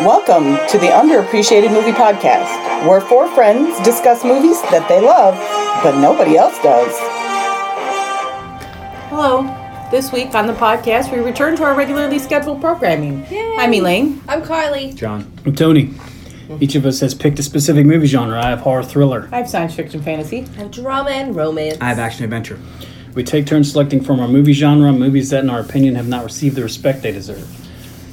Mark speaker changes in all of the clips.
Speaker 1: Welcome to the Underappreciated Movie Podcast, where four friends discuss movies that they love, but nobody else does.
Speaker 2: Hello. This week on the podcast, we return to our regularly scheduled programming.
Speaker 3: Yay.
Speaker 2: I'm Elaine.
Speaker 3: I'm Carly.
Speaker 4: John. I'm Tony. Each of us has picked a specific movie genre. I have horror thriller.
Speaker 2: I have science fiction fantasy.
Speaker 3: I'm drama and romance.
Speaker 5: I have action adventure.
Speaker 4: We take turns selecting from our movie genre movies that, in our opinion, have not received the respect they deserve.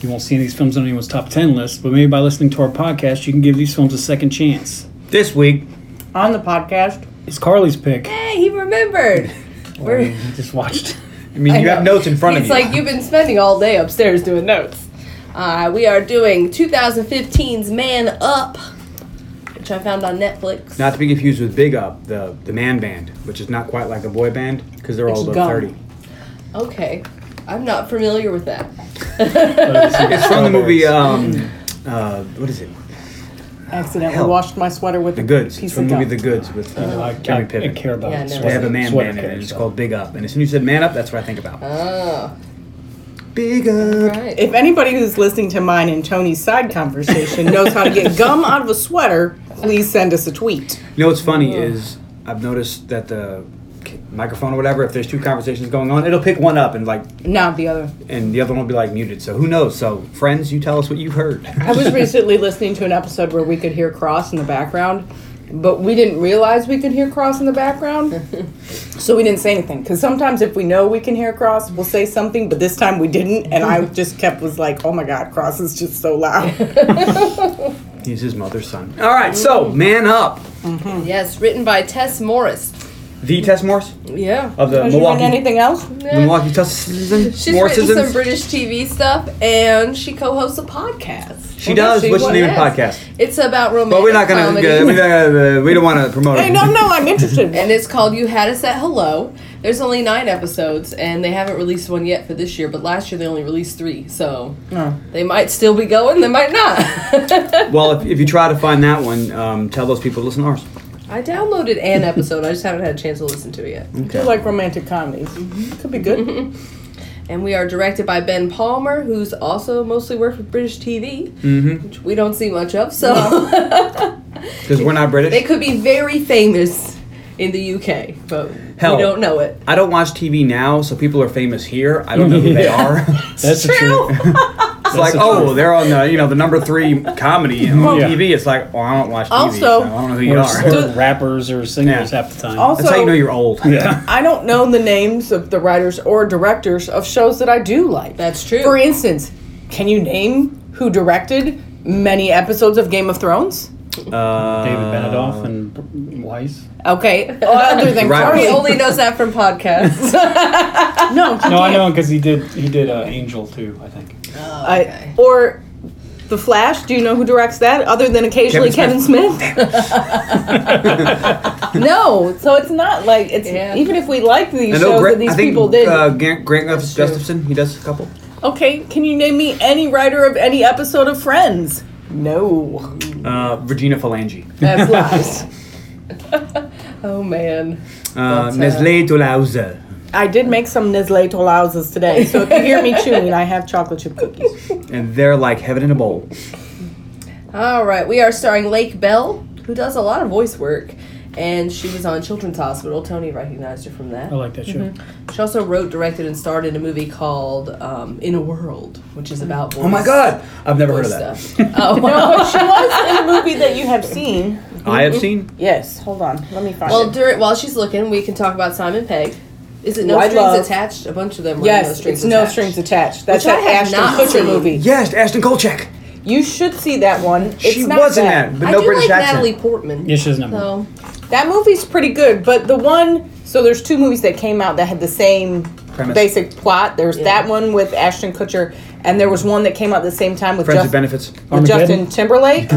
Speaker 4: You won't see these films on anyone's top 10 list, but maybe by listening to our podcast, you can give these films a second chance.
Speaker 5: This week,
Speaker 2: On the podcast,
Speaker 4: It's Carly's pick.
Speaker 3: hey, he remembered.
Speaker 4: I
Speaker 3: We're,
Speaker 4: just watched.
Speaker 5: I mean, you
Speaker 3: know.
Speaker 5: have notes in front
Speaker 3: it's
Speaker 5: of you.
Speaker 3: like you've been spending all day upstairs doing notes. Uh, we are doing 2015's Man Up, which I found on Netflix.
Speaker 5: not to be confused with Big Up, the the man band, which is not quite like a boy band because they're all
Speaker 2: It's
Speaker 5: above
Speaker 2: gone.
Speaker 5: thirty.
Speaker 3: okay, I'm not familiar with that.
Speaker 4: it's
Speaker 5: It's from the movie. Um, uh, what is it?
Speaker 2: I accidentally
Speaker 5: Hell.
Speaker 2: washed my sweater with
Speaker 5: The
Speaker 2: a
Speaker 5: Goods. It's
Speaker 2: piece
Speaker 5: from
Speaker 2: of
Speaker 5: the
Speaker 2: gum.
Speaker 5: movie The Goods with uh,
Speaker 4: I,
Speaker 5: Jeremy
Speaker 4: I- I
Speaker 5: Piven.
Speaker 4: care about
Speaker 3: Yeah,
Speaker 4: it.
Speaker 3: no.
Speaker 5: They have a man
Speaker 4: Sweater
Speaker 5: band in it.
Speaker 4: carries
Speaker 5: It's
Speaker 4: up.
Speaker 5: called Big Up, and as soon as you said Man Up, that's what I think about.
Speaker 3: Oh,
Speaker 5: Big Up.
Speaker 3: right.
Speaker 2: If anybody who's listening to mine and Tony's side conversation knows how to get gum out of a sweater, please send us a tweet.
Speaker 5: You know what's funny is I've noticed that the k- microphone or whatever, if there's two conversations going on, it'll pick one up and like,
Speaker 2: Not the other.
Speaker 5: and the other one will be like muted. So who knows? So friends, you tell us what you heard.
Speaker 2: I was recently listening to an episode where we could hear Cross in the background, but we didn't realize we could hear Cross in the background. So we didn't say anything. Because sometimes if we know we can hear Cross, we'll say something, but this time we didn't. And I just kept, was like, oh my God, Cross is just so loud.
Speaker 5: He's his mother's son. All right, so Man Up,
Speaker 3: Yes, written by Tess Morris.
Speaker 5: the Tess Morse
Speaker 3: Yeah.
Speaker 5: of the
Speaker 2: Has you written
Speaker 5: Milwaukee,
Speaker 2: anything else?
Speaker 5: the Milwaukee Tess
Speaker 3: She's written some British TV stuff, and she co-hosts a podcast.
Speaker 5: She does. What's the name of the
Speaker 3: Yes.
Speaker 5: podcast?
Speaker 3: It's about romance.
Speaker 5: But we're not gonna.
Speaker 3: comedy.
Speaker 5: uh, we're not gonna, uh, we don't want to promote
Speaker 2: Hey,
Speaker 5: it.
Speaker 2: no, no, I'm interested.
Speaker 3: and it's called You Had Us at Hello. There's only nine episodes, and they haven't released one yet for this year. But last year they only released three, so they might still be going. They might not.
Speaker 5: Well, if, if you try to find that one, um, tell those people to listen to ours.
Speaker 3: I downloaded an episode. I just haven't had a chance to listen to it yet.
Speaker 2: I do like romantic comedies. Could be good.
Speaker 3: And we are directed by Ben Palmer, who's also mostly worked with British TV, which we don't see much of. So
Speaker 5: Because we're not
Speaker 3: they
Speaker 5: British.
Speaker 3: could be very famous in the UK, but
Speaker 5: Hell.
Speaker 3: we don't know it.
Speaker 5: I don't watch TV now, so people are famous here. I don't know who they are. it's
Speaker 4: That's the truth. That's
Speaker 5: like,
Speaker 4: the
Speaker 5: oh,
Speaker 4: truth.
Speaker 5: they're on the you know the number three comedy on
Speaker 4: Yeah.
Speaker 5: TV. It's like, oh, I don't watch TV.
Speaker 2: Also-
Speaker 5: so I don't know who you
Speaker 4: Or,
Speaker 5: are.
Speaker 4: or rappers or singers
Speaker 5: Yeah.
Speaker 4: half the time.
Speaker 2: Also,
Speaker 5: That's how you know you're old.
Speaker 4: yeah.
Speaker 2: I don't know the names of the writers or directors of shows that I do like.
Speaker 3: That's true.
Speaker 2: For instance, can you name who directed many episodes of Game of Thrones?
Speaker 5: Uh,
Speaker 4: David Benioff and Weiss.
Speaker 2: Okay, other than
Speaker 5: Right.
Speaker 3: He
Speaker 2: Carly.
Speaker 3: only knows that from podcasts.
Speaker 2: no,
Speaker 4: No, I know him because he did. He did uh, Angel too, I think.
Speaker 2: I- or The Flash. Do you know who directs that? Other than occasionally Kevin
Speaker 5: Kevin
Speaker 2: Smith. no, so it's not like it's
Speaker 3: Yeah.
Speaker 2: even if we like these
Speaker 5: I
Speaker 2: shows
Speaker 5: know Grant,
Speaker 2: that these
Speaker 5: I think,
Speaker 2: people did.
Speaker 5: Uh, Grant, Grant Gustafson, he does a couple.
Speaker 2: okay, can you name me any writer of any episode of Friends? No,
Speaker 5: Uh, Regina Phalange.
Speaker 3: That's lies. oh man.
Speaker 5: Uh,
Speaker 3: That's, uh,
Speaker 5: Nesle Dolauze.
Speaker 2: I did make some Nestle Tolausas today, so if you hear me chewing, I have chocolate chip cookies.
Speaker 5: And they're like heaven in a bowl.
Speaker 3: All right, we are starring Lake Bell, who does a lot of voice work, and she was on Children's Hospital. Tony recognized her from
Speaker 5: Oh.
Speaker 3: that.
Speaker 4: I like that show.
Speaker 2: Mm-hmm.
Speaker 3: She also wrote, directed, and starred in a movie called um, In a World, which is about voice.
Speaker 5: Oh my god! I've never heard
Speaker 3: voice
Speaker 5: of that.
Speaker 3: Stuff. Oh.
Speaker 2: But she was in a movie that you have seen.
Speaker 5: I have seen.
Speaker 2: Yes, hold on. Let me find
Speaker 3: well,
Speaker 2: it.
Speaker 3: dur while she's looking, we can talk about Simon Pegg. Is it No
Speaker 2: Why
Speaker 3: Strings
Speaker 2: Love?
Speaker 3: Attached? A bunch of them. Were no
Speaker 2: Yes,
Speaker 3: strings
Speaker 2: it's No
Speaker 3: attached.
Speaker 2: Strings Attached. That's
Speaker 3: Which I
Speaker 2: that
Speaker 3: have
Speaker 2: Ashton
Speaker 3: not
Speaker 2: Kutcher
Speaker 3: seen.
Speaker 2: movie.
Speaker 5: Yes, Ashton Kolchak.
Speaker 2: You should see that one. It's
Speaker 5: She
Speaker 2: not
Speaker 5: was in
Speaker 2: bad.
Speaker 5: that, but
Speaker 3: I
Speaker 5: no
Speaker 3: do
Speaker 5: British
Speaker 3: like
Speaker 5: accent.
Speaker 3: Natalie Portman.
Speaker 4: Yeah, she doesn't have
Speaker 3: So
Speaker 2: That movie's pretty good, but the one so there's two movies that came out that had the same
Speaker 5: Premise.
Speaker 2: basic plot. There's
Speaker 3: Yeah.
Speaker 2: that one with Ashton Kutcher, and there was one that came out at the same time with
Speaker 5: Friends
Speaker 2: Justin,
Speaker 5: with benefits.
Speaker 2: with Justin
Speaker 4: Armageddon?
Speaker 2: Timberlake,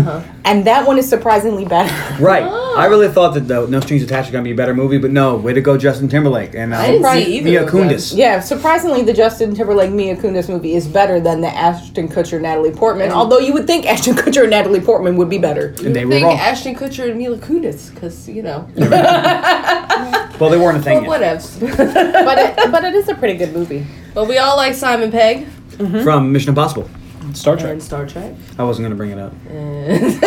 Speaker 2: and that one is surprisingly better.
Speaker 5: Right. I really thought that the No Strings Attached was gonna be a better movie, but no. Way to go, Justin Timberlake and uh,
Speaker 3: I didn't see either
Speaker 5: Mia
Speaker 3: of them.
Speaker 5: Kunis.
Speaker 2: Yeah, surprisingly, the Justin Timberlake Mia Kunis movie is better than the Ashton Kutcher Natalie Portman. Although you would think Ashton Kutcher and Natalie Portman would be better.
Speaker 5: And they
Speaker 3: I
Speaker 5: were
Speaker 3: think
Speaker 5: wrong.
Speaker 3: Ashton Kutcher and Mila Kunis, because you know,
Speaker 5: well, they weren't a thing
Speaker 3: but
Speaker 5: yet.
Speaker 3: whatevs.
Speaker 2: But it, but it is a pretty good movie.
Speaker 3: but we all like Simon Pegg.
Speaker 5: From Mission Impossible.
Speaker 4: Star Trek.
Speaker 3: and Star Trek.
Speaker 5: I wasn't gonna bring it up.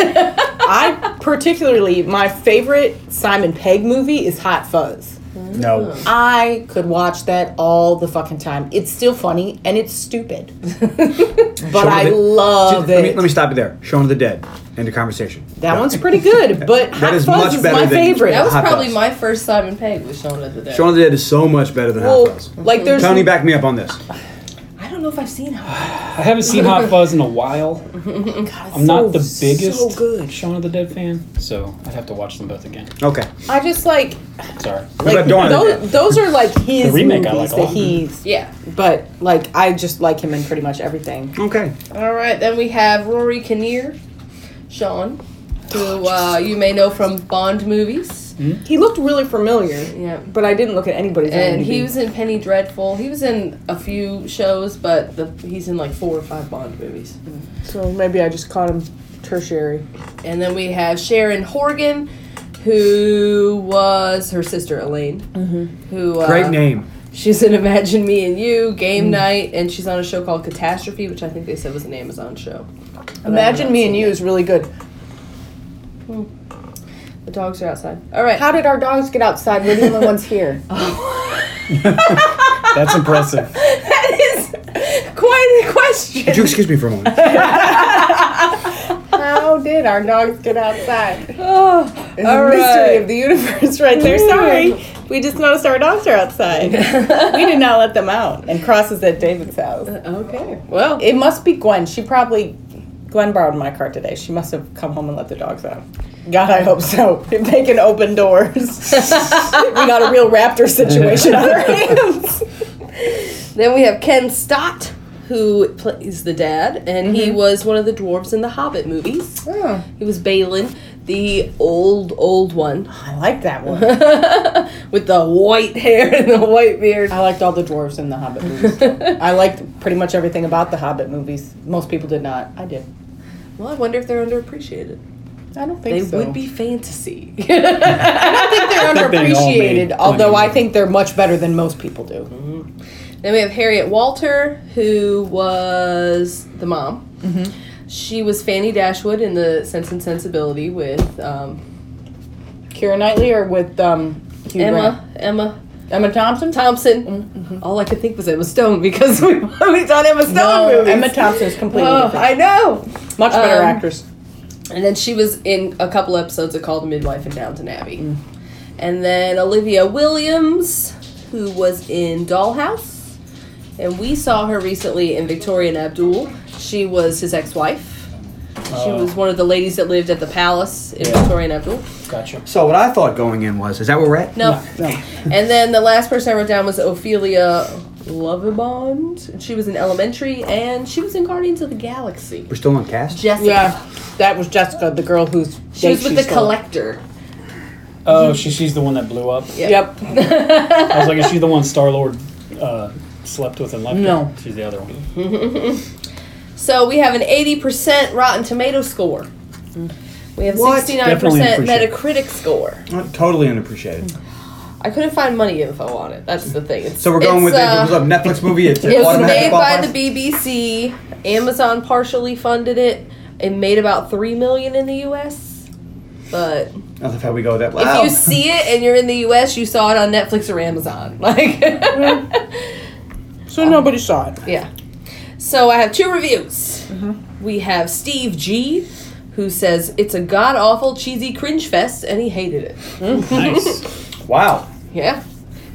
Speaker 2: I particularly my favorite Simon Pegg movie is Hot Fuzz.
Speaker 5: No.
Speaker 2: I could watch that all the fucking time. It's still funny and it's stupid, but
Speaker 5: Shaun of
Speaker 2: I
Speaker 5: the-
Speaker 2: love
Speaker 5: let me,
Speaker 2: it.
Speaker 5: let me stop you there. Shaun of the Dead. End of conversation.
Speaker 2: that one's pretty good, but Hot
Speaker 5: is
Speaker 2: Fuzz
Speaker 5: much
Speaker 2: is
Speaker 5: better
Speaker 2: my
Speaker 5: than-
Speaker 2: favorite.
Speaker 5: Yeah,
Speaker 3: That was
Speaker 5: Hot
Speaker 3: probably
Speaker 5: Fuzz.
Speaker 3: my first Simon Pegg was Shaun of the Dead.
Speaker 5: Shaun of the Dead is so much better than
Speaker 2: well,
Speaker 5: Hot Fuzz.
Speaker 2: like there's
Speaker 5: Tony, back me up on this.
Speaker 3: I don't know if I've seen him.
Speaker 4: I haven't seen Hot Fuzz in a while. I'm not the
Speaker 2: so
Speaker 4: biggest
Speaker 2: good.
Speaker 4: Shaun of the Dead fan, so I'd have to watch them both again.
Speaker 5: Okay.
Speaker 2: I just like
Speaker 4: Sorry.
Speaker 5: What
Speaker 2: like
Speaker 5: about Dawn of the
Speaker 2: those, those are like his
Speaker 4: remake I
Speaker 2: movies
Speaker 4: like a
Speaker 2: that
Speaker 4: lot.
Speaker 2: he's
Speaker 3: Yeah.
Speaker 2: But like I just like him in pretty much everything.
Speaker 5: Okay.
Speaker 3: All right, then we have Rory Kinnear, Sean, who uh, you may know from Bond movies.
Speaker 2: He looked really familiar.
Speaker 3: Yeah.
Speaker 2: But I didn't look at anybody's
Speaker 3: And
Speaker 2: IMDb.
Speaker 3: he was in Penny Dreadful. He was in a few shows, but the, he's in like four or five Bond movies.
Speaker 2: so maybe I just caught him tertiary.
Speaker 3: And then we have Sharon Horgan, who was her sister Elaine. Who uh,
Speaker 5: Great name.
Speaker 3: She's in Imagine Me and You, Game
Speaker 2: Hmm.
Speaker 3: Night, and she's on a show called Catastrophe, which I think they said was an Amazon show. But I
Speaker 2: Imagine
Speaker 3: have
Speaker 2: me
Speaker 3: not
Speaker 2: and
Speaker 3: seen
Speaker 2: you
Speaker 3: it.
Speaker 2: is really good.
Speaker 3: The dogs are outside. All right.
Speaker 2: How did our dogs get outside? We're the only ones here.
Speaker 4: That's impressive.
Speaker 3: that is quite a question.
Speaker 5: Would you excuse me for a moment?
Speaker 2: How did our dogs get outside?
Speaker 3: Oh,
Speaker 2: It's
Speaker 3: all
Speaker 2: a mystery
Speaker 3: right.
Speaker 2: of the universe right there. Sorry. We just noticed our dogs are outside. we did not let them out. And Cross is at David's house.
Speaker 3: okay. Well,
Speaker 2: It must be Gwen. She probably Gwen borrowed my car today. She must have come home and let the dogs out. God, I hope so. If they can open doors, we got a real raptor situation on our hands.
Speaker 3: then we have Ken Stott, who plays the dad, and
Speaker 2: Mm-hmm.
Speaker 3: he was one of the dwarves in the Hobbit movies.
Speaker 2: Oh.
Speaker 3: He was Balin, the old, old one
Speaker 2: I like that one.
Speaker 3: with the white hair and the white beard.
Speaker 2: I liked all the dwarves in the Hobbit movies. I liked pretty much everything about the Hobbit movies. Most people did not. I did.
Speaker 3: Well, I wonder if they're underappreciated.
Speaker 2: I don't think
Speaker 3: They
Speaker 2: so.
Speaker 3: would be fantasy.
Speaker 2: They're
Speaker 4: think they all made
Speaker 2: underappreciated,
Speaker 4: plenty
Speaker 2: although
Speaker 4: of
Speaker 2: I
Speaker 4: money.
Speaker 2: think they're much better than most people do.
Speaker 3: Then we have Harriet Walter, who was the mom. She was Fanny Dashwood in the Sense and Sensibility with um,
Speaker 2: Kira Knightley or with um, Hugh Grant?
Speaker 3: Emma Emma
Speaker 2: Emma Thompson.
Speaker 3: Thompson. Mm-hmm. All I could think was Emma Stone because we we done Emma Stone
Speaker 2: No,
Speaker 3: movies.
Speaker 2: Emma Thompson is completely
Speaker 3: Oh,
Speaker 2: different.
Speaker 3: I know.
Speaker 2: Much better
Speaker 3: Um,
Speaker 2: actress.
Speaker 3: And then she was in a couple episodes of Called Midwife in Downton Abbey. And then Olivia Williams, who was in Dollhouse. And we saw her recently in Victoria and Abdul. She was his ex wife. She was one of the ladies that lived at the palace in
Speaker 4: Yeah.
Speaker 3: Victoria and Abdul.
Speaker 4: Gotcha.
Speaker 5: So what I thought going in was, is that where we're at?
Speaker 3: No. And then the last person I wrote down was Ophelia Lovibond. And She was in Elementary and she was in Guardians of the Galaxy.
Speaker 5: We're still on cast?
Speaker 3: Jessica.
Speaker 2: Yeah, that was Jessica, the girl who's
Speaker 3: She was with the collector.
Speaker 4: Oh, she, she's the one that blew up.
Speaker 2: Yep.
Speaker 4: I was like, is she the one Star Lord uh, slept with and left?
Speaker 2: No.
Speaker 4: with? She's the other one.
Speaker 3: So we have an 80% Rotten Tomato score. We have
Speaker 5: What?
Speaker 3: 69%
Speaker 4: Definitely appreciate
Speaker 3: Metacritic score.
Speaker 5: Not Uh, Totally unappreciated.
Speaker 3: I couldn't find money info on it. That's the thing. It's,
Speaker 5: So we're going
Speaker 3: it's,
Speaker 5: with it.
Speaker 3: uh,
Speaker 5: It was a Netflix movie. It's
Speaker 3: It was
Speaker 5: automatic
Speaker 3: made by the
Speaker 5: qualifier.
Speaker 3: BBC. Amazon partially funded it. It made about 3 million in the US. But
Speaker 5: I love how we go with that.
Speaker 3: if
Speaker 5: Wow.
Speaker 3: you see it and you're in the US, you saw it on Netflix or Amazon. Like
Speaker 2: So
Speaker 5: Oh.
Speaker 2: nobody saw it.
Speaker 3: Yeah. So I have two reviews.
Speaker 5: Mm-hmm.
Speaker 3: We have Steve G, who says it's a god awful cheesy cringe fest, and he hated it.
Speaker 4: Nice.
Speaker 5: wow.
Speaker 3: Yeah.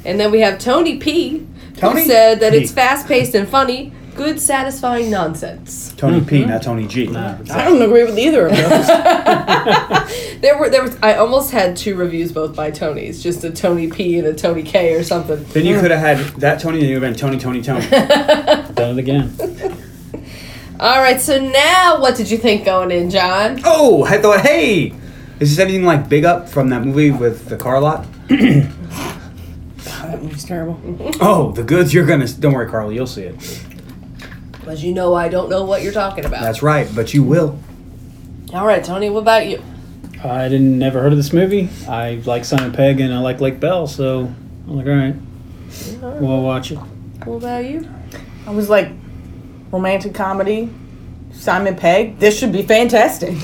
Speaker 3: And then we have Tony P,
Speaker 5: Tony?
Speaker 3: who said that it's
Speaker 4: P.
Speaker 3: fast paced and funny, good satisfying nonsense.
Speaker 5: Tony P, not Tony G.
Speaker 2: I don't agree with either of those.
Speaker 3: There were there was I almost had two reviews both by Tonys, just a Tony P and a Tony K or something.
Speaker 5: Then you could have had that Tony, and you would have been Tony, Tony, Tony.
Speaker 4: Done it again.
Speaker 3: All right, so now what did you think going in, John?
Speaker 5: oh, I thought, hey, is this anything like Big Up from that movie with the car lot?
Speaker 2: that movie's terrible.
Speaker 5: Oh, the goods you're gonna. Don't worry, Carl, you'll see it.
Speaker 3: As you know, I don't know what you're talking about.
Speaker 5: That's right, but you will.
Speaker 3: All right, Tony, what about you?
Speaker 4: I didn't never heard of this movie. I like Simon Pegg and I like Lake Bell, so I'm like, all right, we'll watch it.
Speaker 3: What about you?
Speaker 2: I was like romantic comedy, Simon Pegg. This should be fantastic.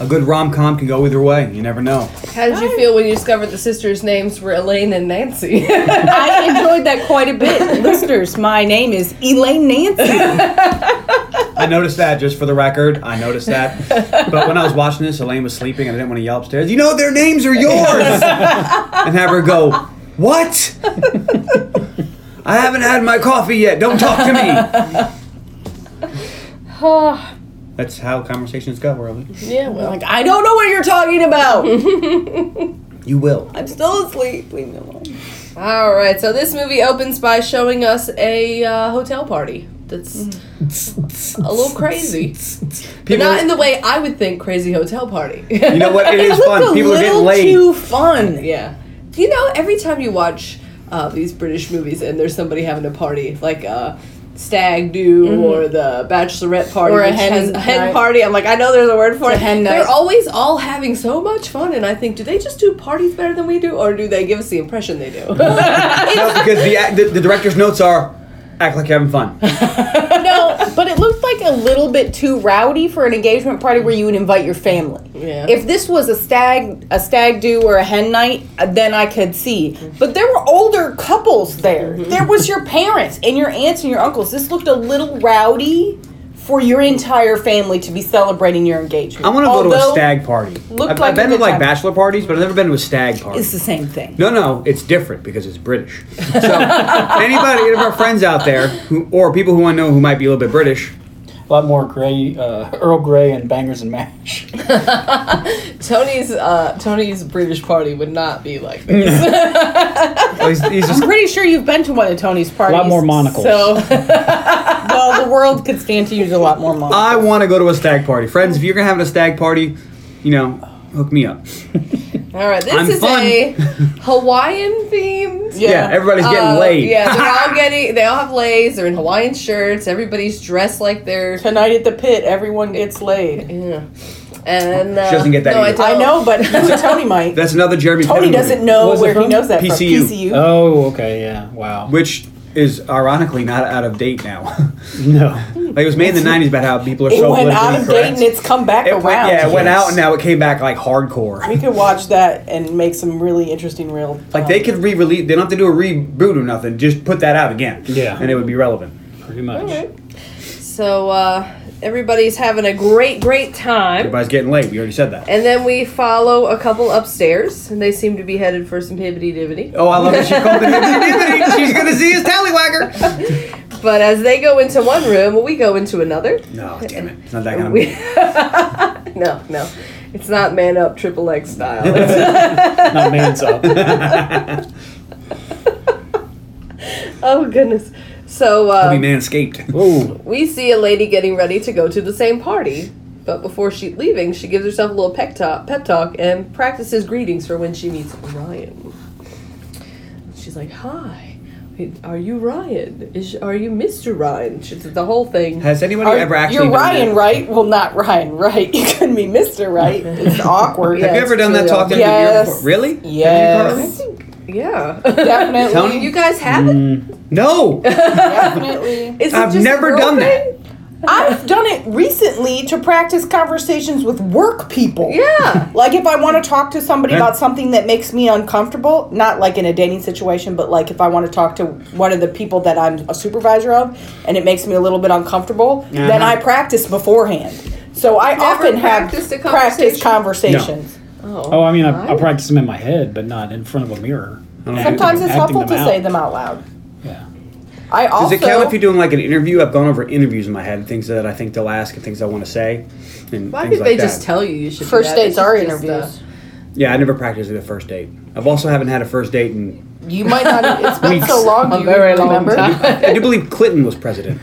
Speaker 5: A good rom com can go either way. You never know.
Speaker 3: How did you feel when you discovered the sisters' names were Elaine and Nancy?
Speaker 2: I enjoyed that quite a bit. Listeners, my name is Elaine Nancy.
Speaker 5: I noticed that just for the record. I noticed that. But when I was watching this, Elaine was sleeping and I didn't want to yell upstairs, you know, their names are yours! and have her go, What? I haven't had my coffee yet. Don't talk to me. That's how conversations go, really.
Speaker 3: yeah, well,
Speaker 2: Like, I don't know what you're talking about.
Speaker 5: You will.
Speaker 2: I'm still asleep. Leave me alone.
Speaker 3: All right, so this movie opens by showing us a uh, hotel party that's a little crazy, but
Speaker 5: People-
Speaker 3: not in the way I would think crazy hotel party.
Speaker 5: You know what? It is fun. People are getting laid.
Speaker 2: too fun.
Speaker 3: yeah, you know, every time you watch uh, these British movies and there's somebody having a party, like uh, Stag Do
Speaker 5: Mm-hmm.
Speaker 3: or the Bachelorette party
Speaker 2: Or a
Speaker 3: which
Speaker 2: hen-
Speaker 3: has a hen
Speaker 2: right.
Speaker 3: party, I'm like, I know there's a word for
Speaker 2: It's
Speaker 3: it.
Speaker 2: a hen
Speaker 3: They're
Speaker 2: night.
Speaker 3: always all having so much fun, and I think, do they just do parties better than we do, or do they give us the impression they do?
Speaker 5: No, because the, act- the, the director's notes are act like you're having fun.
Speaker 2: No, but it looked like a little bit too rowdy for an engagement party where you would invite your family.
Speaker 3: Yeah.
Speaker 2: If this was a stag a stag do or a hen night, uh, then I could see. But there were older couples there.
Speaker 3: Mm-hmm.
Speaker 2: There was your parents and your aunts and your uncles. This looked a little rowdy for your entire family to be celebrating your engagement.
Speaker 5: I want to go to
Speaker 2: Although,
Speaker 5: a stag party.
Speaker 2: looked
Speaker 5: I've,
Speaker 2: like
Speaker 5: I've
Speaker 2: a
Speaker 5: been to
Speaker 2: good
Speaker 5: like
Speaker 2: time.
Speaker 5: bachelor parties, but I've never been to a stag party.
Speaker 2: It's the same thing.
Speaker 5: No, no, it's different because it's British. So anybody, any of our friends out there, who, or people who I know who might be a little bit British,
Speaker 4: A lot more gray, uh, Earl Grey and bangers and mash.
Speaker 3: Tony's uh, Tony's British party would not be like this.
Speaker 5: well, oh, he's, he's just
Speaker 2: I'm pretty sure you've been to one of Tony's parties.
Speaker 4: more monocles.
Speaker 2: So, well, the world could stand to use a lot more monocles.
Speaker 5: I want to go to a stag party, friends. If you're gonna have a stag party, you know, hook me up.
Speaker 3: All right, this
Speaker 5: I'm
Speaker 3: is
Speaker 5: fun.
Speaker 3: a Hawaiian themed. uh,
Speaker 5: Yeah, everybody's getting
Speaker 2: Oh,
Speaker 5: laid.
Speaker 3: Yeah, they're all getting. They all have lays. They're in Hawaiian shirts. Everybody's dressed like they're.
Speaker 2: Tonight at the pit, everyone gets laid.
Speaker 3: Yeah. And uh,
Speaker 5: She doesn't get that
Speaker 3: No, I,
Speaker 5: either.
Speaker 3: don't.
Speaker 2: I know, but Tony might.
Speaker 5: That's another Jeremy.
Speaker 2: Tony
Speaker 5: Piven movie,
Speaker 2: doesn't know
Speaker 4: Where's it
Speaker 2: where he
Speaker 4: from?
Speaker 2: knows that
Speaker 5: PCU.
Speaker 2: from. PCU.
Speaker 4: Oh, okay, yeah, wow.
Speaker 5: which is ironically not out of date now.
Speaker 4: No,
Speaker 5: like it was made in the '90s about how people are
Speaker 2: it
Speaker 5: so
Speaker 2: went
Speaker 5: politically
Speaker 2: out of date
Speaker 5: correct.
Speaker 2: and it's come back
Speaker 5: It
Speaker 2: around.
Speaker 5: went, yeah, it went
Speaker 4: Yes.
Speaker 5: out and now it came back like hardcore.
Speaker 2: We could watch that and make some really interesting real.
Speaker 5: Like
Speaker 2: um,
Speaker 5: they could re-release. They don't have to do a reboot or nothing. Just put that out again.
Speaker 4: Yeah.
Speaker 5: and it would be relevant.
Speaker 4: pretty much.
Speaker 3: So uh, everybody's having a great, great time.
Speaker 5: Everybody's getting late. We already said that.
Speaker 3: And then we follow a couple upstairs, and they seem to be headed for some hibbity dibbity.
Speaker 5: Oh, I love that she called it. She's gonna see his tallywagger.
Speaker 3: But as they go into one room, we go into another.
Speaker 5: No, damn it, it's not that kind of.
Speaker 3: We- no, no. It's not man up triple X style. It's-
Speaker 4: Not man's up.
Speaker 3: oh goodness. So uh,
Speaker 5: Be manscaped.
Speaker 4: Whoa,
Speaker 3: we see a lady getting ready to go to the same party, but before she leaving, she gives herself a little pep talk, pep talk and practices greetings for when she meets Ryan. She's like, "Hi, are you Ryan? Is are you Mr. Ryan?" She did the whole thing.
Speaker 5: Has anybody
Speaker 2: are-
Speaker 5: ever actually?
Speaker 2: You're
Speaker 5: done
Speaker 2: Ryan,
Speaker 5: that?
Speaker 2: right? Well, not Ryan, right? You couldn't be Mister, right? It's awkward.
Speaker 5: Have you
Speaker 3: Yeah,
Speaker 5: ever
Speaker 3: it's
Speaker 5: done that
Speaker 3: truly
Speaker 5: talk?
Speaker 2: awkward.
Speaker 5: interview
Speaker 2: Yes.
Speaker 5: before? Really? Have you
Speaker 2: Yes.
Speaker 5: done it?
Speaker 3: Yeah.
Speaker 2: Definitely.
Speaker 5: Tony?
Speaker 3: you guys haven't?
Speaker 5: Mm. No,
Speaker 2: Definitely.
Speaker 3: Is it
Speaker 5: I've
Speaker 3: just a
Speaker 5: never
Speaker 3: girl
Speaker 5: done that.
Speaker 3: thing?
Speaker 2: I've done it recently to practice conversations with work people.
Speaker 3: Yeah.
Speaker 2: Like if I want to talk to somebody
Speaker 5: Yeah.
Speaker 2: about something that makes me uncomfortable, not like in a dating situation, but like if I want to talk to one of the people that I'm a supervisor of and it makes me a little bit uncomfortable, then
Speaker 5: Uh-huh.
Speaker 2: I practice beforehand. So I
Speaker 3: never
Speaker 2: often have
Speaker 3: practiced a
Speaker 2: practice conversations.
Speaker 4: Oh, I mean, I, I practice them in my head, but not in front of a mirror.
Speaker 2: Sometimes it's
Speaker 4: Acting
Speaker 2: helpful to
Speaker 4: them out.
Speaker 2: say them out loud.
Speaker 4: Yeah.
Speaker 2: I
Speaker 5: Does
Speaker 2: also
Speaker 5: it count if you're doing like an interview? I've gone over interviews in my head, things that I think they'll ask and things I want to say, and
Speaker 3: Why
Speaker 5: things
Speaker 3: did
Speaker 5: like
Speaker 3: they
Speaker 5: that.
Speaker 3: just tell you you should? do
Speaker 2: First
Speaker 3: that?
Speaker 2: dates
Speaker 3: It's
Speaker 2: are
Speaker 3: just, uh,
Speaker 2: interviews.
Speaker 5: yeah, I never practiced at a first date. I've also haven't had a first date, and
Speaker 2: you might not. It's been so long.
Speaker 3: A
Speaker 2: you
Speaker 3: very long
Speaker 2: remember?
Speaker 3: time.
Speaker 5: I do believe Clinton was president.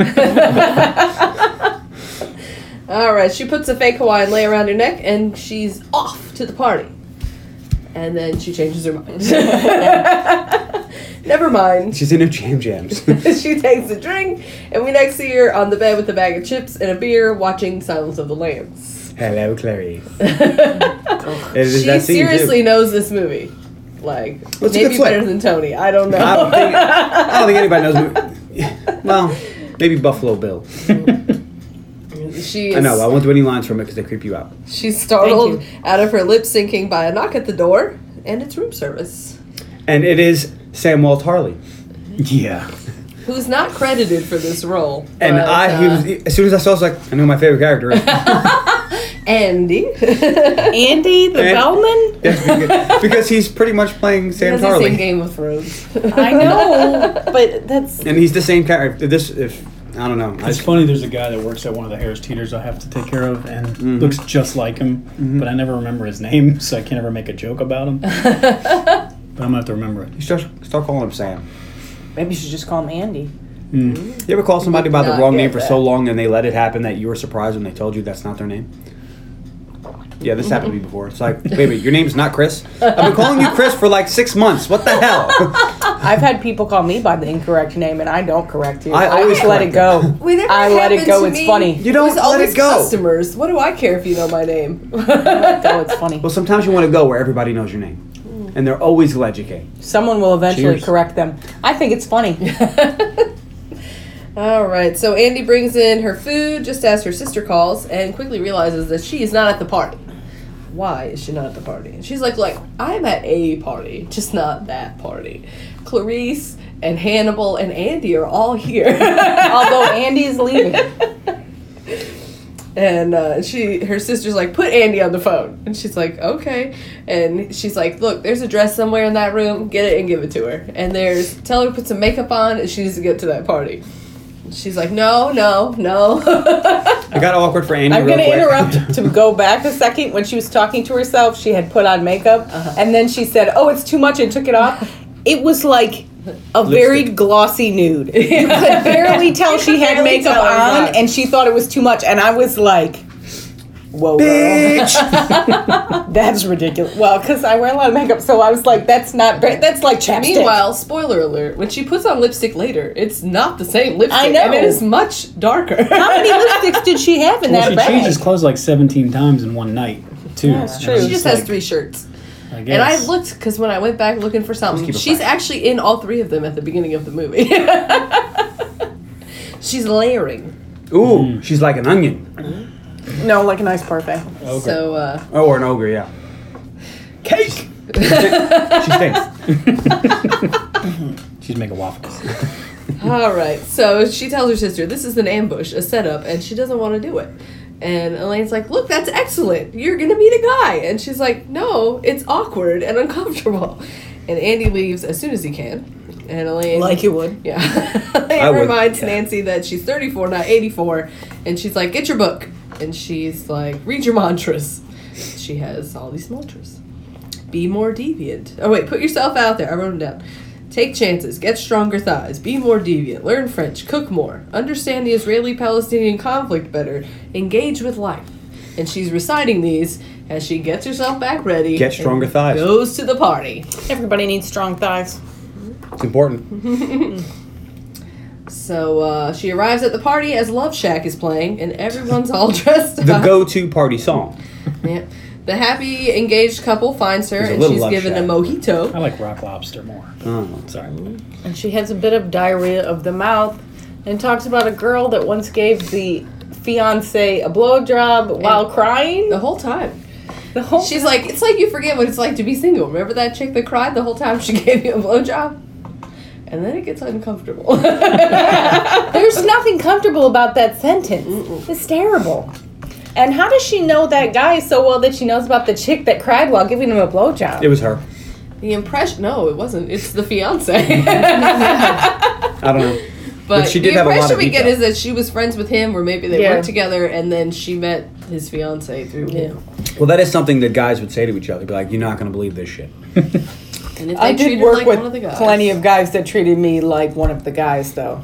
Speaker 3: All right, she puts a fake Hawaiian lei around her neck and she's off to the party. And then she changes her mind. Never mind.
Speaker 5: She's in her jam jams.
Speaker 3: she takes a drink, and we next see her on the bed with a bag of chips and a beer watching Silence of the Lambs.
Speaker 5: Hello, Clarice.
Speaker 3: She seriously knows this movie. Like,
Speaker 5: Well, it's a good
Speaker 3: maybe
Speaker 5: flick.
Speaker 3: better than Tony. I don't know.
Speaker 5: I don't think I don't think anybody knows. Well, maybe Buffalo Bill.
Speaker 3: she is
Speaker 5: I know. I won't do any lines from it because they creep you out.
Speaker 3: she's startled
Speaker 2: Thank
Speaker 3: out of her lip syncing by a knock at the door, and it's room service.
Speaker 5: And it is Samuel Tarley.
Speaker 4: Yeah.
Speaker 3: Who's not credited for this role?
Speaker 5: And
Speaker 3: but,
Speaker 5: I, he
Speaker 3: uh,
Speaker 5: was, as soon as I saw, it, I was like, I know my favorite character. is-
Speaker 3: Andy.
Speaker 2: Andy the
Speaker 5: And-
Speaker 2: bellman?
Speaker 5: Yes, because- because he's pretty much playing Sam
Speaker 3: Has he seen
Speaker 5: Tarley,
Speaker 3: Game of Thrones?
Speaker 2: I know, but that's
Speaker 5: and he's the same character. This, if I don't know, I
Speaker 4: It's
Speaker 5: just-
Speaker 4: funny. There's a guy that works at one of the Harris Teeters I have to take care of, and looks just like him, but I never remember his name, so I can't ever make a joke about him. but I'm gonna have to remember it.
Speaker 5: you start, start calling him Sam.
Speaker 2: maybe you should just call him Andy.
Speaker 5: You ever call somebody by the
Speaker 3: not
Speaker 5: wrong
Speaker 3: get
Speaker 5: name for so
Speaker 3: that.
Speaker 5: long and they let it happen that you were surprised when they told you that's not their name? Yeah, this happened to me before. It's like, baby, your name's not Chris. I've been calling you Chris for like six months. What the hell?
Speaker 2: I've had people call me by the incorrect name, and I don't correct you.
Speaker 5: I
Speaker 2: I,
Speaker 5: always
Speaker 2: always let it
Speaker 5: correct
Speaker 2: go.
Speaker 3: Well, that
Speaker 2: I let it
Speaker 3: happened
Speaker 2: go.
Speaker 3: to
Speaker 2: It's
Speaker 3: me.
Speaker 2: funny.
Speaker 5: You don't
Speaker 3: It's
Speaker 5: let
Speaker 3: always
Speaker 5: it go.
Speaker 3: Customers, what do I care if you know my name?
Speaker 2: Oh, it's funny.
Speaker 5: Well, sometimes you want to go where everybody knows your name, and they're always glad you came.
Speaker 2: Someone will eventually
Speaker 4: Cheers.
Speaker 2: correct them. I think it's funny.
Speaker 3: All right, so Andy brings in her food just as her sister calls and quickly realizes that she is not at the party. Why is she not at the party? And she's like, like I'm at a party, just not that party. Clarice and Hannibal and Andy are all here.
Speaker 2: Although Andy's leaving.
Speaker 3: And uh, she, her sister's like, put Andy on the phone. And she's like, okay. And she's like, look, there's a dress somewhere in that room. Get it and give it to her. And there's, tell her to put some makeup on and she needs to get to that party. And She's like, no, no, no.
Speaker 5: It got awkward for Andy.
Speaker 2: I'm
Speaker 5: real
Speaker 2: going to
Speaker 5: quick.
Speaker 2: interrupt to go back a second. When she was talking to herself, she had put on makeup,
Speaker 3: Uh-huh.
Speaker 2: and then she said, "Oh, it's too much," and took it off. It was like a very glossy nude. You could barely tell she had
Speaker 3: barely
Speaker 2: makeup
Speaker 3: tell it was
Speaker 2: on,
Speaker 3: on.
Speaker 2: and she thought it was too much. And I was like, "Whoa, girl,
Speaker 5: Bitch!
Speaker 2: that's ridiculous." Well, because I wear a lot of makeup, so I was like, "That's not. Very, that's like chapstick."
Speaker 3: Meanwhile, spoiler alert, when she puts on lipstick later, it's not the same lipstick.
Speaker 2: I know.
Speaker 3: And it is much darker.
Speaker 2: how many lipsticks did she have in
Speaker 4: Well,
Speaker 2: that
Speaker 4: she
Speaker 2: bag?
Speaker 4: changes clothes like 17 times in one night, too.
Speaker 2: That's true.
Speaker 3: she just has three shirts.
Speaker 4: I guess.
Speaker 3: And I looked because when I went back looking for something,
Speaker 5: keep it
Speaker 3: she's
Speaker 5: fresh.
Speaker 3: actually in all three of them at the beginning of the movie. she's layering.
Speaker 5: Ooh, she's like an onion
Speaker 2: no, like a nice parfait.
Speaker 4: Okay.
Speaker 3: So uh,
Speaker 5: oh, or an ogre. Yeah,
Speaker 4: cake.
Speaker 5: she stinks.
Speaker 4: She's making waffles.
Speaker 3: all right. So she tells her sister, "This is an ambush, a setup," and she doesn't want to do it. And Elaine's like, "Look, that's excellent. You're gonna meet a guy." And she's like, "No, it's awkward and uncomfortable." And Andy leaves as soon as he can. And Elaine,
Speaker 2: Like you would.
Speaker 3: Yeah.
Speaker 5: I
Speaker 3: it
Speaker 5: would,
Speaker 3: reminds
Speaker 5: yeah.
Speaker 3: Nancy that she's 34, not 84. And she's like, get your book. And she's like, read your mantras. She has all these mantras. Be more deviant. Oh, wait, put yourself out there. I wrote them down. Take chances, get stronger thighs, be more deviant, learn French, cook more, understand the Israeli Palestinian conflict better, engage with life. And she's reciting these as she gets herself back ready.
Speaker 5: Get
Speaker 3: and
Speaker 5: stronger thighs.
Speaker 3: Goes to the party.
Speaker 2: Everybody needs strong thighs.
Speaker 5: It's important.
Speaker 3: So uh, she arrives at the party as Love Shack is playing, and everyone's all dressed
Speaker 5: The
Speaker 3: up.
Speaker 5: go-to party song.
Speaker 3: Yeah. The happy engaged couple finds her,
Speaker 5: a
Speaker 3: and
Speaker 5: little
Speaker 3: she's
Speaker 5: Love
Speaker 3: given
Speaker 5: Shack.
Speaker 3: a mojito.
Speaker 4: I like rock lobster more. but-
Speaker 5: Oh.
Speaker 4: Sorry.
Speaker 2: and she has a bit of diarrhea of the mouth and talks about a girl that once gave the fiance a blowjob while crying
Speaker 3: The whole time,
Speaker 2: the whole
Speaker 3: she's like, "It's like you forget what it's like to be single." Remember that chick that cried the whole time she gave you a blowjob, and then it gets uncomfortable.
Speaker 2: there's nothing comfortable about that sentence it's terrible and how does she know that guy so well that she knows about the chick that cried while giving him a blowjob
Speaker 5: It was her.
Speaker 3: the impression? No, it wasn't. It's the fiance.
Speaker 5: I don't know.
Speaker 3: But,
Speaker 5: she did
Speaker 3: the
Speaker 5: have a lot
Speaker 3: impression
Speaker 5: of
Speaker 3: we get
Speaker 5: detail.
Speaker 3: is that she was friends with him, or maybe they
Speaker 2: Yeah.
Speaker 3: worked together, and then she met his fiance through him.
Speaker 5: Well, that is something that guys would say to each other. Be like, "You're not gonna believe this shit."
Speaker 3: And if they
Speaker 2: I did
Speaker 3: treated
Speaker 2: work
Speaker 3: like
Speaker 2: with
Speaker 3: one of the guys,
Speaker 2: plenty of guys that treated me like one of the guys though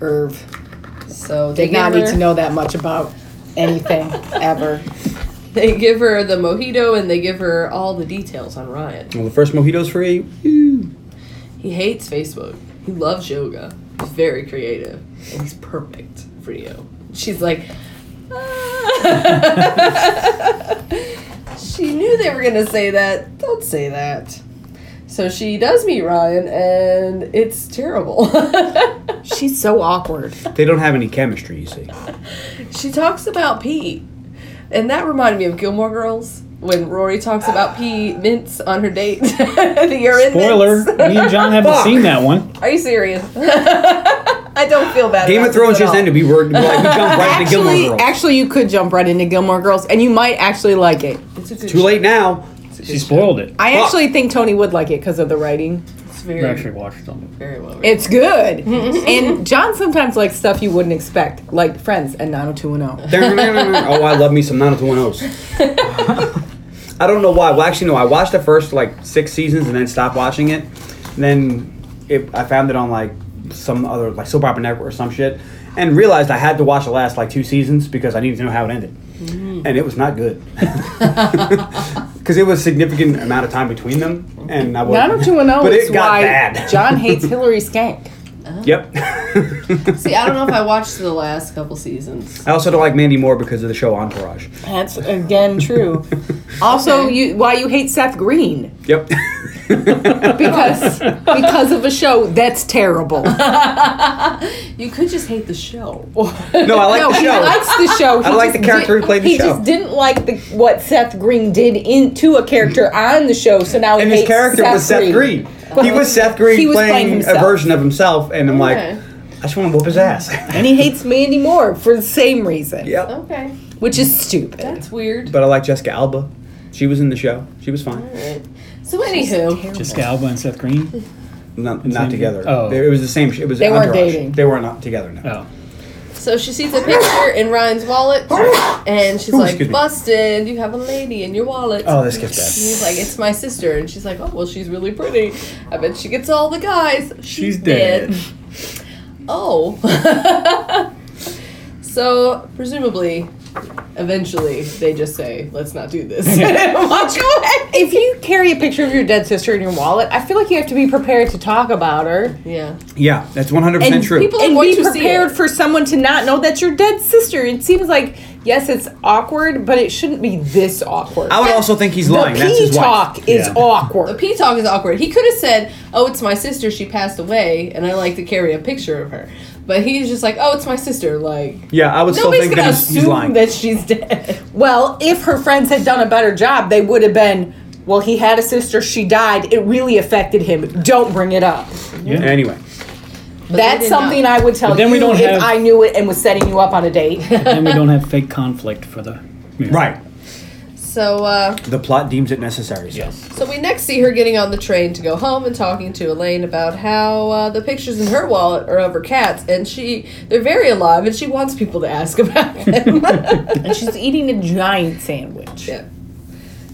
Speaker 2: Irv
Speaker 3: So they
Speaker 2: did not
Speaker 3: give
Speaker 2: need
Speaker 3: her-
Speaker 2: to know that much about anything ever
Speaker 3: They give her the mojito and they give her all the details on Ryan.
Speaker 5: Well, the first mojito's free.
Speaker 3: He hates Facebook. He loves yoga. He's very creative. And he's perfect for you. She's like, "Ah." she knew they were going to say that. Don't say that. So she does meet Ryan and it's terrible.
Speaker 2: she's so awkward
Speaker 5: They don't have any chemistry, you see.
Speaker 3: she talks about Pete, and that reminded me of Gilmore Girls when Rory talks about Pete Mints on her date. the urine
Speaker 4: Spoiler:
Speaker 3: mints.
Speaker 4: Me and John haven't
Speaker 5: Fuck.
Speaker 4: seen that one.
Speaker 3: Are you serious? I don't feel bad.
Speaker 5: Game
Speaker 3: about
Speaker 5: of Thrones
Speaker 3: this at
Speaker 5: just
Speaker 3: all.
Speaker 5: ended. We were like, we jumped right into Gilmore
Speaker 2: Actually,
Speaker 5: Girls.
Speaker 2: actually, you could jump right into Gilmore Girls, and you might actually like it.
Speaker 3: It's a good
Speaker 5: Too late now.
Speaker 4: She spoiled it.
Speaker 2: I
Speaker 5: Fuck.
Speaker 2: actually think Tony would like it because of the writing.
Speaker 3: It's
Speaker 4: I
Speaker 3: very,
Speaker 4: actually watched them.
Speaker 3: very well. written.
Speaker 2: It's good. and John sometimes likes stuff you wouldn't expect, like Friends and 90210.
Speaker 5: oh, I love me some 90210s. I don't know why. Well, actually, no. I watched the first like six seasons and then stopped watching it. And then it, I found it on like some other like soap opera network or some shit, and realized I had to watch the last like two seasons because I needed to know how it ended,
Speaker 2: Mm.
Speaker 5: and it was not good. Because it was significant amount of time between them, and I was
Speaker 2: 90210
Speaker 5: But
Speaker 2: is
Speaker 5: it got
Speaker 2: why
Speaker 5: bad.
Speaker 2: John hates Hillary Skank.
Speaker 5: Yep.
Speaker 3: See, I don't know if I watched the last couple seasons.
Speaker 5: I also don't like Mandy Moore because of the show Entourage.
Speaker 2: That's again true. Also,
Speaker 3: Okay.
Speaker 2: you why you hate Seth Green
Speaker 5: Yep.
Speaker 2: because because of a show that's terrible.
Speaker 3: You could just hate the show.
Speaker 5: no, I like
Speaker 2: no,
Speaker 5: the
Speaker 2: he
Speaker 5: show.
Speaker 2: likes the show. He
Speaker 5: I like
Speaker 2: just
Speaker 5: the character
Speaker 2: did-
Speaker 5: who played the
Speaker 2: he
Speaker 5: show.
Speaker 2: just didn't like the, what Seth Green did into a character on the show, so now he
Speaker 5: and his
Speaker 2: hates
Speaker 5: character
Speaker 2: Seth
Speaker 5: was Seth Green. He was Seth Green
Speaker 2: He was
Speaker 5: playing,
Speaker 2: playing
Speaker 5: a
Speaker 2: himself.
Speaker 5: version of himself, and I'm
Speaker 3: Okay.
Speaker 5: like, I just want to whoop his ass.
Speaker 2: and he hates Mandy Moore for the same reason,
Speaker 5: yep.
Speaker 3: Okay,
Speaker 2: which is stupid.
Speaker 3: that's weird.
Speaker 5: But I like Jessica Alba. She was in the show. She was fine.
Speaker 3: So anywho,
Speaker 4: Jessica Alba and Seth Green.
Speaker 5: Not,
Speaker 4: same-
Speaker 5: not together.
Speaker 4: oh.
Speaker 5: It was the same. sh- It was
Speaker 2: They weren't
Speaker 5: Entourage.
Speaker 2: dating.
Speaker 5: They were not together. No.
Speaker 4: Oh,
Speaker 3: so she sees a picture in Ryan's wallet, and she's
Speaker 5: Ooh,
Speaker 3: like,
Speaker 5: excuse me.
Speaker 3: "Busted! You have a lady in your wallet."
Speaker 5: Oh, this gets bad.
Speaker 3: And He's like, it's my sister, and she's like, oh well, she's really pretty. I bet she gets all the guys. She's,
Speaker 4: she's dead.
Speaker 3: Oh. so presumably, eventually, they just say, let's not do this. Watch away.
Speaker 2: If you carry a picture of your dead sister in your wallet, I feel like you have to be prepared to talk about her
Speaker 3: Yeah.
Speaker 5: Yeah, that's 100
Speaker 2: and
Speaker 5: percent true.
Speaker 2: people
Speaker 3: And
Speaker 2: and
Speaker 3: going
Speaker 2: be
Speaker 3: to see
Speaker 2: prepared
Speaker 3: it.
Speaker 2: for someone to not know that's your dead sister. It seems like yes, it's awkward, but it shouldn't be this awkward.
Speaker 5: I would also think he's lying.
Speaker 2: The
Speaker 5: that's
Speaker 2: pee
Speaker 5: his wife.
Speaker 2: talk is
Speaker 4: Yeah.
Speaker 2: awkward.
Speaker 3: The pee talk is awkward. He could have said, oh, it's my sister. She passed away, and I like to carry a picture of her. But he's just like, oh, it's my sister. Like,
Speaker 5: Yeah, I would still
Speaker 3: nobody's
Speaker 5: think
Speaker 3: going
Speaker 5: that
Speaker 3: to
Speaker 5: he's, he's lying.
Speaker 3: assume that she's dead.
Speaker 2: Well, if her friends had done a better job, they would have been. Well, he had a sister. She died. It really affected him. Don't bring it up.
Speaker 5: Anyway,
Speaker 2: That's
Speaker 3: did
Speaker 2: something
Speaker 3: not.
Speaker 2: I would tell
Speaker 4: But then
Speaker 2: you
Speaker 4: we don't
Speaker 2: if
Speaker 4: have-
Speaker 2: I knew it and was setting you up on a date.
Speaker 4: and we don't have fake conflict for the yeah.
Speaker 5: right.
Speaker 3: So, uh,
Speaker 5: The plot deems it necessary. So.
Speaker 4: Yes.
Speaker 3: So we next see her getting on the train to go home and talking to Elaine about how uh, the pictures in her wallet are of her cats, and she they're very alive, and she wants people to ask about them.
Speaker 2: and she's eating a giant sandwich.
Speaker 3: yeah.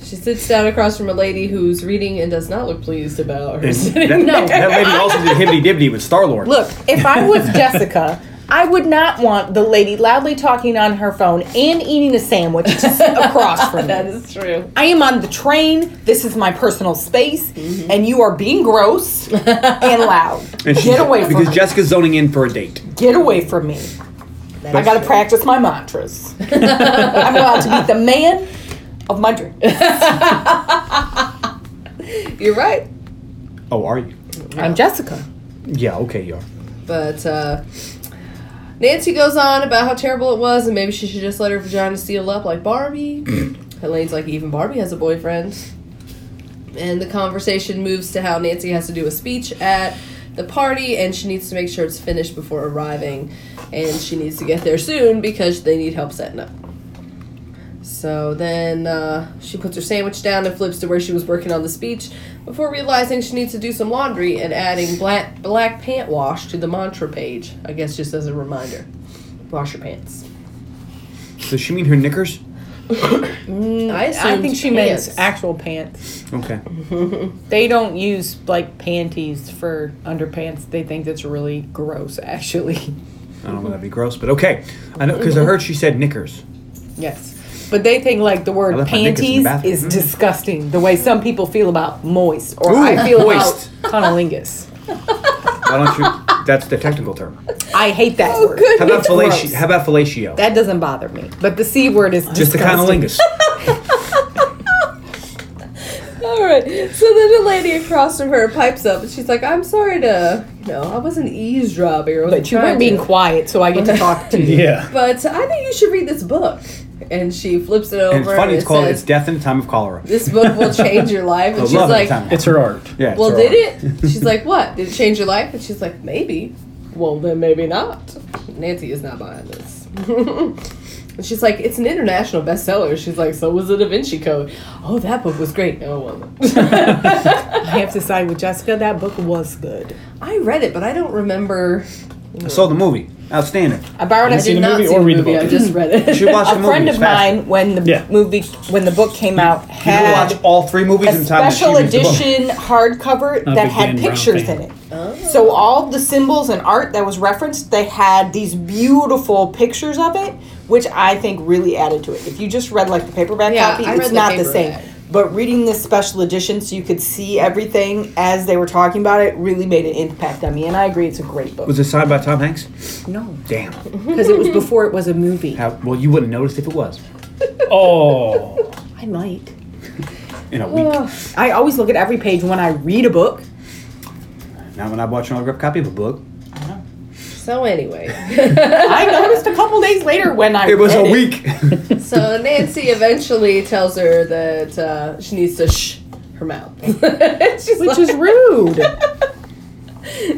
Speaker 3: She sits down across from a lady who's reading and does not look pleased about her
Speaker 5: And
Speaker 3: sitting down.
Speaker 5: that, that lady also did hibbity dibbity with Star Lord.
Speaker 2: Look, if I was Jessica, I would not want the lady loudly talking on her phone and eating a sandwich to sit across from
Speaker 3: That
Speaker 2: me.
Speaker 3: is true.
Speaker 2: I am on the train. This is my personal space, and you are being gross and loud.
Speaker 5: and she's-
Speaker 2: Get away from
Speaker 5: because
Speaker 2: me.
Speaker 5: Jessica's zoning in for a date.
Speaker 2: Get away from me. I gotta practice my mantras. I'm about to be the man of my dreams.
Speaker 3: You're right.
Speaker 5: Oh, are you?
Speaker 2: I'm Jessica.
Speaker 5: Yeah. Okay, you are.
Speaker 3: But uh, Nancy goes on about how terrible it was, and maybe she should just let her vagina seal up like Barbie. Elaine's like, even Barbie has a boyfriend. And the conversation moves to how Nancy has to do a speech at the party, and she needs to make sure it's finished before arriving, and she needs to get there soon because they need help setting up. So then uh, she puts her sandwich down and flips to where she was working on the speech before realizing she needs to do some laundry and adding black, black pant wash to the mantra page. I guess just as a reminder wash your pants.
Speaker 5: Does she mean her knickers?
Speaker 3: I,
Speaker 2: Mm, I think
Speaker 3: assumed
Speaker 2: she
Speaker 3: pants.
Speaker 2: means actual pants.
Speaker 5: Okay.
Speaker 2: They don't use like panties for underpants. They think that's really gross, actually.
Speaker 5: I don't know. That'd be gross, but okay. I know because I heard she said knickers.
Speaker 2: Yes. But they think like the
Speaker 5: I
Speaker 2: word
Speaker 5: left my knickers
Speaker 2: panties
Speaker 5: in the bathroom. Mm-hmm.
Speaker 2: is disgusting. The way some people feel about moist, or
Speaker 5: Ooh,
Speaker 2: I feel
Speaker 5: moist.
Speaker 2: about conolingus.
Speaker 5: Why don't you? That's the technical term.
Speaker 2: I hate that word.
Speaker 5: How about
Speaker 2: It's
Speaker 5: fellatio?
Speaker 2: gross.
Speaker 5: How about fellatio?
Speaker 2: That doesn't bother me. But the c word is
Speaker 5: Just the
Speaker 2: disgusting.
Speaker 5: conolingus.
Speaker 3: All right. So then the lady across from her pipes up and she's like, I'm sorry to, you know, I wasn't eavesdropping or wasn't
Speaker 2: But you weren't
Speaker 3: trying
Speaker 2: being
Speaker 3: to.
Speaker 2: quiet, so I get to talk to you.
Speaker 4: Yeah.
Speaker 3: But I think you should read this book. And she flips it over.
Speaker 5: And it's funny.
Speaker 3: and
Speaker 5: It's called
Speaker 3: says,
Speaker 5: "It's Death in the Time of Cholera."
Speaker 3: This book will change your life. And
Speaker 5: I
Speaker 3: she's
Speaker 5: love
Speaker 3: like,
Speaker 5: it. Time.
Speaker 4: It's her art.
Speaker 5: yeah. it's
Speaker 3: Well,
Speaker 5: her
Speaker 3: did
Speaker 5: art.
Speaker 3: it? She's like, What? Did it change your life? And she's like, Maybe. Well, then maybe not. Nancy is not buying this. and she's like, It's an international bestseller. She's like, So was the Da Vinci Code. Oh, that book was great. No, it wasn't.
Speaker 2: I have to side with Jessica. That book was good.
Speaker 3: I read it, but I don't remember.
Speaker 5: I saw the movie. Outstanding.
Speaker 2: I borrowed
Speaker 4: You
Speaker 2: it.
Speaker 4: seen
Speaker 2: did
Speaker 4: the
Speaker 2: not
Speaker 4: movie
Speaker 2: see
Speaker 4: or
Speaker 2: the
Speaker 4: read the
Speaker 2: movie.
Speaker 4: book?
Speaker 2: I just read it.
Speaker 5: You should watch the
Speaker 2: a
Speaker 5: movie.
Speaker 2: friend
Speaker 5: It's
Speaker 2: of mine, when the
Speaker 4: Yeah.
Speaker 2: movie, when the book came out,
Speaker 5: You can
Speaker 2: had
Speaker 5: watch all three movies
Speaker 2: a
Speaker 5: in time. that she
Speaker 2: special
Speaker 5: reads the book.
Speaker 2: edition hardcover
Speaker 4: Not
Speaker 2: that
Speaker 4: a big Dan
Speaker 2: had
Speaker 4: Brown
Speaker 2: pictures
Speaker 4: fan.
Speaker 2: in it. So all the symbols and art that was referenced, they had these beautiful pictures of it, which I think really added to it. If you just read like the paperback
Speaker 3: Yeah,
Speaker 2: copy,
Speaker 3: I
Speaker 2: it's
Speaker 3: read the
Speaker 2: not the same.
Speaker 3: paperback.
Speaker 2: But reading this special edition so you could see everything as they were talking about it really made an impact on me. And I agree, it's a great book.
Speaker 5: Was it signed by Tom Hanks?
Speaker 2: no,
Speaker 5: Damn.
Speaker 2: because it was before it was a movie.
Speaker 5: How, well, you wouldn't notice if it was
Speaker 4: Oh.
Speaker 2: I might.
Speaker 5: in a week.
Speaker 2: I always look at every page when I read a book.
Speaker 5: Not when I watch an autographed copy of a book.
Speaker 3: So anyway.
Speaker 2: I noticed a couple days later when I
Speaker 5: It was
Speaker 2: read
Speaker 5: a week.
Speaker 3: So Nancy eventually tells her that uh, she needs to shh her mouth. she's,
Speaker 2: which
Speaker 3: like,
Speaker 2: is rude.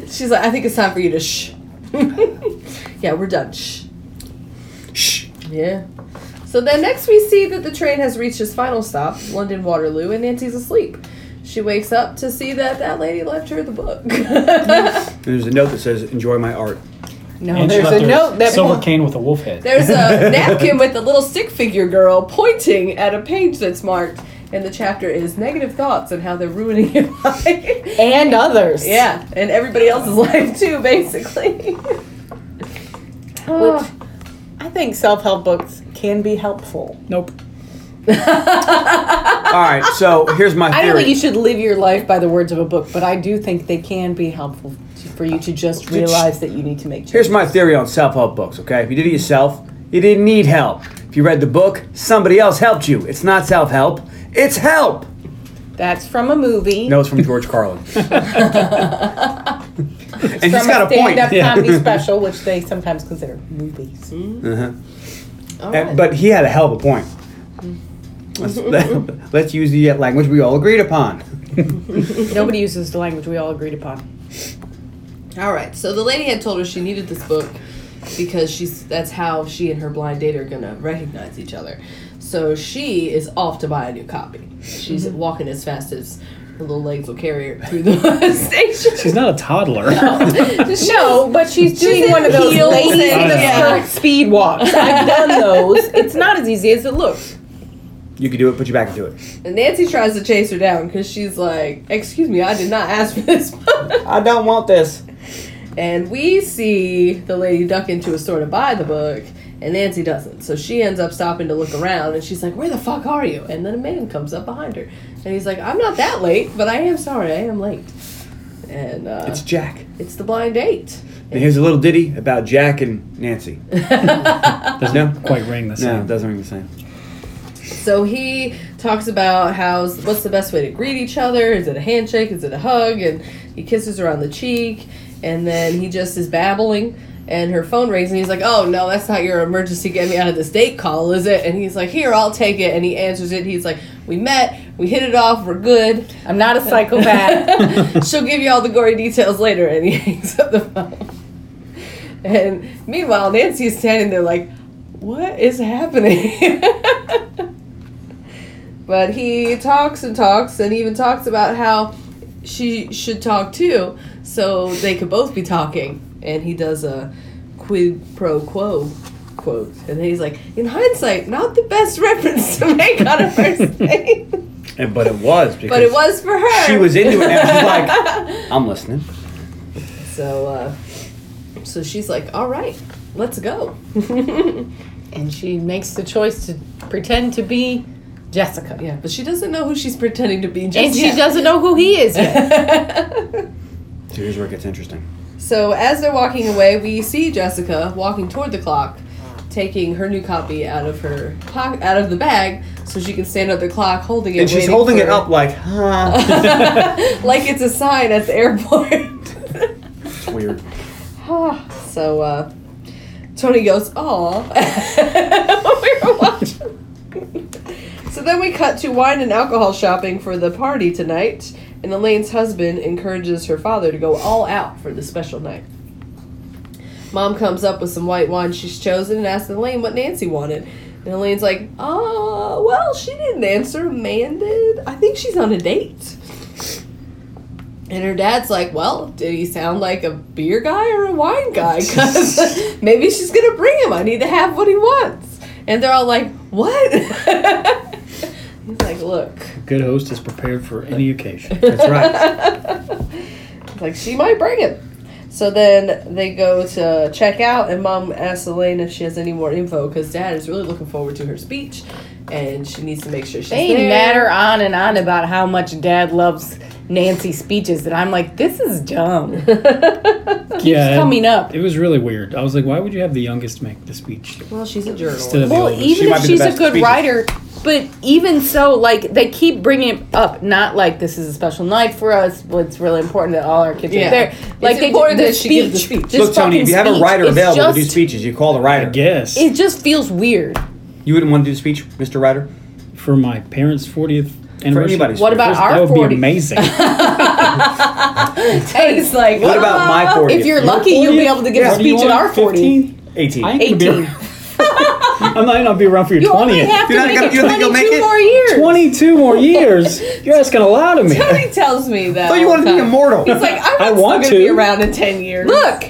Speaker 3: she's like, I think it's time for you to shh. yeah, we're done. Shh.
Speaker 5: Shh.
Speaker 3: Yeah. So then next we see that the train has reached its final stop, London Waterloo, and Nancy's asleep. She wakes up to see that that lady left her the book.
Speaker 5: There's a note that says, "Enjoy my art."
Speaker 2: No,
Speaker 4: And she
Speaker 2: there's
Speaker 4: left
Speaker 2: a
Speaker 4: her
Speaker 2: note that
Speaker 4: silver cane with a wolf head.
Speaker 3: There's a napkin with a little stick figure girl pointing at a page that's marked, and the chapter is negative thoughts and how they're ruining your life.
Speaker 2: and others.
Speaker 3: Yeah, and everybody else's life too, basically.
Speaker 2: Which I think self help books can be helpful.
Speaker 4: Nope.
Speaker 5: All right. So here's my
Speaker 2: I
Speaker 5: theory.
Speaker 2: don't think you should live your life by the words of a book, but I do think they can be helpful to, for you to just realize that you need to make changes.
Speaker 5: Here's my theory on self help books, okay? If you did it yourself, you didn't need help. If you read the book, somebody else helped you. It's not self help, it's help.
Speaker 2: That's from a movie.
Speaker 5: No, it's from George Carlin. and
Speaker 2: from
Speaker 5: he's got a point.
Speaker 2: stand-up
Speaker 5: Yeah.
Speaker 2: comedy special, which they sometimes consider movies.
Speaker 5: And- But he had a hell of a point. Let's, let's use the uh, language we all agreed upon.
Speaker 2: Nobody uses the language we all agreed upon.
Speaker 3: All right. So the lady had told her she needed this book because she's that's how she and her blind date are gonna recognize each other. So she is off to buy a new copy. She's walking as fast as her little legs will carry her through the station.
Speaker 4: She's not a toddler.
Speaker 2: No, but she's doing
Speaker 3: in
Speaker 2: one of those
Speaker 3: heels
Speaker 2: ladies in
Speaker 3: and-
Speaker 2: a
Speaker 3: yeah.
Speaker 2: skirt speed walks. I've done those. It's not as easy as it looks.
Speaker 5: You could do it, put your back into it.
Speaker 3: And Nancy tries to chase her down because she's like, "Excuse me, I did not ask for this book."
Speaker 5: I don't want this.
Speaker 3: And we see the lady duck into a store to buy the book, and Nancy doesn't. So she ends up stopping to look around, and she's like, Where the fuck are you? And then a man comes up behind her, and he's like, I'm not that late, but I am sorry, I am late. And uh,
Speaker 5: It's
Speaker 3: it's,
Speaker 5: Jack.
Speaker 3: the blind date.
Speaker 5: And here's a little ditty about Jack and Nancy.
Speaker 4: Doesn't
Speaker 5: No.
Speaker 4: quite ring the
Speaker 5: No,
Speaker 4: same.
Speaker 5: it doesn't ring the same.
Speaker 3: So he talks about how what's the best way to greet each other? Is it a handshake? Is it a hug? And he kisses her on the cheek, and then he just is babbling. And her phone rings, and he's like, "Oh no, that's not your emergency. Get me out of this date call, is it?" And he's like, "Here, I'll take it." And he answers it. He's like, "We met. We hit it off. We're good.
Speaker 2: I'm not a psychopath.
Speaker 3: She'll give you all the gory details later." And he hangs up the phone. And meanwhile, Nancy is standing there like, what is happening? but he talks and talks and even talks about how she should talk too, so they could both be talking. And he does a quid pro quo quote. And then he's like, in hindsight, not the best reference to make on a first date.
Speaker 5: And, but it was because
Speaker 3: but it was for her.
Speaker 5: she was into it and she's like, I'm listening.
Speaker 3: So, uh, so she's like, all right, let's go.
Speaker 2: and she makes the choice to pretend to be Jessica.
Speaker 3: Yeah, but she doesn't know who she's pretending to be. Just
Speaker 2: And she
Speaker 3: yet.
Speaker 2: doesn't know who he is yet.
Speaker 5: So here's where it gets interesting.
Speaker 3: So as they're walking away, we see Jessica walking toward the clock taking her new copy out of her pocket, out of the bag, so she can stand at the clock holding it.
Speaker 5: And she's
Speaker 3: waiting
Speaker 5: holding
Speaker 3: for-
Speaker 5: it up like, huh?
Speaker 3: like it's a sign at the airport.
Speaker 5: It's weird.
Speaker 3: so uh, Tony goes, "Aw," we were watching. so then we cut to wine and alcohol shopping for the party tonight, and Elaine's husband encourages her father to go all out for the special night. Mom comes up with some white wine she's chosen and asks Elaine what Nancy wanted. And Elaine's like, "Ah, well, she didn't answer. Man did. I think she's on a date." And her dad's like, "Well, did he sound like a beer guy or a wine guy? Because maybe she's gonna bring him. I need to have what he wants." And they're all like, "What?" He's like, "Look,
Speaker 4: Good host is prepared for any occasion.
Speaker 5: That's right.
Speaker 3: like she might bring him." So then they go to check out, and mom asks Elaine if she has any more info because dad is really looking forward to her speech, and she needs to make sure she's
Speaker 2: They
Speaker 3: there.
Speaker 2: matter on and on about how much dad loves Nancy's speeches, and I'm like, this is dumb.
Speaker 4: yeah,
Speaker 2: coming up.
Speaker 4: It was really weird. I was like, why would you have the youngest make the speech
Speaker 3: Well, she's a
Speaker 4: instead
Speaker 3: journalist.
Speaker 4: of
Speaker 2: Well,
Speaker 4: the oldest?
Speaker 2: even
Speaker 5: might
Speaker 2: if
Speaker 5: be the
Speaker 2: she's a
Speaker 5: best
Speaker 2: good
Speaker 5: speaker.
Speaker 2: writer, but even so, like they keep bringing it up, not like this is a special night for us. But it's really important that all our kids
Speaker 3: Yeah.
Speaker 2: are there. Like they
Speaker 3: important
Speaker 2: the
Speaker 3: that she gives the speech.
Speaker 2: This
Speaker 5: Look, Tony, if you have
Speaker 2: fucking
Speaker 5: a writer
Speaker 2: speech is
Speaker 5: available to do
Speaker 2: just-
Speaker 5: speeches, you call the
Speaker 4: I
Speaker 5: writer.
Speaker 4: guess
Speaker 2: It just feels weird.
Speaker 5: You wouldn't want to do the speech, Mr. Writer?
Speaker 4: for my parents' 40th anniversary.
Speaker 5: anybody's
Speaker 2: What about
Speaker 4: First,
Speaker 2: our
Speaker 4: That would
Speaker 2: 40?
Speaker 4: be amazing.
Speaker 2: It's like
Speaker 5: What about my
Speaker 2: "Ah,
Speaker 5: 40th?
Speaker 2: If you're
Speaker 5: Your
Speaker 2: lucky, you'll be able to give a
Speaker 5: Yeah.
Speaker 2: speech at our 40.
Speaker 5: 18.
Speaker 4: I ain't gonna
Speaker 2: 18.
Speaker 4: be around- I might not be around for your
Speaker 2: You only have
Speaker 4: 20th.
Speaker 2: to
Speaker 5: You're not
Speaker 2: make
Speaker 5: gonna-
Speaker 2: it
Speaker 5: you think you'll
Speaker 2: 22
Speaker 5: make it?
Speaker 2: more years.
Speaker 4: 22 more years. You're asking a lot of me.
Speaker 3: Tony tells me that.
Speaker 5: Oh, you
Speaker 3: all
Speaker 5: want
Speaker 3: the
Speaker 5: to be
Speaker 3: time.
Speaker 5: immortal.
Speaker 3: He's like, I'm
Speaker 4: I
Speaker 3: not
Speaker 4: want
Speaker 3: going to be
Speaker 4: to.
Speaker 3: around in ten years.
Speaker 2: Look,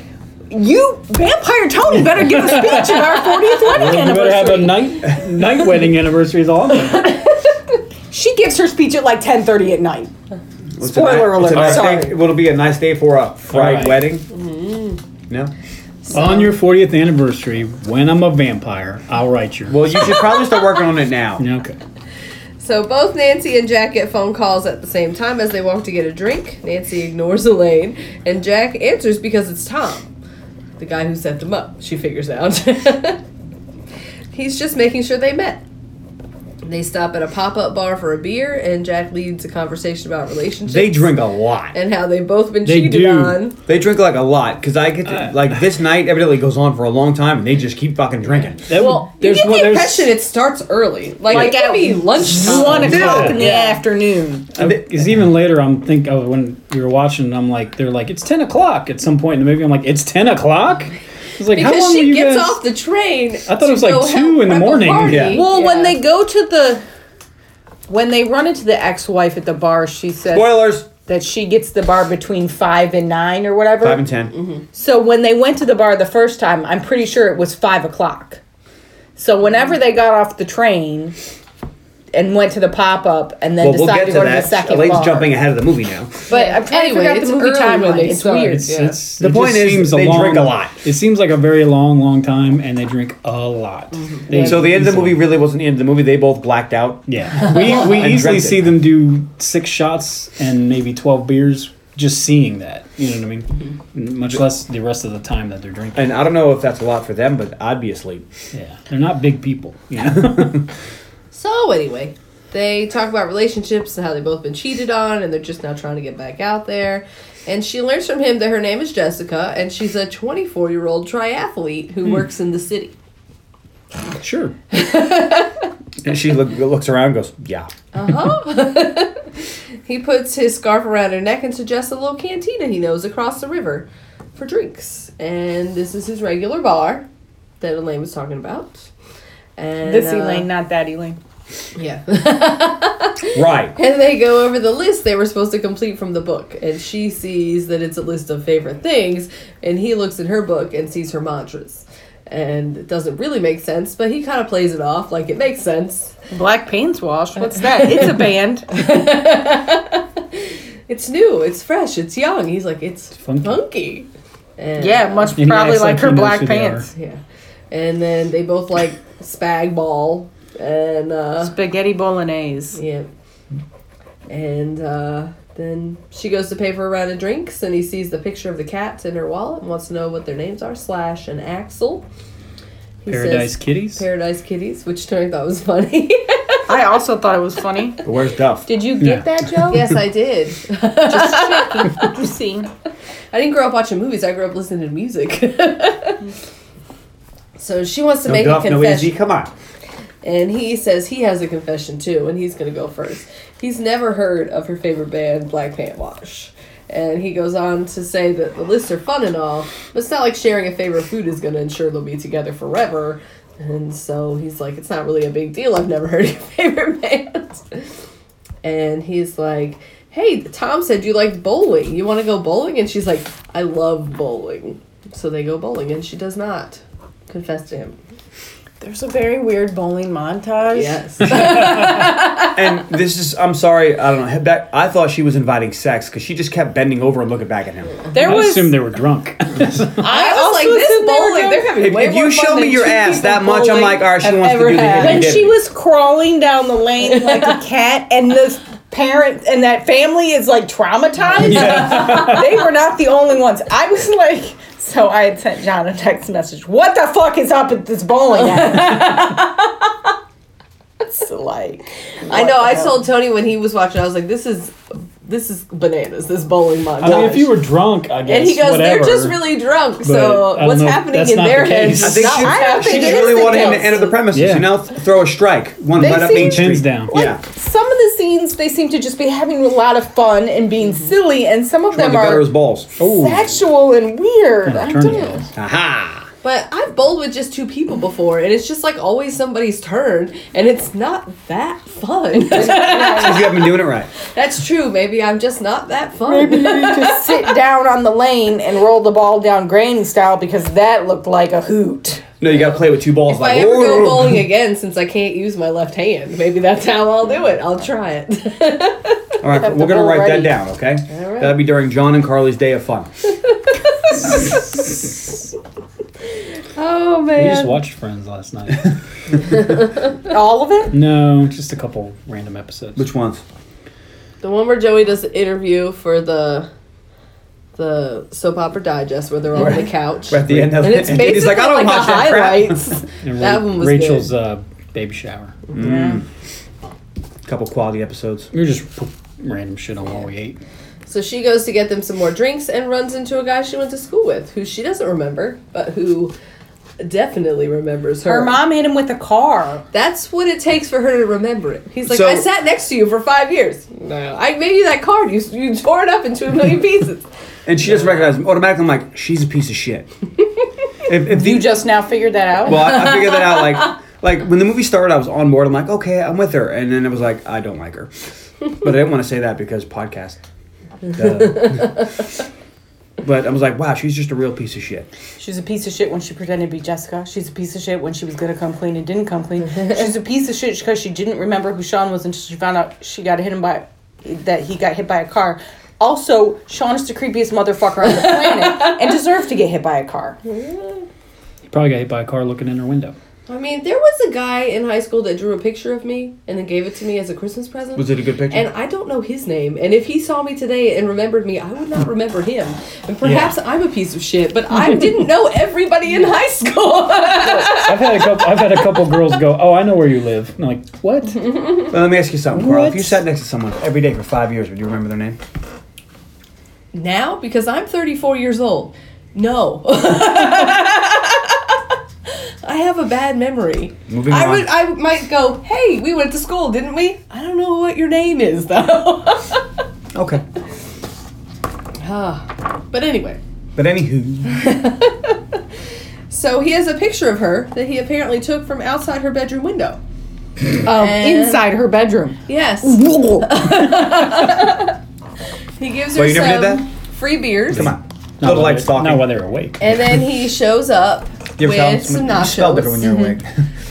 Speaker 2: you, Vampire Tony, better give a speech at our 40th wedding
Speaker 4: You better have a
Speaker 2: anniversary.
Speaker 4: night night wedding anniversary is all. I'm-
Speaker 2: She gives her speech at like 10.30 at night.
Speaker 5: It's a
Speaker 2: Spoiler
Speaker 5: ni- it's a
Speaker 2: alert,
Speaker 5: nice
Speaker 2: sorry.
Speaker 5: day- Will it be a nice day for a fried
Speaker 4: Alright.
Speaker 5: wedding?
Speaker 2: Mm-hmm.
Speaker 5: No?
Speaker 4: On your 40th anniversary, when I'm a vampire, I'll write your.
Speaker 5: Well, you should probably start working on it now.
Speaker 4: Yeah, okay.
Speaker 3: So both Nancy and Jack get phone calls at the same time as they walk to get a drink. Nancy ignores Elaine, and Jack answers because it's Tom, the guy who set them up. She figures out. He's just making sure they met. They stop at a pop up bar for a beer, and Jack leads a conversation about relationships
Speaker 5: They drink a lot.
Speaker 3: and how they've both been
Speaker 4: They
Speaker 3: cheated
Speaker 4: do.
Speaker 3: on.
Speaker 5: They drink like a lot because I get to, like this night evidently goes on for a long time and they just keep fucking drinking.
Speaker 4: That
Speaker 3: Well,
Speaker 4: would-
Speaker 3: you get
Speaker 4: one-
Speaker 3: the impression it starts early, like,
Speaker 2: Like
Speaker 3: it could
Speaker 2: at
Speaker 3: be lunchtime.
Speaker 2: One
Speaker 4: Yeah.
Speaker 2: o'clock in the
Speaker 4: Yeah.
Speaker 2: afternoon.
Speaker 5: Oh.
Speaker 4: Because even later, I'm think oh, when we were watching, I'm like, they're like, it's ten o'clock at some point in the movie. I'm like, it's ten o'clock. It's like, how
Speaker 3: Because
Speaker 4: long were
Speaker 3: she
Speaker 4: you
Speaker 3: gets
Speaker 4: guys?
Speaker 3: off the train. I
Speaker 4: thought it was like two in the morning. Yeah.
Speaker 2: Well, when they go to the, when they run into the ex-wife at the bar, she says
Speaker 5: Spoilers.
Speaker 2: that she gets the bar between five and nine or whatever.
Speaker 5: Five and 10
Speaker 2: So when they went to the bar the first time, I'm pretty sure it was five o'clock. So whenever they got off the train and went to the pop up and then
Speaker 5: Well, we'll
Speaker 2: decided
Speaker 5: get to
Speaker 2: to go to the
Speaker 5: that.
Speaker 2: second
Speaker 5: Elaine's
Speaker 2: bar.
Speaker 5: jumping ahead of the movie now.
Speaker 2: But I'm trying
Speaker 3: Anyway,
Speaker 2: to figure out
Speaker 3: it's
Speaker 2: the movie
Speaker 3: early when
Speaker 2: timeline.
Speaker 3: they
Speaker 2: It's
Speaker 3: start.
Speaker 2: weird.
Speaker 4: It's, it's,
Speaker 5: The
Speaker 4: it
Speaker 5: point
Speaker 4: just
Speaker 5: is,
Speaker 4: seems a
Speaker 5: they
Speaker 4: long-
Speaker 5: drink a lot.
Speaker 4: It seems like a very long, long time, and they drink a lot.
Speaker 2: Mm-hmm.
Speaker 4: They-
Speaker 5: So the end of the movie really wasn't the end of the movie. They both blacked out.
Speaker 4: yeah, we we
Speaker 5: And
Speaker 4: easily
Speaker 5: dreamt it.
Speaker 4: see them do six shots and maybe twelve beers. Just seeing that, you know what I mean.
Speaker 2: Mm-hmm.
Speaker 4: Much less the rest of the time that they're drinking.
Speaker 5: And I don't know if that's a lot for them, but I'd be asleep.
Speaker 4: Yeah, they're not big people. You know?
Speaker 3: So anyway, they talk about relationships and how they've both been cheated on, and they're just now trying to get back out there. And she learns from him that her name is Jessica, and she's a 24 year old triathlete
Speaker 2: Hmm.
Speaker 3: who works in the city.
Speaker 4: sure.
Speaker 5: And she look, looks around and goes, Yeah.
Speaker 3: Uh-huh. He puts his scarf around her neck and suggests a little cantina he knows across the river for drinks. And this is his regular bar that Elaine was talking about. And
Speaker 2: This
Speaker 3: uh,
Speaker 2: Elaine, not that Elaine.
Speaker 3: yeah.
Speaker 5: Right.
Speaker 3: And they go over the list they were supposed to complete from the book. And she sees that it's a list of favorite things. And he looks in her book and sees her mantras. And it doesn't really make sense, but he kind of plays it off like it makes sense.
Speaker 2: Black Pains Wash. What's that? It's a band.
Speaker 3: It's new, it's fresh, it's young. He's like, it's
Speaker 4: funky.
Speaker 3: funky. And,
Speaker 2: Yeah, much
Speaker 4: And he
Speaker 2: probably
Speaker 4: acts
Speaker 2: like
Speaker 4: like
Speaker 2: her
Speaker 4: he knows
Speaker 2: black
Speaker 4: who they
Speaker 2: pants.
Speaker 3: Yeah. And then they both like spag ball and uh,
Speaker 2: Spaghetti bolognese.
Speaker 3: Yeah. And uh, then she goes to pay for a round of drinks, and he sees the picture of the cats in her wallet and wants to know what their names are Slash and Axel.
Speaker 4: Paradise
Speaker 3: says-
Speaker 4: Kitties.
Speaker 3: Paradise Kitties, which Tony thought was funny.
Speaker 1: I also thought it was funny.
Speaker 5: But where's Duff?
Speaker 3: did you
Speaker 4: get
Speaker 3: that, Joe? yes, I did.
Speaker 1: You see,
Speaker 3: I didn't grow up watching movies. I grew up listening to music. so she wants to
Speaker 5: No
Speaker 3: make
Speaker 5: Duff,
Speaker 3: a
Speaker 5: no Izzy.
Speaker 3: confession,
Speaker 5: Come on.
Speaker 3: and he says he has a confession too, and he's gonna go first. He's never heard of her favorite band, Black Pant Wash. And he goes on to say that the lists are fun and all, but it's not like sharing a favorite food is going to ensure they'll be together forever. And so he's like, it's not really a big deal. I've never heard of your favorite band. and he's like, "Hey, Tom said you liked bowling. You want to go bowling?" And she's like, "I love bowling." So they go bowling, and she does not confess to him.
Speaker 1: there's a very weird bowling montage.
Speaker 3: Yes,
Speaker 5: And this is, I'm sorry, I don't know. Back, I thought she was inviting sex because she just kept bending over and looking back at him.
Speaker 1: There
Speaker 4: I
Speaker 1: was.
Speaker 4: assume they were drunk.
Speaker 3: I
Speaker 1: also
Speaker 3: was like, "This
Speaker 1: assumed they were
Speaker 3: bowling,
Speaker 1: drunk.
Speaker 3: they're having
Speaker 5: If,
Speaker 3: way
Speaker 5: if
Speaker 3: more
Speaker 5: you
Speaker 3: fun
Speaker 5: show me
Speaker 3: than
Speaker 5: your
Speaker 3: two
Speaker 5: ass
Speaker 3: people
Speaker 5: that much, I'm
Speaker 3: bowling."
Speaker 5: like, all right, she
Speaker 1: I've
Speaker 5: wants to
Speaker 1: ever
Speaker 5: do the
Speaker 1: had.
Speaker 5: hitting
Speaker 1: When
Speaker 5: and
Speaker 1: she
Speaker 5: dipping.
Speaker 2: was crawling down the lane like a cat, and the parent and that family is like traumatized. they were not the only ones. I was like, so I had sent John a text message. What the fuck is up at this bowling alley? it's like
Speaker 3: I know. I told Tony when he was watching. I was like, "This is, this is bananas. This bowling montage."
Speaker 4: I mean, if you were drunk, I guess.
Speaker 3: and he goes,
Speaker 4: whatever.
Speaker 3: "They're just really drunk. So
Speaker 4: I don't
Speaker 3: what's
Speaker 4: know if
Speaker 3: happening
Speaker 4: that's
Speaker 3: in
Speaker 4: not
Speaker 3: their
Speaker 4: the
Speaker 3: heads?
Speaker 4: case.
Speaker 5: I
Speaker 3: is
Speaker 5: think
Speaker 3: not
Speaker 5: she,
Speaker 3: what's
Speaker 5: I
Speaker 3: happening
Speaker 5: she
Speaker 3: in
Speaker 5: just
Speaker 3: his
Speaker 5: really wanted him to
Speaker 3: heads."
Speaker 5: enter the premises,
Speaker 4: Yeah.
Speaker 5: you know? Th- Throw a strike. One
Speaker 2: They
Speaker 5: right up
Speaker 2: seem-
Speaker 5: Main Street.
Speaker 4: Pins down.
Speaker 2: Like,
Speaker 5: Yeah.
Speaker 2: Some of the scenes they seem to just be having a lot of fun and being
Speaker 1: Mm-hmm.
Speaker 2: silly, and some of
Speaker 5: One of
Speaker 2: them
Speaker 5: the better
Speaker 2: are
Speaker 5: is balls.
Speaker 2: sexual and weird. I
Speaker 4: Turn
Speaker 2: don't.
Speaker 4: downs.
Speaker 5: Aha!
Speaker 3: But I've bowled with just two people before, and it's just like always somebody's turn, and it's not that fun.
Speaker 5: Because you haven't been doing it right.
Speaker 3: That's true. Maybe I'm just not that fun.
Speaker 2: Maybe you just sit down on the lane and roll the ball down granny style because that looked like a hoot.
Speaker 5: No, you got to play with two balls.
Speaker 3: If
Speaker 5: like,
Speaker 3: I ever
Speaker 5: "Whoa."
Speaker 3: go bowling again, since I can't use my left hand, maybe that's how I'll do it. I'll try it.
Speaker 5: All right,
Speaker 2: Have
Speaker 5: we're
Speaker 2: the
Speaker 5: gonna
Speaker 2: bowl
Speaker 5: write that
Speaker 2: ready.
Speaker 5: down, okay?
Speaker 3: right.
Speaker 5: That'll be during John and Carly's day of fun.
Speaker 3: Oh
Speaker 4: We just
Speaker 3: man.
Speaker 4: watched Friends last night.
Speaker 2: All of it?
Speaker 4: no, just a couple random episodes.
Speaker 5: Which ones?
Speaker 3: The one where Joey does the interview for the the soap opera digest where they're all on the couch.
Speaker 5: We're at the end of
Speaker 3: And it's
Speaker 5: and Katie's
Speaker 3: basically like,
Speaker 5: like, I don't
Speaker 3: the
Speaker 5: watch that crap.
Speaker 3: highlights.
Speaker 4: And
Speaker 3: that one was
Speaker 4: Rachel's
Speaker 3: good.
Speaker 4: Uh, baby shower.
Speaker 5: Couple quality episodes.
Speaker 4: We were just p- random shit on while we ate.
Speaker 3: So she goes to get them some more drinks and runs into a guy she went to school with, who she doesn't remember, but who definitely remembers her.
Speaker 2: Her mom hit him with a car.
Speaker 3: That's what it takes for her to remember it. He's like,
Speaker 5: So-
Speaker 3: I sat next to you for five years. No, I gave you that card. You you tore it up into a million pieces.
Speaker 5: And she just recognized me. automatically. I'm like, she's a piece of shit. if, if
Speaker 2: You
Speaker 5: the,
Speaker 2: just now figured that out?
Speaker 5: well, I, I figured that out. Like, like when the movie started, I was on board. I'm like, okay, I'm with her. And then it was like, I don't like her. But I didn't want to say that because podcast. Duh. but I was like, wow, she's just a real piece of shit.
Speaker 2: She's a piece of shit when she pretended to be Jessica. She's a piece of shit when she was going to come clean and didn't come clean. She's a piece of shit because she didn't remember who Sean was until she found out she got hit him by, that he got hit by a car. Also, Sean is the creepiest motherfucker on the planet and deserved to get hit by a car.
Speaker 4: Probably got hit by a car looking in her window.
Speaker 3: I mean, there was a guy in high school that drew a picture of me and then gave it to me as a Christmas present.
Speaker 5: Was it a good picture?
Speaker 3: And I don't know his name. And if he saw me today and remembered me, I would not remember him. And perhaps I'm a piece of shit, but I didn't know everybody in high school.
Speaker 4: I've had a couple. I've had a couple girls go, "Oh, I know where you live." And I'm like, "What?"
Speaker 5: Well, let me ask you something, Carl. If
Speaker 4: What?
Speaker 5: you sat next to someone every day for five years, would you remember their name?
Speaker 3: now because I'm 34 years old. No. I have a bad memory.
Speaker 5: Moving
Speaker 3: I
Speaker 5: on.
Speaker 3: would I might go, "Hey, we went to school, didn't we?" I don't know what your name is though.
Speaker 5: Okay.
Speaker 3: Ah, but anyway,
Speaker 5: But anywho,
Speaker 3: so he has a picture of her that he apparently took from outside her bedroom window.
Speaker 2: Um,
Speaker 3: And-
Speaker 2: inside her bedroom.
Speaker 3: Yes. he gives her
Speaker 5: Wait, you never
Speaker 3: some
Speaker 5: did that?
Speaker 3: free beers.
Speaker 5: come on.
Speaker 4: Not
Speaker 5: Little
Speaker 4: while
Speaker 5: light
Speaker 4: they're-
Speaker 5: stalking.
Speaker 4: Not while they're awake.
Speaker 3: And then he shows up
Speaker 5: You ever
Speaker 3: with some
Speaker 5: sound-
Speaker 3: nachos.
Speaker 5: you spell different when you're awake.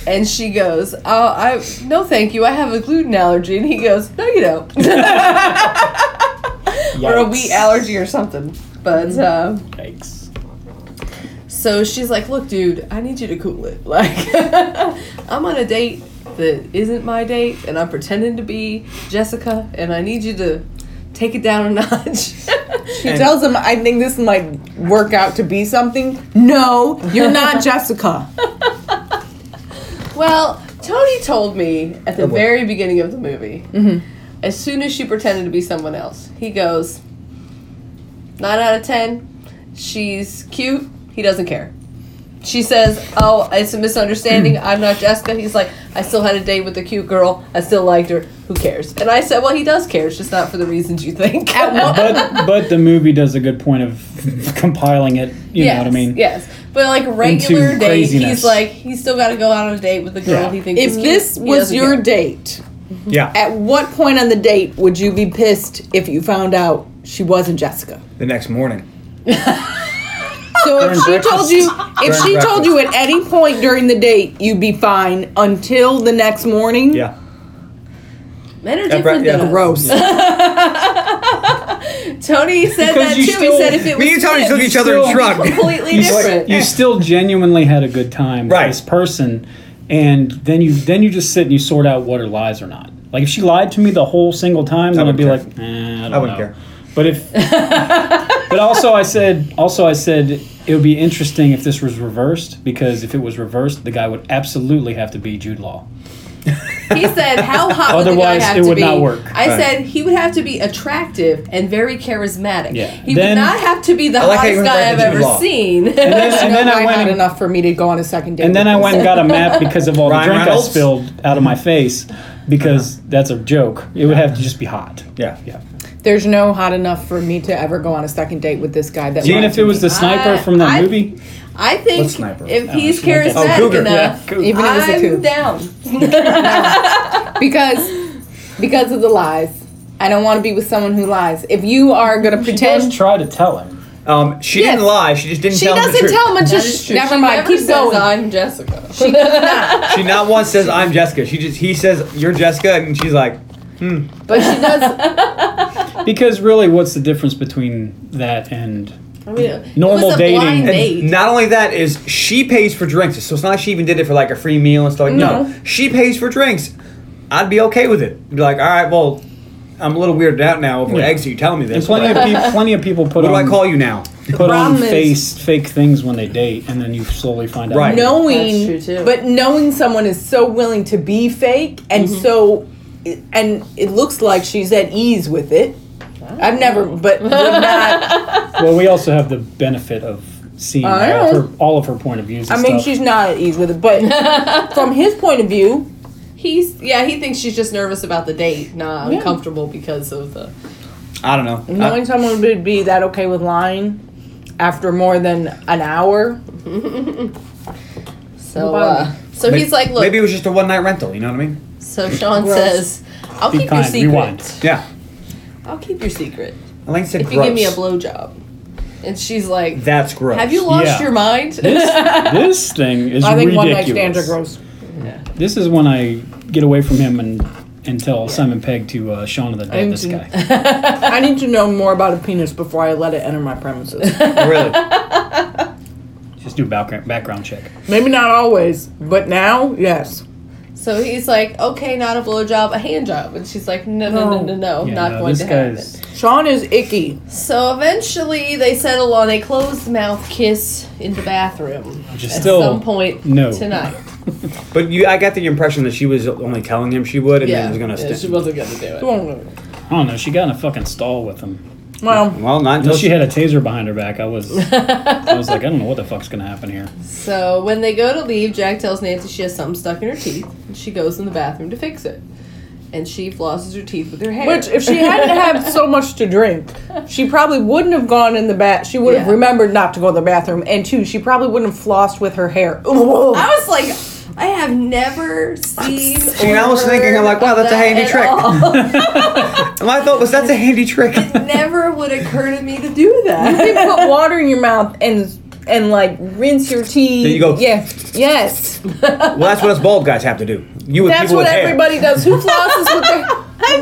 Speaker 3: And she goes, oh, I no, thank you. I have a gluten allergy. And he goes, No, you don't. or a wheat allergy or something. But uh,
Speaker 4: Yikes.
Speaker 3: so she's like, Look, dude, I need you to cool it. Like, I'm on a date that isn't my date, and I'm pretending to be Jessica, and I need you to take it down a notch.
Speaker 2: She tells him, I think this might work out to be something. No, you're not Jessica.
Speaker 3: Well, Tony told me at the
Speaker 5: Of what?
Speaker 3: very beginning of the movie, as soon as she pretended to be someone else, he goes, nine out of ten, she's cute. He doesn't care. She says, "Oh, it's a misunderstanding. I'm not Jessica." He's like, "I still had a date with a cute girl. I still liked her. Who cares?" And I said, "Well, he does care. It's just not for the reasons you think."
Speaker 4: but but the movie does a good point of compiling it. You know what I
Speaker 3: Yes,
Speaker 4: mean?
Speaker 3: Yes, but like regular date,
Speaker 4: craziness.
Speaker 3: he's like he's still got to go out on a date with the girl
Speaker 4: Yeah.
Speaker 3: he thinks.
Speaker 2: If
Speaker 3: is
Speaker 2: this
Speaker 3: cute. He
Speaker 2: was
Speaker 3: doesn't
Speaker 2: your
Speaker 3: care.
Speaker 2: date,
Speaker 5: Yeah.
Speaker 2: at what point on the date would you be pissed if you found out she wasn't Jessica?
Speaker 5: The next morning.
Speaker 2: So if
Speaker 4: During
Speaker 2: she
Speaker 4: breakfast.
Speaker 2: told you, if
Speaker 5: During
Speaker 2: she told
Speaker 5: breakfast.
Speaker 2: you at any point during the date you'd be fine until the next morning,
Speaker 5: Yeah.
Speaker 3: men are
Speaker 5: Yeah,
Speaker 3: different
Speaker 5: Brett, yeah.
Speaker 3: than us.
Speaker 2: gross.
Speaker 3: Tony said
Speaker 4: Because
Speaker 3: that too.
Speaker 4: you
Speaker 3: he
Speaker 4: still-
Speaker 3: said if it was
Speaker 5: Me and Tony
Speaker 3: him,
Speaker 5: took each other and
Speaker 4: still-
Speaker 5: shrugged.
Speaker 3: completely
Speaker 4: You, s-
Speaker 3: different.
Speaker 4: you still genuinely had a good time
Speaker 5: Right.
Speaker 4: with this person, and then you then you just sit and you sort out what are lies or not. Like if she lied to me the whole single time, then I'd
Speaker 5: wouldn't
Speaker 4: be
Speaker 5: care.
Speaker 4: like, eh, I, don't
Speaker 5: I wouldn't
Speaker 4: know.
Speaker 5: care.
Speaker 4: But if but also I said also I said it would be interesting if this was reversed because if it was reversed, the guy would absolutely have to be Jude Law.
Speaker 3: He said, "How hot would the guy
Speaker 4: Otherwise,
Speaker 3: have
Speaker 4: it
Speaker 3: to
Speaker 4: would
Speaker 3: be?"
Speaker 4: not work.
Speaker 3: I
Speaker 5: Right.
Speaker 3: said he would have to be attractive and very charismatic.
Speaker 4: Yeah.
Speaker 3: He
Speaker 4: Then-
Speaker 3: would not have to be the
Speaker 5: I like how you
Speaker 3: hottest
Speaker 5: went
Speaker 3: guy
Speaker 5: back
Speaker 3: I've
Speaker 5: to Jude
Speaker 3: ever
Speaker 5: Law.
Speaker 3: seen.
Speaker 4: And then, and then I
Speaker 2: I
Speaker 4: went
Speaker 2: had
Speaker 4: and-
Speaker 2: enough for me to go on a second date.
Speaker 4: And then
Speaker 2: with
Speaker 4: I
Speaker 2: her.
Speaker 4: went and got a map because of all the
Speaker 5: Ryan
Speaker 4: drink
Speaker 5: Reynolds? Mm-hmm.
Speaker 4: I
Speaker 5: Uh-huh.
Speaker 4: spilled out of my face because that's a joke. It would have to just be hot.
Speaker 5: Yeah.
Speaker 4: Yeah.
Speaker 2: There's no hot enough for me to ever go on a second date with this guy. That
Speaker 4: Even
Speaker 2: lied
Speaker 4: if
Speaker 2: to
Speaker 4: it
Speaker 2: me.
Speaker 4: was the sniper
Speaker 3: I-
Speaker 4: from that
Speaker 3: I-
Speaker 4: movie,
Speaker 3: I think
Speaker 5: What sniper?
Speaker 3: if
Speaker 4: Oh,
Speaker 3: he's
Speaker 4: she went
Speaker 3: charismatic
Speaker 4: down.
Speaker 5: Oh, Cougar,
Speaker 3: enough,
Speaker 5: yeah, Cougar.
Speaker 2: Even if it was a
Speaker 3: I'm
Speaker 2: cougar.
Speaker 3: down.
Speaker 2: because because of the lies, I don't want to be with someone who lies. If you are gonna
Speaker 4: she does
Speaker 2: pretend.
Speaker 4: try to tell him.
Speaker 5: Um, she
Speaker 2: Yes.
Speaker 5: didn't lie. She just didn't
Speaker 2: She
Speaker 5: tell him the
Speaker 2: doesn't
Speaker 5: truth.
Speaker 2: tell much.
Speaker 3: That is true.
Speaker 2: Never
Speaker 3: She
Speaker 2: mind.
Speaker 3: never
Speaker 2: Keep
Speaker 3: says,
Speaker 2: going.
Speaker 3: I'm Jessica.
Speaker 5: She not once says I'm Jessica. She just he says you're Jessica, and she's like,
Speaker 2: But she does.
Speaker 4: Because really, what's the difference between that and.
Speaker 3: I mean, it
Speaker 4: Normal
Speaker 3: was a
Speaker 4: dating.
Speaker 3: blind
Speaker 4: And
Speaker 3: date.
Speaker 5: Not only that is she pays for drinks, so it's not like she even did it for like a free meal and stuff. Like, no.
Speaker 2: No.
Speaker 5: she pays for drinks. I'd be okay with it. Be like, all right, well, I'm a little weirded out now over
Speaker 4: Yeah.
Speaker 5: eggs. that You telling me
Speaker 4: And
Speaker 5: this?
Speaker 4: plenty of, people, plenty of people put
Speaker 5: What do I
Speaker 4: on,
Speaker 5: call you now?
Speaker 4: put on
Speaker 2: Problem is-
Speaker 4: face, fake things when they date, and then you slowly find out.
Speaker 5: Right. No.
Speaker 2: knowing
Speaker 3: That's true, too.
Speaker 2: but knowing someone is so willing to be fake and
Speaker 3: Mm-hmm.
Speaker 2: so and it looks like she's at ease with it i've never but would not
Speaker 4: Well, we also have the benefit of seeing all
Speaker 2: I know.
Speaker 4: of, her, all of her point of views.
Speaker 2: i
Speaker 4: and
Speaker 2: mean
Speaker 4: stuff.
Speaker 2: she's not at ease with it but from his point of view
Speaker 3: He's yeah. He thinks she's just nervous about the date, not
Speaker 2: Yeah.
Speaker 3: uncomfortable because of the.
Speaker 5: I don't know.
Speaker 2: knowing someone would be that okay with lying after more than an hour
Speaker 3: So
Speaker 2: Bother
Speaker 3: uh, so
Speaker 5: May-
Speaker 3: he's like, look.
Speaker 5: Maybe it was just a one night rental. You know what I mean?
Speaker 3: so Sean
Speaker 2: Gross.
Speaker 3: says, I'll
Speaker 4: Be
Speaker 3: keep
Speaker 4: kind,
Speaker 3: your secret.
Speaker 4: rewind.
Speaker 5: Yeah.
Speaker 3: I'll keep your secret
Speaker 5: Elaine said,
Speaker 3: if you
Speaker 5: gross.
Speaker 3: give me a blowjob. And she's like,
Speaker 5: That's gross.
Speaker 3: Have you lost
Speaker 4: Yeah.
Speaker 3: your mind?
Speaker 4: this, this thing is
Speaker 2: i think
Speaker 4: ridiculous.
Speaker 2: one night stands are gross
Speaker 4: This is when I get away from him and and tell Simon Pegg to uh, Shaun of the Dead.
Speaker 2: I'm
Speaker 4: This
Speaker 2: too-
Speaker 4: guy.
Speaker 2: i need to know more about a penis before i let it enter my premises
Speaker 5: really?
Speaker 4: Just do background background check.
Speaker 2: maybe not always but now yes
Speaker 3: so he's like, okay, not a blowjob, a hand job. And she's like, no, no, no, no, no,
Speaker 4: Oh. Yeah,
Speaker 3: not
Speaker 4: no,
Speaker 3: going
Speaker 4: this
Speaker 3: to
Speaker 4: guy
Speaker 3: happen.
Speaker 4: is-
Speaker 2: sean is icky
Speaker 3: So eventually, they settle on a closed mouth kiss in the bathroom
Speaker 4: Which is
Speaker 3: at
Speaker 4: still
Speaker 3: some point
Speaker 4: no.
Speaker 3: tonight.
Speaker 5: But you, I got the impression that she was only telling him she would, and
Speaker 3: yeah,
Speaker 5: then was gonna.
Speaker 3: yeah,
Speaker 5: st-
Speaker 3: she wasn't gonna do it.
Speaker 4: I don't know. She got in a fucking stall with him.
Speaker 2: well
Speaker 5: well, not until
Speaker 4: Until she had a taser behind her back, I was I was like, I don't know what the fuck's gonna happen here.
Speaker 3: So when they go to leave, Jack tells Nancy she has something stuck in her teeth, and she goes in the bathroom to fix it. And she flosses her teeth with her hair.
Speaker 2: Which, if she hadn't had so much to drink, she probably wouldn't have gone in the bath. She would have
Speaker 3: Yeah.
Speaker 2: remembered not to go in the bathroom, and two, she probably wouldn't have flossed with her hair. Ooh.
Speaker 3: I was like, I have never seen.
Speaker 5: See, and I was thinking, I'm like, wow, that's a handy trick. My thought was that's a handy trick.
Speaker 3: never would occur to me to do that.
Speaker 2: You put water in your mouth and and like rinse your teeth.
Speaker 5: There you go.
Speaker 2: Yeah. Yes.
Speaker 5: Well, that's what us bald guys have to do. You with
Speaker 2: That's
Speaker 5: people
Speaker 2: what
Speaker 5: with hair.
Speaker 2: everybody does. Who flosses with their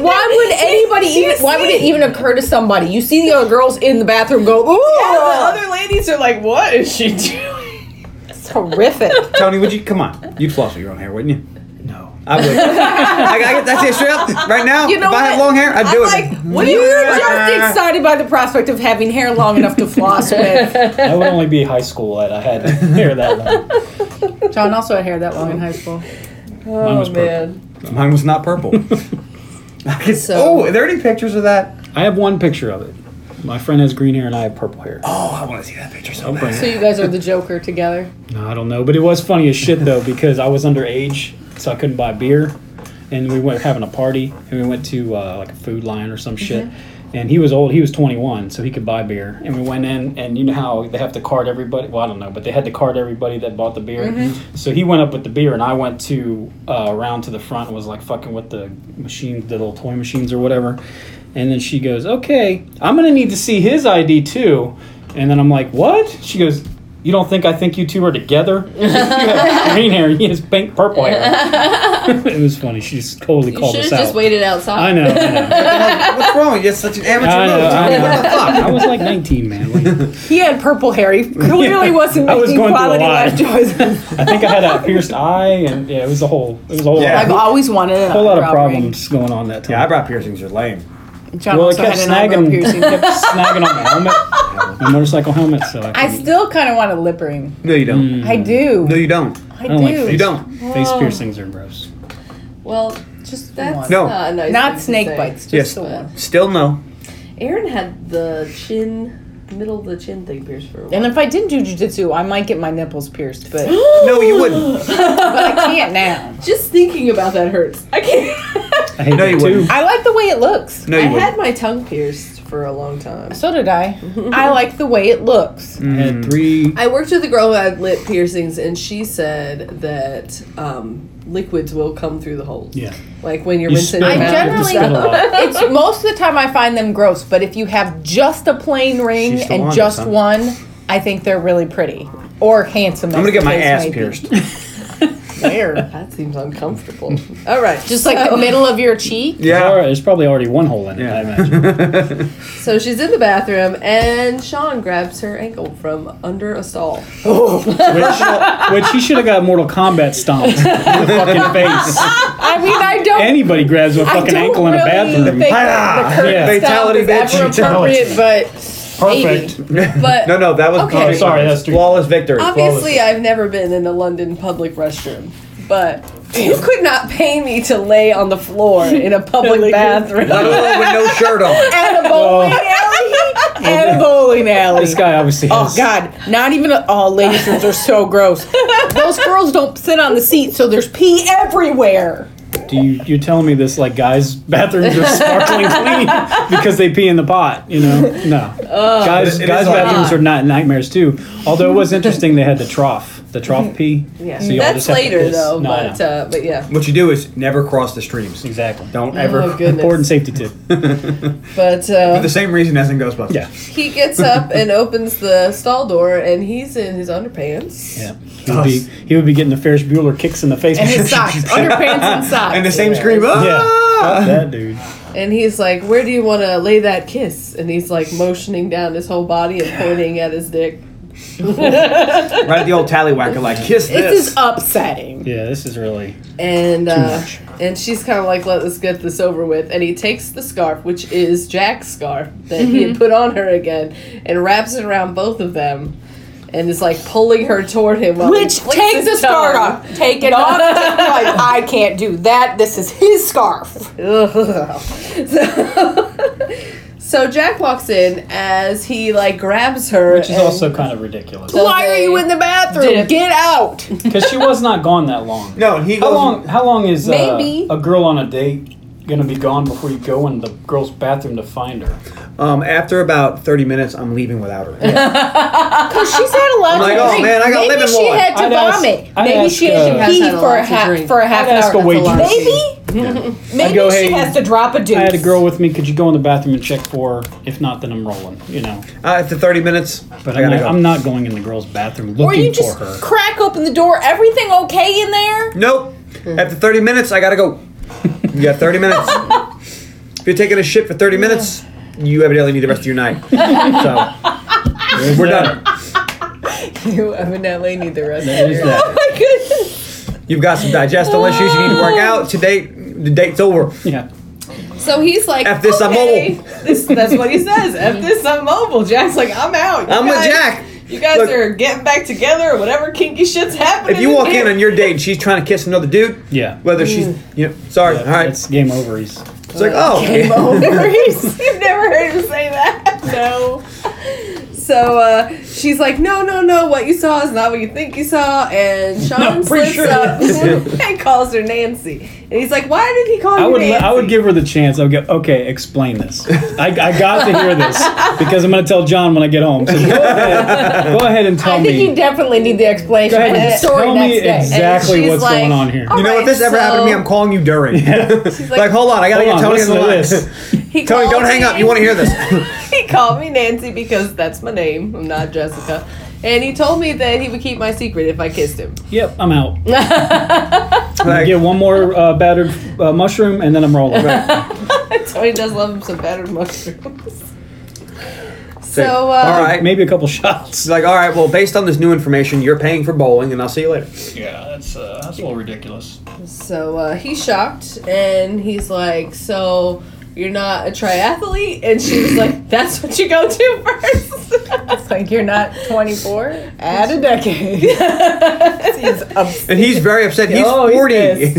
Speaker 2: why would anybody even? Why would it even occur to somebody? You see the other girls in the bathroom go, "Ooh,
Speaker 1: ladies are like, what is she doing?
Speaker 2: it's horrific."
Speaker 5: Tony, would you come on? You'd floss with your own hair, wouldn't you? No, I would. I, I, that's it, straight up. Right now,
Speaker 2: You know
Speaker 5: if I had
Speaker 2: what?
Speaker 5: long hair, I'd
Speaker 2: I'm
Speaker 5: do
Speaker 2: like,
Speaker 4: Mm-hmm.
Speaker 5: it.
Speaker 2: what are you just excited by the prospect of having hair long enough to floss with?
Speaker 4: I would only be high school at I had hair that long.
Speaker 2: John also had hair that long in high school.
Speaker 4: Mine was
Speaker 3: Oh
Speaker 4: purple.
Speaker 3: man.
Speaker 5: Mine was not purple. I could-
Speaker 3: So-
Speaker 5: oh, are there any pictures of that?
Speaker 4: I have one picture of it. My friend has green hair and I have purple hair.
Speaker 5: Oh, I want to see that picture so
Speaker 4: bring
Speaker 5: bad.
Speaker 2: So you guys are the Joker together.
Speaker 4: No, I don't know, but it was funny as shit though because I was underage, so I couldn't buy beer, and we went having a party, and we went to uh, like a food line or some shit. And he was old; he was 21, so he could buy beer. And we went in, and you know how they have to card everybody. Well, I don't know, but they had to card everybody that bought the beer. So he went up with the beer, and I went to uh, around to the front and was like fucking with the machines, the little toy machines or whatever. And then she goes, "Okay, I'm gonna need to see his ID too." And then I'm like, "What?" She goes, "You don't think I think you two are together? you have green hair, and he has pink purple hair." it was funny. She just totally
Speaker 3: You
Speaker 4: called
Speaker 3: should
Speaker 4: us
Speaker 3: have
Speaker 4: out.
Speaker 3: just waited outside.
Speaker 4: I know. I know.
Speaker 5: What's wrong? You're such an amateur.
Speaker 4: I know. I,
Speaker 5: little-
Speaker 4: know. I was like 19, man. Like,
Speaker 2: He had purple hair. He clearly wasn't
Speaker 4: I was
Speaker 2: making
Speaker 4: going through a
Speaker 2: quality
Speaker 4: lot.
Speaker 2: life choices.
Speaker 4: I think I had a pierced eye, and yeah, it was a whole, it was a whole,
Speaker 5: Yeah.
Speaker 4: lot,
Speaker 2: I've always wanted a
Speaker 4: a whole lot of problems going on that time.
Speaker 5: Yeah, eyebrow piercings are lame.
Speaker 2: John
Speaker 4: Well, it
Speaker 2: also
Speaker 4: kept
Speaker 2: had an eyebrow
Speaker 4: snagging,
Speaker 2: piercing.
Speaker 4: kept snagging on my helmet, my motorcycle helmet. So I,
Speaker 2: I
Speaker 4: couldn't-
Speaker 2: still kind of want a lip ring.
Speaker 5: No, you don't.
Speaker 2: I do.
Speaker 5: No, you don't.
Speaker 2: I,
Speaker 4: I Mm. don't like
Speaker 2: do.
Speaker 5: You don't.
Speaker 4: face piercings are gross.
Speaker 3: Well, just that's
Speaker 5: No.
Speaker 3: not a nice thing
Speaker 2: Not
Speaker 3: to
Speaker 2: snake
Speaker 3: say.
Speaker 2: bites, just
Speaker 5: Yes.
Speaker 2: the one.
Speaker 5: Still no.
Speaker 3: Aaron had the chin, middle of the chin thing pierced for a while.
Speaker 2: And if I didn't do jujitsu, I might get my nipples pierced, but,
Speaker 5: No, you wouldn't.
Speaker 2: but I can't now.
Speaker 3: Just thinking about that hurts. I can't.
Speaker 4: I hate
Speaker 5: No,
Speaker 4: that
Speaker 5: you
Speaker 4: too.
Speaker 5: wouldn't.
Speaker 2: I like the way it looks.
Speaker 5: No,
Speaker 3: I
Speaker 5: you
Speaker 3: had
Speaker 5: wouldn't.
Speaker 3: my tongue pierced for a long time.
Speaker 2: So did I. I like the way it looks.
Speaker 4: I
Speaker 5: Mm.
Speaker 4: had three.
Speaker 3: I worked with a girl who had lip piercings, and she said that um, liquids will come through the holes.
Speaker 4: Yeah.
Speaker 3: Like when you're
Speaker 4: You
Speaker 3: rinsing
Speaker 4: spit
Speaker 3: them
Speaker 4: it out,
Speaker 3: out.
Speaker 4: you have to spit it out.
Speaker 2: It's most of the time I find them gross, but if you have just a plain ring
Speaker 5: She's still
Speaker 2: and
Speaker 5: on to
Speaker 2: just
Speaker 5: something.
Speaker 2: one, I think they're really pretty or handsome.
Speaker 5: I'm gonna get my ass pierced.
Speaker 2: There,
Speaker 3: That seems uncomfortable. All right.
Speaker 2: just like the middle of your cheek.
Speaker 4: All right, there's probably already one hole in it.
Speaker 5: Yeah.
Speaker 4: I imagine.
Speaker 3: So she's in the bathroom, and Sean grabs her ankle from under a stall.
Speaker 4: Which, which he should have got Mortal Kombat stomped in the fucking face.
Speaker 2: I mean, I don't.
Speaker 4: Anybody grabs a
Speaker 2: I
Speaker 4: fucking
Speaker 2: don't
Speaker 4: ankle in
Speaker 2: really
Speaker 4: a bathroom.
Speaker 2: Think
Speaker 5: Ah,
Speaker 2: that the curb
Speaker 4: yeah.
Speaker 2: stop
Speaker 5: Fatality,
Speaker 2: is
Speaker 5: bitch.
Speaker 2: ever appropriate, but
Speaker 4: Perfect.
Speaker 3: But
Speaker 5: No, no, that was
Speaker 3: Okay.
Speaker 5: oh,
Speaker 4: Sorry, that's three.
Speaker 5: flawless victory.
Speaker 3: obviously, I've never been in a London public restroom. But you could not pay me to lay on the floor in a public bathroom.
Speaker 5: Let alone with no shirt on.
Speaker 2: at a
Speaker 5: Oh.
Speaker 2: bowling alley. At a bowling alley.
Speaker 4: This guy obviously
Speaker 2: Oh
Speaker 4: has.
Speaker 2: God! Not even a, oh, ladies' rooms are so gross. Those girls don't sit on the seat, so there's pee everywhere.
Speaker 4: Do you, you're telling me this like guys' bathrooms are sparkling clean because they pee in the pot? You know, no. guys,
Speaker 5: It- it
Speaker 4: guys'
Speaker 5: is like-
Speaker 4: bathrooms are not nightmares too. Although it was interesting, they had the trough, the trough pee.
Speaker 3: Yeah.
Speaker 4: So y'all
Speaker 3: That's
Speaker 4: just have to
Speaker 3: later
Speaker 4: piss.
Speaker 3: though,
Speaker 4: No, I
Speaker 3: but
Speaker 4: know.
Speaker 3: uh, but yeah.
Speaker 5: What you do is never cross the streams.
Speaker 4: exactly.
Speaker 5: Don't ever.
Speaker 3: Oh goodness.
Speaker 4: Important safety tip.
Speaker 3: But
Speaker 5: For
Speaker 3: uh,
Speaker 5: the same reason as in Ghostbusters.
Speaker 4: Yeah.
Speaker 3: he gets up and opens the stall door, and he's in his underpants.
Speaker 4: Yeah. He would be he would be getting the Ferris Bueller kicks in the face.
Speaker 2: And his socks, underpants, and socks.
Speaker 5: And the same scream. Ah!
Speaker 4: yeah. Fuck that dude.
Speaker 3: And he's like, "Where do you want to lay that kiss?" And he's like motioning down his whole body and pointing at his dick.
Speaker 5: Right at the old tallywhacker, like kiss
Speaker 2: This
Speaker 5: this.
Speaker 2: is upsetting.
Speaker 4: Yeah, this is really
Speaker 3: And uh,
Speaker 4: much.
Speaker 3: and she's kind of like, "Let us get this over with." And he takes the scarf, which is Jack's scarf that he
Speaker 2: Mm-hmm.
Speaker 3: had put on her again, and wraps it around both of them, and is like pulling her toward him. While he
Speaker 2: Which
Speaker 3: flicks
Speaker 2: take
Speaker 3: his
Speaker 2: the scarf
Speaker 3: tongue.
Speaker 2: off. Take it off. like, I can't do that. This is his scarf.
Speaker 3: Ugh. So, so Jack walks in as he like grabs her,
Speaker 4: which is
Speaker 3: and-
Speaker 4: also kind of ridiculous.
Speaker 2: Why are you in the bathroom?
Speaker 3: Dip.
Speaker 2: Get out.
Speaker 4: Because she was not gone that long.
Speaker 5: No, and he
Speaker 4: How
Speaker 5: goes-
Speaker 4: long? How long is uh,
Speaker 2: Maybe.
Speaker 4: a girl on a date gonna be gone before you go in the girl's bathroom to find her?
Speaker 5: Um, after about 30 minutes, I'm leaving without her.
Speaker 2: Because she's had a lot
Speaker 5: I'm
Speaker 2: to
Speaker 5: like, oh,
Speaker 2: drink.
Speaker 5: man, I got
Speaker 2: Maybe
Speaker 5: lemon
Speaker 2: she
Speaker 5: water.
Speaker 2: had to
Speaker 4: I'd ask-
Speaker 2: vomit.
Speaker 4: I'd
Speaker 2: Maybe
Speaker 4: ask,
Speaker 2: she
Speaker 4: uh,
Speaker 2: had to
Speaker 3: She
Speaker 2: pee
Speaker 3: has had a
Speaker 2: for
Speaker 3: lot
Speaker 2: a
Speaker 3: to
Speaker 2: half
Speaker 3: drink.
Speaker 2: for a half
Speaker 4: I'd
Speaker 2: an
Speaker 4: ask
Speaker 2: hour.
Speaker 4: a waitress.
Speaker 2: That's a lot. Maybe. Maybe
Speaker 4: go,
Speaker 2: she
Speaker 4: "Hey,
Speaker 2: has to drop a deuce.
Speaker 4: I had a girl with me. Could you go in the bathroom and check for her? If not, then I'm rolling. You know.
Speaker 5: Uh, after 30 minutes,
Speaker 4: But
Speaker 5: I
Speaker 4: I'm
Speaker 5: gotta
Speaker 4: not,
Speaker 5: go.
Speaker 4: I'm not going in the girl's bathroom
Speaker 2: Or you
Speaker 4: looking for
Speaker 2: just
Speaker 4: her.
Speaker 2: crack open the door. Everything okay in there?
Speaker 5: Nope.
Speaker 3: Hmm.
Speaker 5: After 30 minutes, I gotta go. You got 30 minutes. if you're taking a shit for 30 minutes, you evidently need the rest of your night. So we're done.
Speaker 3: You evidently need the rest.
Speaker 4: There's that.
Speaker 2: My goodness.
Speaker 5: You've got some digestive issues. You need to work
Speaker 3: Oh.
Speaker 5: out. Today, the date's over.
Speaker 4: Yeah.
Speaker 3: So he's like,
Speaker 5: F this, I'm
Speaker 3: okay.
Speaker 5: mobile.
Speaker 3: This, that's what he says. F this, I'm mobile. Jack's like, I'm out. You
Speaker 5: I'm with
Speaker 3: guys-
Speaker 5: Jack.
Speaker 2: You guys
Speaker 5: Look-
Speaker 2: are getting back together or whatever kinky shit's happening.
Speaker 5: If you walk
Speaker 2: here.
Speaker 5: in on your date and she's trying to kiss another dude,
Speaker 4: Yeah.
Speaker 5: whether she's,
Speaker 3: Mm.
Speaker 5: you know, sorry, all right,
Speaker 4: It's game over. He's
Speaker 5: it's like, oh, okay.
Speaker 3: You've never heard him say that. No. So uh, she's like, no, no, no. What you saw is not what you think you saw. And Sean
Speaker 4: I'm pretty
Speaker 3: slips
Speaker 4: sure
Speaker 3: up and calls her Nancy. And he's like, why did he call
Speaker 4: I
Speaker 3: you
Speaker 4: would,
Speaker 3: Nancy?
Speaker 4: I would give her the chance. I would go, okay, explain this. I, I got to hear this because I'm going to tell John when I get home. So go ahead, go ahead and tell
Speaker 6: I think
Speaker 4: me.
Speaker 6: you definitely need the explanation
Speaker 4: Go
Speaker 6: for
Speaker 4: ahead
Speaker 6: the
Speaker 4: and
Speaker 6: story
Speaker 4: tell
Speaker 6: next
Speaker 4: me
Speaker 6: day.
Speaker 4: exactly
Speaker 3: she's
Speaker 4: what's
Speaker 3: like,
Speaker 4: going on here.
Speaker 3: "All
Speaker 5: You know, if this ever happened to me, I'm calling you during. like,
Speaker 3: like-
Speaker 5: hold on, I
Speaker 4: Hold
Speaker 5: gotta get
Speaker 4: on,
Speaker 5: Tony on
Speaker 4: listen
Speaker 5: the
Speaker 4: to
Speaker 5: line.
Speaker 4: this.
Speaker 3: He
Speaker 5: Tony,
Speaker 3: called
Speaker 5: don't hang up.
Speaker 3: me-
Speaker 5: You want to hear this?
Speaker 3: he called me Nancy because that's my name. I'm not Jessica. And he told me that he would keep my secret if I kissed him.
Speaker 4: Yep, I'm out. I
Speaker 5: Like,
Speaker 4: get one more uh, battered uh, mushroom and then I'm rolling.
Speaker 3: Tony does love him some battered mushrooms. So, uh,
Speaker 5: all right,
Speaker 4: Maybe a couple shots.
Speaker 5: It's like, all right, well, based on this new information, you're paying for bowling, and I'll see you later.
Speaker 4: Yeah, that's uh, that's a little ridiculous.
Speaker 3: So uh, he's shocked and he's like, So you're not a triathlete? And she was like, That's what you go to first.
Speaker 2: It's like you're not 24. Add a decade. He's obsessed.
Speaker 5: And he's very upset. He's
Speaker 2: Oh, he's
Speaker 5: 40.
Speaker 2: pissed.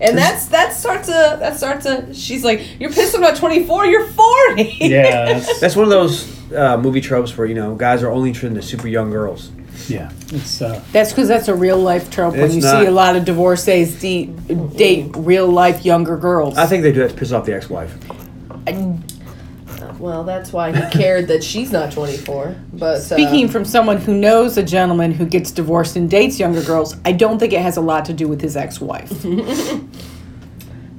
Speaker 3: and that's that starts a that starts a she's like, You're pissed I'm not twenty four, you're forty.
Speaker 4: Yeah, that's,
Speaker 5: That's one of those uh, movie tropes where, you know, guys are only interested in the super young girls.
Speaker 4: yeah. It's uh,
Speaker 2: That's because that's a real life trope when
Speaker 5: It's
Speaker 2: you
Speaker 5: not.
Speaker 2: see a lot of divorcees de- date real life younger girls.
Speaker 5: I think uh, they do that to piss off the ex wife.
Speaker 3: Well, that's why he cared that she's not twenty four. But uh,
Speaker 2: Speaking from someone who knows a gentleman who gets divorced and dates younger girls, I don't think it has a lot to do with his ex wife.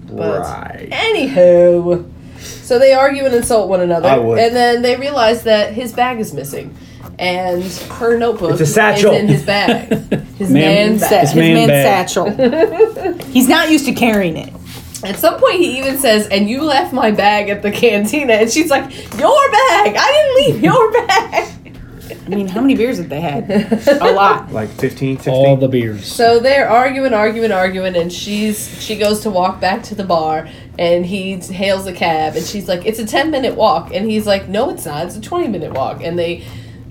Speaker 5: Right.
Speaker 3: Anywho, so they argue and insult one another,
Speaker 5: I would.
Speaker 3: and then they realize that his bag is missing, and her notebook
Speaker 5: It's a satchel.
Speaker 3: is in his bag. His
Speaker 4: Man-
Speaker 3: man's
Speaker 2: Sa-
Speaker 3: bag.
Speaker 2: his man
Speaker 4: man bag.
Speaker 2: satchel. He's not used to carrying it.
Speaker 3: At some point, he even says, "And you left my bag at the cantina," and she's like, "Your bag? I didn't leave your bag."
Speaker 2: I mean, how many beers have they had? A lot.
Speaker 5: Like 15, 16.
Speaker 4: all the beers.
Speaker 3: So they're arguing, arguing, arguing, and she's she goes to walk back to the bar, and he hails a cab, and she's like, "It's a ten minute walk," and he's like, "No, it's not. It's a twenty minute walk." And they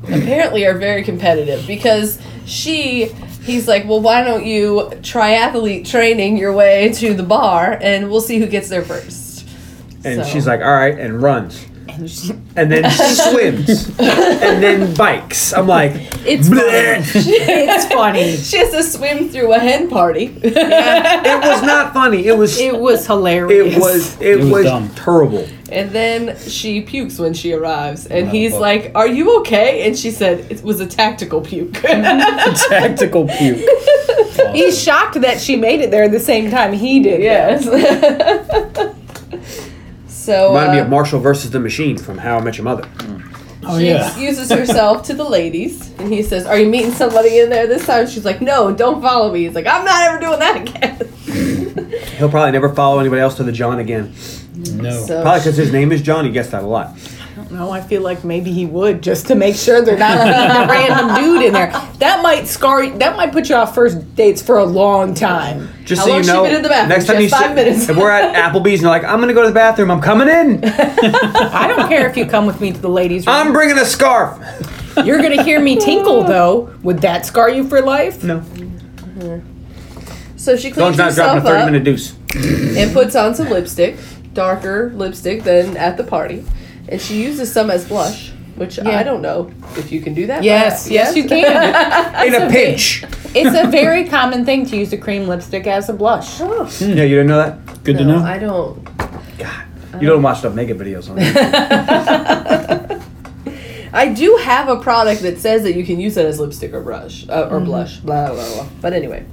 Speaker 3: apparently are very competitive because she he's like, "Well, why don't you triathlete training your way to the bar, and we'll see who gets there first. so-
Speaker 5: and she's like, all right, and runs. And then she swims. and then bikes. I'm like,
Speaker 3: It's
Speaker 5: bleh.
Speaker 2: It's funny.
Speaker 3: she has to swim through a hen party."
Speaker 5: it was not funny. It was.
Speaker 2: It was hilarious.
Speaker 5: It was it,
Speaker 4: was
Speaker 5: was,
Speaker 4: dumb.
Speaker 5: terrible.
Speaker 3: And then she pukes when she arrives, and
Speaker 4: Wow,
Speaker 3: he's
Speaker 4: fuck.
Speaker 3: like, "Are you okay?" And she said, "It was a tactical puke."
Speaker 4: Tactical puke.
Speaker 2: He's shocked that she made it there the same time he did.
Speaker 3: yes. so
Speaker 5: Reminded me
Speaker 3: uh,
Speaker 5: of Marshall versus the Machine from How I Met Your Mother.
Speaker 4: Oh
Speaker 3: she
Speaker 4: yeah.
Speaker 3: excuses herself to the ladies, and he says, "Are you meeting somebody in there this time?" She's like, "No, don't follow me." He's like, "I'm not ever doing that again."
Speaker 5: He'll probably never follow anybody else to the John again.
Speaker 4: No.
Speaker 3: So
Speaker 5: Probably because his name is John. He gets that a lot.
Speaker 2: No, I feel like maybe he would just to make sure they're not a random dude in there. That might scar. That might put you off first dates for a long time.
Speaker 5: Just
Speaker 3: How
Speaker 5: so
Speaker 3: long
Speaker 5: you
Speaker 3: she
Speaker 5: know,
Speaker 3: been in the bathroom?
Speaker 5: next time
Speaker 3: Just
Speaker 5: you
Speaker 3: five
Speaker 5: sit-
Speaker 3: minutes.
Speaker 5: if we're at Applebee's and you're like, I'm gonna go to the bathroom. I'm coming in.
Speaker 2: I don't care if you come with me to the ladies' room.
Speaker 5: I'm bringing a scarf.
Speaker 2: You're gonna hear me tinkle though. Would that scar you for life?
Speaker 5: No,
Speaker 3: so she cleans
Speaker 5: Don's not dropping a
Speaker 3: herself
Speaker 5: 30
Speaker 3: up
Speaker 5: minute deuce.
Speaker 3: and puts on some lipstick, darker lipstick than at the party, and she uses some as blush, which I don't know if you can do that.
Speaker 2: Yes, yes, you can.
Speaker 5: In a pinch.
Speaker 2: it's a very common thing to use a cream lipstick as a blush.
Speaker 5: Yeah, you didn't know that.
Speaker 4: Good to
Speaker 3: No,
Speaker 4: know.
Speaker 3: I don't.
Speaker 5: You
Speaker 3: Oh.
Speaker 5: don't watch enough naked videos on it.
Speaker 3: I do have a product that says that you can use it as lipstick or brush uh, or blush, blah blah blah. But anyway,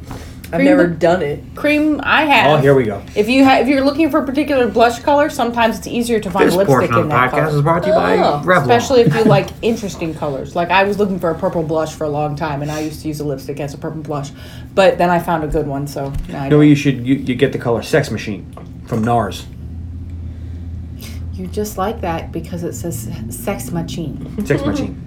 Speaker 3: I've
Speaker 2: Cream
Speaker 3: never
Speaker 2: lip-
Speaker 3: done it.
Speaker 2: Cream, I have.
Speaker 5: oh, here we go.
Speaker 2: If you ha- if you're looking for a particular blush color, sometimes it's easier to find lipstick in that color.
Speaker 5: brought to you by
Speaker 3: Oh,
Speaker 5: Revlon.
Speaker 2: Especially if you like interesting colors. Like I was looking for a purple blush for a long time, and I used to use a lipstick as a purple blush, but then I found a good one. So now I
Speaker 5: No,
Speaker 2: don't.
Speaker 5: you should. You, you get the color Sex Machine from NARS.
Speaker 2: you just like that because it says sex machine.
Speaker 5: Sex Machine.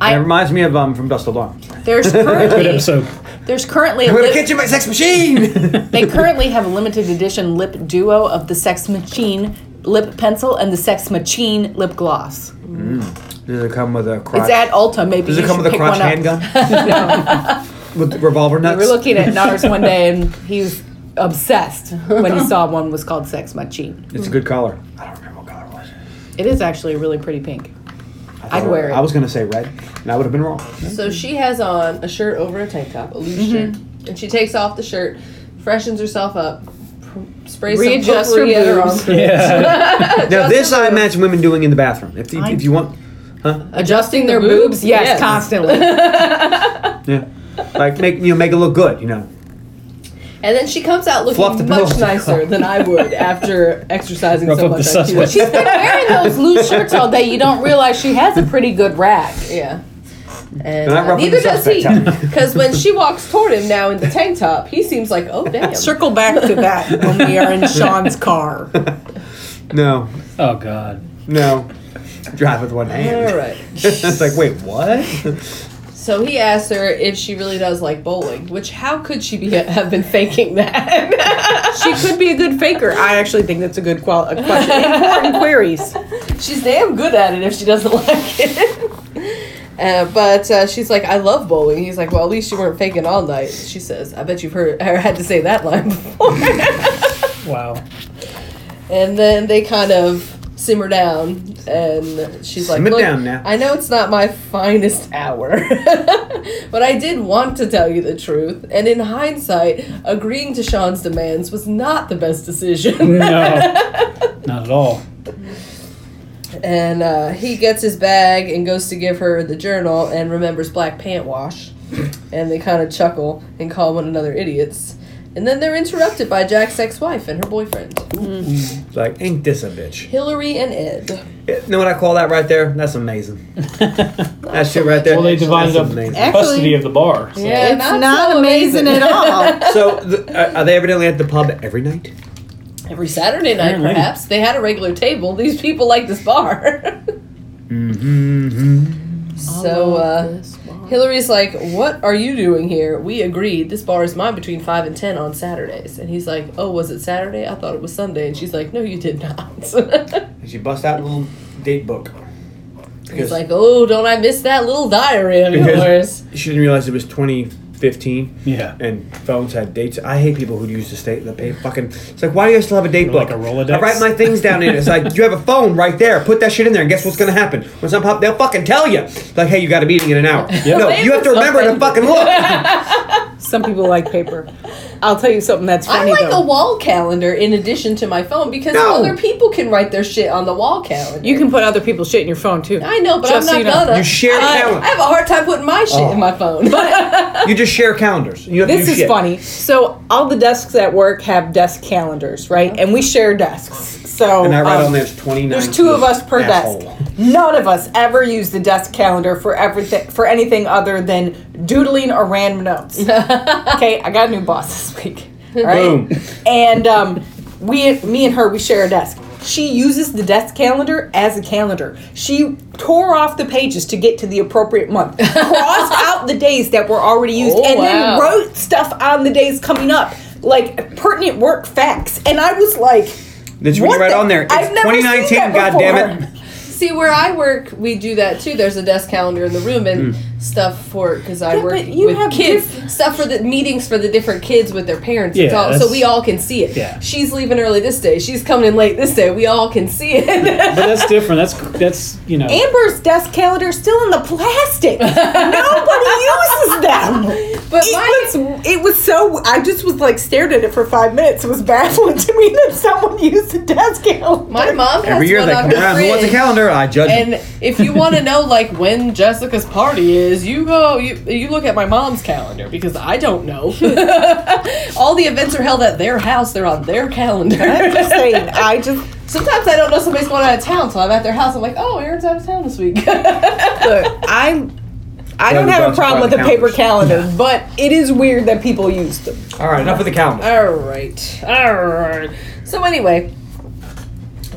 Speaker 2: I-
Speaker 5: And it reminds me of um, from Dust Alarm.
Speaker 2: There's
Speaker 4: Good
Speaker 2: currently
Speaker 4: episode.
Speaker 2: there's currently a
Speaker 5: I'm gonna
Speaker 2: lip-
Speaker 5: catch you my Sex Machine.
Speaker 2: they currently have a limited edition lip duo of the sex machine lip pencil and the Sex Machine lip gloss.
Speaker 5: Does it come with a crotch?
Speaker 2: It's at Ulta. Maybe
Speaker 5: Does
Speaker 2: you
Speaker 5: it come
Speaker 2: should
Speaker 5: with a
Speaker 2: pick
Speaker 5: crotch
Speaker 2: one up.
Speaker 5: handgun? with revolver nuts?
Speaker 2: We were looking at ours one day, and he was obsessed when he saw one was called Sex Machine.
Speaker 5: It's a good color. I don't remember what color it was.
Speaker 2: It is actually a really pretty pink.
Speaker 5: I
Speaker 2: I'd wear it.
Speaker 5: I was gonna say red, and I would have been wrong.
Speaker 3: So she has on a shirt over a tank top, a loose shirt, and she takes off the shirt, freshens herself up, pr- sprays
Speaker 2: Readjusts
Speaker 3: some potpourri
Speaker 2: her
Speaker 3: at her
Speaker 2: boobs.
Speaker 3: arm.
Speaker 4: Yeah.
Speaker 5: Now this I imagine women doing in the bathroom. If, you- if you want,
Speaker 2: Adjusting their
Speaker 3: the boobs?
Speaker 2: boobs, yes,
Speaker 3: Yes.
Speaker 2: constantly.
Speaker 5: yeah, like make you know make it look good. You know,
Speaker 3: And then she comes out
Speaker 5: Fluff the
Speaker 3: looking
Speaker 5: pillows.
Speaker 3: much nicer than I would after exercising
Speaker 4: Rough
Speaker 3: so
Speaker 4: up the
Speaker 3: much. like she was.
Speaker 4: suspect.
Speaker 2: She's been wearing those loose shirts all day. You don't realize she has a pretty good rack.
Speaker 3: Yeah. And
Speaker 5: They're not
Speaker 3: uh,
Speaker 5: rubbing
Speaker 3: neither
Speaker 5: the
Speaker 3: does he,
Speaker 5: suspect
Speaker 3: because when she walks toward him now in the tank top, he seems like, oh damn.
Speaker 2: Circle back to that when we are in Sean's car.
Speaker 5: no,
Speaker 4: oh God.
Speaker 5: no, drive with one hand.
Speaker 3: All right.
Speaker 5: it's like wait, what?
Speaker 3: So he asked her if she really does like bowling, which how could she be have been faking that?
Speaker 2: She could be a good faker. I actually think that's a good qual- a question. Important queries.
Speaker 3: she's damn good at it if she doesn't like it. Uh, but uh, she's like, I love bowling. He's like, well, at least you weren't faking all night. She says, I bet you've heard or had to say that line before.
Speaker 4: Wow.
Speaker 3: and then they kind of simmer down, and she's like,
Speaker 5: Simmer
Speaker 3: Look,
Speaker 5: down now."
Speaker 3: I know it's not my finest hour, but I did want to tell you the truth. And in hindsight, agreeing to Sean's demands was not the best decision.
Speaker 4: No. Not at all.
Speaker 3: And uh, he gets his bag and goes to give her the journal and remembers black pant wash. and they kind of chuckle and call one another idiots. And then they're interrupted by Jack's ex wife and her boyfriend,
Speaker 5: It's like ain't this a bitch?
Speaker 3: Hillary and Ed.
Speaker 5: You know what I call that right there? That's amazing. that shit right there.
Speaker 4: Well, they divided
Speaker 5: That's
Speaker 4: up
Speaker 5: amazing.
Speaker 4: custody of the bar. so-
Speaker 3: Yeah,
Speaker 2: It's not amazing at all.
Speaker 5: So the, uh, are, are they evidently at the pub every night?
Speaker 3: Every Saturday night,
Speaker 4: Apparently.
Speaker 3: perhaps. They had a regular table. These people like this bar. So, uh, Hillary's like, What are you doing here? We agreed. This bar is mine between 5 and 10 on Saturdays. And he's like, Oh, was it Saturday? I thought it was Sunday. And she's like, No, you did not.
Speaker 5: Did you bust out a little date book?
Speaker 3: He's like, oh, don't I miss that little diary of
Speaker 5: Because-
Speaker 3: yours?
Speaker 5: she didn't realize it was 2015
Speaker 4: Yeah.
Speaker 5: and phones had dates. I hate people who use the state the pay fucking. It's like, why do you still have a date book?
Speaker 4: Like a Rolodex?
Speaker 5: I write my things down in it. It's like you have a phone right there. Put that shit in there, and guess what's gonna happen? When some pop, they'll fucking tell you. It's like, hey, you got a meeting in an hour. No,
Speaker 3: Maybe
Speaker 5: you have to remember to
Speaker 3: something.
Speaker 5: fucking look.
Speaker 2: Some people like paper. I'll tell you something that's
Speaker 3: I
Speaker 2: funny
Speaker 3: like
Speaker 2: though.
Speaker 3: a wall calendar in addition to my phone because
Speaker 5: No.
Speaker 3: other people can write their shit on the wall calendar.
Speaker 2: you can put other people's shit in your phone too.
Speaker 3: I know, but
Speaker 2: Just so
Speaker 3: I'm
Speaker 2: you
Speaker 3: not
Speaker 2: know.
Speaker 3: gonna.
Speaker 5: You share Oh. a
Speaker 3: I,
Speaker 5: calendar.
Speaker 3: I have a hard time putting my shit in my phone.
Speaker 5: You just share calendars. You have to
Speaker 2: This
Speaker 5: do
Speaker 2: is
Speaker 5: shit.
Speaker 2: funny. So all the desks at work have desk calendars, right? And we share desks. So
Speaker 5: And I write
Speaker 2: um,
Speaker 5: on there's 29.
Speaker 2: There's two of us per
Speaker 5: asshole.
Speaker 2: desk. None of us ever use the desk calendar for everything for anything other than doodling or random notes. okay, I got a new boss this week. all Right?
Speaker 5: Boom.
Speaker 2: And um, we, me and her, we share a desk. She uses the desk calendar as a calendar. She tore off the pages to get to the appropriate month, crossed out the days that were already used,
Speaker 3: Oh,
Speaker 2: and
Speaker 3: wow.
Speaker 2: then wrote stuff on the days coming up, like pertinent work facts. And I was like.
Speaker 5: That's what
Speaker 2: What
Speaker 5: you write
Speaker 2: the-
Speaker 5: on there. It's
Speaker 2: I've never seen
Speaker 5: 2019.
Speaker 2: that
Speaker 5: God damn
Speaker 2: before.
Speaker 5: it.
Speaker 3: See, where I work, we do that too. There's a desk calendar in the room and
Speaker 5: Hmm.
Speaker 3: stuff for because I
Speaker 2: Yeah,
Speaker 3: work
Speaker 2: but you
Speaker 3: with
Speaker 2: have
Speaker 3: kids. stuff for the meetings for the different kids with their parents. It's
Speaker 4: Yeah,
Speaker 3: all- so
Speaker 4: that's-
Speaker 3: we all can see it.
Speaker 4: Yeah.
Speaker 3: She's leaving early this day. She's coming in late this day. We all can see it.
Speaker 4: But that's different. That's that's you know.
Speaker 2: Amber's desk calendar is still in the plastic. Nobody uses them.
Speaker 3: but
Speaker 2: It
Speaker 3: my,
Speaker 2: was, it was so I just was like stared at it for five minutes. It was baffling to me that someone used a desk calendar.
Speaker 3: My mom has
Speaker 5: Every year
Speaker 3: one
Speaker 5: they
Speaker 3: on
Speaker 5: come
Speaker 3: her
Speaker 5: around. Who wants a
Speaker 3: fridge.
Speaker 5: calendar? I judge. them.
Speaker 3: And if you want to know like when Jessica's party is, you go you, you look at my mom's calendar because I don't know. All the events are held at their house. They're on their
Speaker 2: I'm
Speaker 3: calendar.
Speaker 2: just saying, I just
Speaker 3: Sometimes I don't know somebody's going out of town, so I'm at their house. I'm like, oh, Aaron's out of town this week.
Speaker 2: look, I'm I don't
Speaker 5: Those
Speaker 2: have
Speaker 5: dogs
Speaker 2: a problem
Speaker 5: are
Speaker 2: with a
Speaker 5: probably
Speaker 2: paper calendar, but it is weird that people use them.
Speaker 5: All right, enough of the calendar.
Speaker 3: All right. All right. So anyway,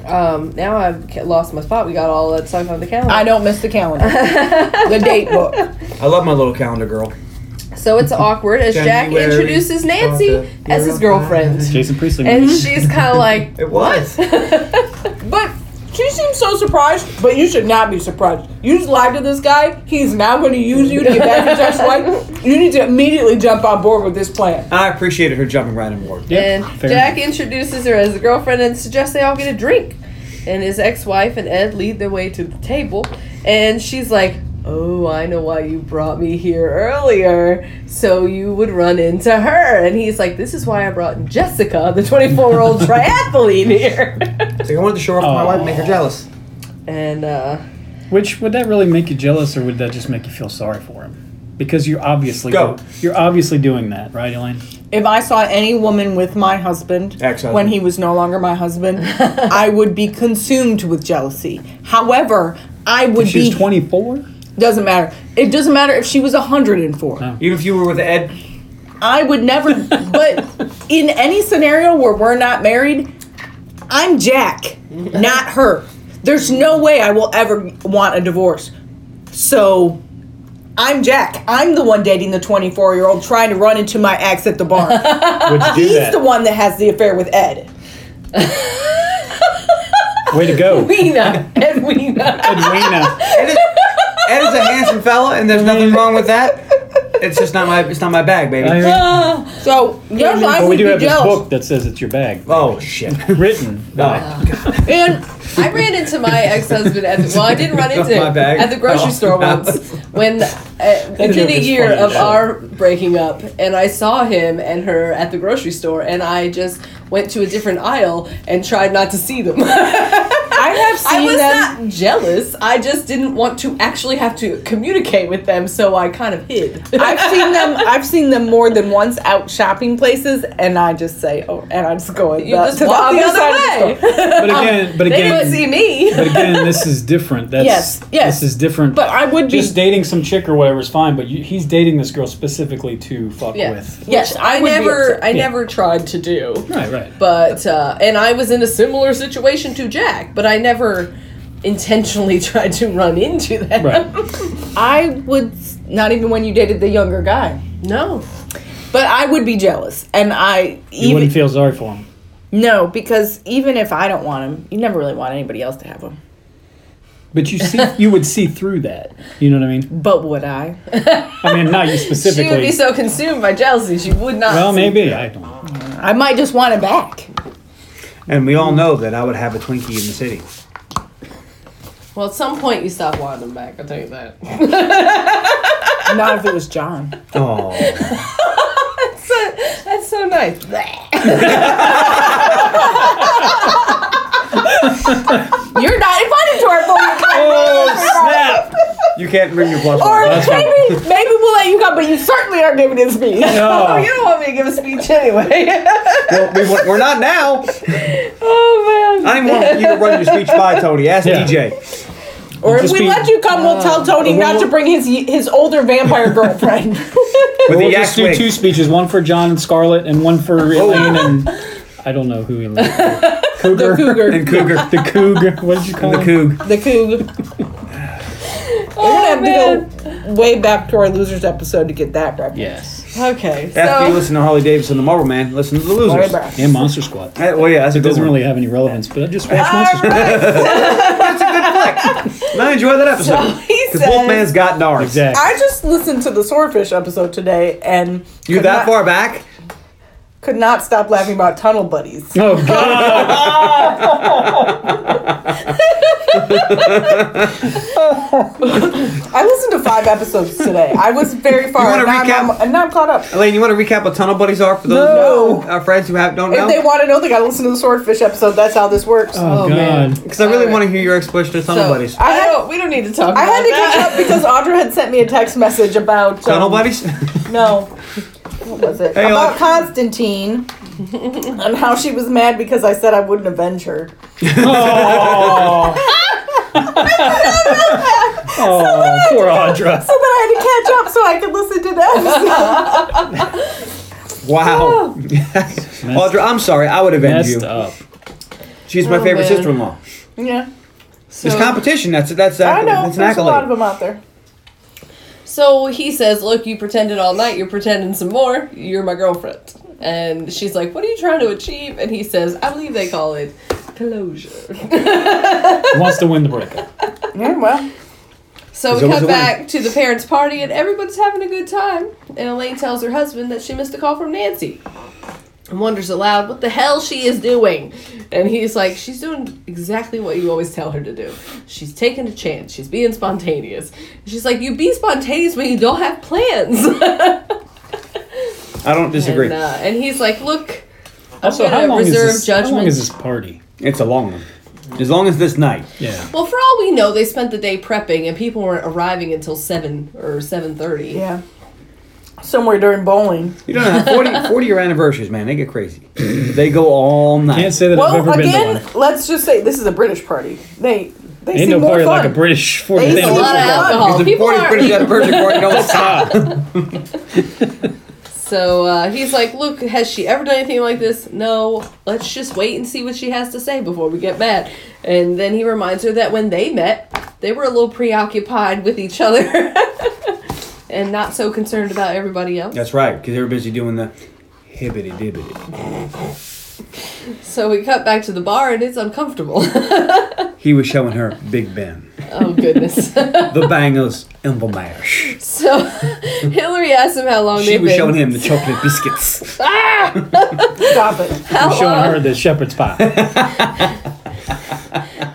Speaker 3: um, now I've ca- lost my spot. We got all that stuff on the calendar.
Speaker 2: I don't miss the calendar. the date book.
Speaker 5: I love my little calendar girl.
Speaker 3: So it's awkward as Jack
Speaker 5: January
Speaker 3: introduces Nancy
Speaker 5: twenty-
Speaker 3: as his girlfriend.
Speaker 4: Jason Priestley.
Speaker 3: And she's kind of like,
Speaker 5: It was.
Speaker 2: She seems so surprised, but you should not be surprised. You just lied to this guy. He's now going to use you to get back at your ex-wife. You need to immediately jump on board with this plan.
Speaker 5: I appreciated her jumping right on board.
Speaker 4: Yep,
Speaker 3: and
Speaker 4: fair
Speaker 3: Jack introduces her as a girlfriend and suggests they all get a drink. And his ex-wife and Ed lead the way to the table, and she's like, "Oh, I know why you brought me here earlier, so you would run into her." And he's like, "This is why I brought Jessica, the 24-year-old triathlete here."
Speaker 5: So I wanted to show off my wife, and make her jealous.
Speaker 3: and uh,
Speaker 4: Which would that really make you jealous, or would that just make you feel sorry for him? Because you're obviously
Speaker 5: Go.
Speaker 4: you're obviously doing that, right, Elaine?
Speaker 2: If I saw any woman with my husband
Speaker 5: Ex-husband.
Speaker 2: when he was no longer my husband, I would be consumed with jealousy. However, I would
Speaker 4: She's
Speaker 2: be
Speaker 4: 24.
Speaker 2: doesn't matter. It doesn't matter if she was 104.
Speaker 5: Even if you were with Ed,
Speaker 2: I would never. but in any scenario where we're not married, I'm Jack, not her. There's no way I will ever want a divorce. So I'm Jack. I'm the one dating the 24 year old trying to run into my ex at the bar.
Speaker 4: Would you do
Speaker 2: He's
Speaker 4: that?
Speaker 2: the one that has the affair with Ed.
Speaker 4: Way to go,
Speaker 3: Edwina, Edwina,
Speaker 4: Edwina.
Speaker 5: Ed is, Ed is a handsome fella, and there's nothing wrong with that. It's just not my it's not my bag, baby.
Speaker 4: I-
Speaker 2: So yes, I
Speaker 4: but we
Speaker 2: would
Speaker 4: do
Speaker 2: be
Speaker 4: have this
Speaker 2: jealous.
Speaker 4: book that says it's your bag,
Speaker 5: Oh shit.
Speaker 4: written by
Speaker 2: And
Speaker 3: I ran into my ex-husband at the well, I didn't run into
Speaker 5: My
Speaker 3: him
Speaker 5: bag.
Speaker 3: at the grocery
Speaker 5: Oh.
Speaker 3: store once when uh, within a
Speaker 4: is
Speaker 3: year
Speaker 4: funny
Speaker 3: of
Speaker 4: as shit.
Speaker 3: our breaking up, and I saw him and her at the grocery store, and I just went to a different aisle and tried not to see them.
Speaker 2: I have seen
Speaker 3: I was
Speaker 2: them.
Speaker 3: not jealous. I just didn't want to actually have to communicate with them, so I kind of hid.
Speaker 2: I've seen them. I've seen them more than once out shopping places, and I just say, "Oh," and I just go.
Speaker 3: You just walk the other way.
Speaker 4: But again, but
Speaker 3: They didn't see
Speaker 4: again,
Speaker 3: me.
Speaker 4: but again, this is different. That's,
Speaker 2: Yes, yes.
Speaker 4: This is different.
Speaker 2: But I would be.
Speaker 4: just dating some chick or whatever is fine. But you, he's dating this girl specifically to fuck
Speaker 3: Yeah.
Speaker 4: with.
Speaker 3: Yes, I,
Speaker 2: I would be
Speaker 3: never,
Speaker 2: upset.
Speaker 3: I
Speaker 4: Yeah.
Speaker 3: never tried to do.
Speaker 4: Right, right.
Speaker 3: but uh, and I was in a similar situation to Jack, but I never intentionally tried to run into them.
Speaker 4: Right.
Speaker 2: I would not even when you dated the younger guy,
Speaker 3: No,
Speaker 2: but I would be jealous, and I
Speaker 4: you
Speaker 2: even
Speaker 4: wouldn't feel sorry for him.
Speaker 2: no because even if I don't want him, you never really want anybody else to have him.
Speaker 4: But you see, you would see through that. You know what I mean?
Speaker 2: But would I?
Speaker 4: I mean, not you
Speaker 3: she would
Speaker 4: specifically.
Speaker 3: be so consumed by jealousy she would not.
Speaker 4: well,
Speaker 3: see-
Speaker 4: maybe I don't. know.
Speaker 2: I might just want him back.
Speaker 5: And we all know that I would have a Twinkie in the city.
Speaker 3: Well, at some point you stop wanting them back. I'll tell you that.
Speaker 2: Not if it was John.
Speaker 5: Oh,
Speaker 3: That's so nice.
Speaker 2: You're not invited to our party.
Speaker 4: Oh snap!
Speaker 5: you can't bring your plus
Speaker 2: Or
Speaker 5: one.
Speaker 2: maybe, maybe we'll let you go, but you certainly aren't giving this speech.
Speaker 3: Oh,
Speaker 4: No.
Speaker 3: you don't want me to give a speech anyway.
Speaker 5: Well, we, we're not now.
Speaker 3: oh man.
Speaker 5: I don't even want you to run your speech by Tony. Ask
Speaker 4: Yeah.
Speaker 5: DJ.
Speaker 2: Or if
Speaker 4: Just
Speaker 2: we
Speaker 4: be- Uh,
Speaker 2: let you come, we'll tell Tony not to bring his his older vampire girlfriend.
Speaker 5: With
Speaker 4: We'll
Speaker 5: the
Speaker 4: just do
Speaker 5: yak wig.
Speaker 4: two speeches: one for John and Scarlett, and one for Elaine and I don't know who Elaine. Cougar.
Speaker 2: cougar.
Speaker 5: and Cougar.
Speaker 4: The Cougar. What did you call
Speaker 5: The
Speaker 4: him?
Speaker 5: Coog.
Speaker 2: the coog. We're gonna have to go way back to our losers episode to get that reference.
Speaker 4: Yes.
Speaker 3: Okay,
Speaker 5: After you
Speaker 3: so
Speaker 5: listen to Harley Davidson, the Marble Man, listen to the
Speaker 2: Way
Speaker 5: Losers.
Speaker 2: back.
Speaker 4: And Monster Squad.
Speaker 5: Eh, well, yeah, that's a
Speaker 4: It
Speaker 5: good
Speaker 4: doesn't
Speaker 5: one.
Speaker 4: really have any relevance, but I just watched Monster Squad.
Speaker 5: And I enjoyed that episode
Speaker 3: he
Speaker 5: because
Speaker 3: says-
Speaker 5: Wolfman's got NARS.
Speaker 4: Exactly.
Speaker 2: Oh, I just listened to the swordfish episode today and
Speaker 5: You
Speaker 2: could
Speaker 5: that
Speaker 2: not,
Speaker 5: far back?
Speaker 2: could not stop laughing about tunnel buddies.
Speaker 4: Oh God!
Speaker 2: I listened to five episodes today. I was very far.
Speaker 5: wanna
Speaker 2: and now I'm-
Speaker 5: recap?
Speaker 2: I'm, now I'm caught up.
Speaker 5: Elaine, you want to recap what tunnel buddies are for those
Speaker 2: No.
Speaker 5: of our friends who have don't
Speaker 2: If they
Speaker 5: know?
Speaker 2: want to know, they gotta listen to the swordfish episode. That's how this works. Um,
Speaker 4: Oh,
Speaker 3: Oh, man.
Speaker 4: God!
Speaker 5: Because I really
Speaker 3: Alright.
Speaker 5: want to hear your explanation of tunnel
Speaker 3: So-
Speaker 5: buddies.
Speaker 2: I
Speaker 3: I
Speaker 2: had
Speaker 3: don't. We don't need to talk.
Speaker 2: I
Speaker 3: about
Speaker 2: had to
Speaker 3: that.
Speaker 2: catch up because Audra had sent me a text message about um,
Speaker 5: Tunnel buddies.
Speaker 2: No, what was it
Speaker 5: Hey,
Speaker 2: about
Speaker 5: Audra.
Speaker 2: Constantine and how she was mad because I said I wouldn't avenge her.
Speaker 4: Oh, poor Audra.
Speaker 2: So then I had to catch up so I could listen to that.
Speaker 5: wow. Audra, I'm sorry. I would avenge
Speaker 4: Messed
Speaker 5: you.
Speaker 4: up.
Speaker 5: She's my
Speaker 3: Oh,
Speaker 5: favorite
Speaker 3: man.
Speaker 5: sister-in-law.
Speaker 2: yeah,
Speaker 5: There's competition. That's that's
Speaker 2: I know.
Speaker 5: that's an
Speaker 2: There's a lot of
Speaker 5: accolade.
Speaker 2: them out there.
Speaker 3: So he says, Look, you pretended all night, you're pretending some more, you're my girlfriend. And she's like, What are you trying to achieve? And he says, I believe they call it Closure.
Speaker 4: Wants to win the breakup.
Speaker 2: Yeah, well,
Speaker 3: So
Speaker 5: There's
Speaker 3: we
Speaker 5: always a
Speaker 3: cut
Speaker 5: win.
Speaker 3: back to the parents' party and everybody's having a good time. And Elaine tells her husband that she missed a call from Nancy. And wonders aloud what the hell she is doing. And he's like, She's doing exactly what you always tell her to do. She's taking a chance. She's being spontaneous. And she's like, You be spontaneous when you don't have plans.
Speaker 5: I don't disagree.
Speaker 3: And, uh, and he's like, Look, I'm
Speaker 4: Also,
Speaker 3: gonna
Speaker 4: how long, is
Speaker 3: reserve
Speaker 4: this, how
Speaker 3: judgment.
Speaker 4: long is this party?
Speaker 5: It's a long one. As long as this night.
Speaker 4: Yeah.
Speaker 3: Well, for all we know, they spent the day prepping and people weren't arriving until seven or seven thirty.
Speaker 2: yeah. Somewhere during bowling.
Speaker 5: You don't know, 40, 40 year anniversaries, man, they get crazy. They go all night.
Speaker 4: Can't say that I've
Speaker 2: Well,
Speaker 4: ever been to
Speaker 2: again,
Speaker 4: one.
Speaker 2: let's just say this is a British party. They they
Speaker 4: Ain't
Speaker 2: seem
Speaker 4: no
Speaker 2: more
Speaker 4: party
Speaker 2: fun.
Speaker 4: like a British 40th
Speaker 2: They
Speaker 3: A
Speaker 2: seem-
Speaker 3: lot of
Speaker 4: anniversary.
Speaker 2: Oh,
Speaker 5: Because
Speaker 3: alcohol.
Speaker 5: the
Speaker 3: People
Speaker 5: 40
Speaker 3: are
Speaker 5: British anniversary party don't stop.
Speaker 3: So uh, he's like, Look, has she ever done anything like this? No. Let's just wait and see what she has to say before we get mad. And then he reminds her that when they met, they were a little preoccupied with each other and not so concerned about everybody else.
Speaker 5: That's right, because they were busy doing the hibbity dibbity.
Speaker 3: So we cut back to the bar and it's uncomfortable.
Speaker 5: He was showing her Big Ben,
Speaker 3: oh, goodness.
Speaker 5: the bangles, and the mash.
Speaker 3: so Hillary asks him how
Speaker 2: Oh,
Speaker 3: long
Speaker 5: She
Speaker 3: they've
Speaker 5: was
Speaker 3: been.
Speaker 5: showing him the chocolate biscuits.
Speaker 2: Stop it.
Speaker 3: how,
Speaker 4: I'm showing
Speaker 3: long,
Speaker 4: her the shepherd's pie.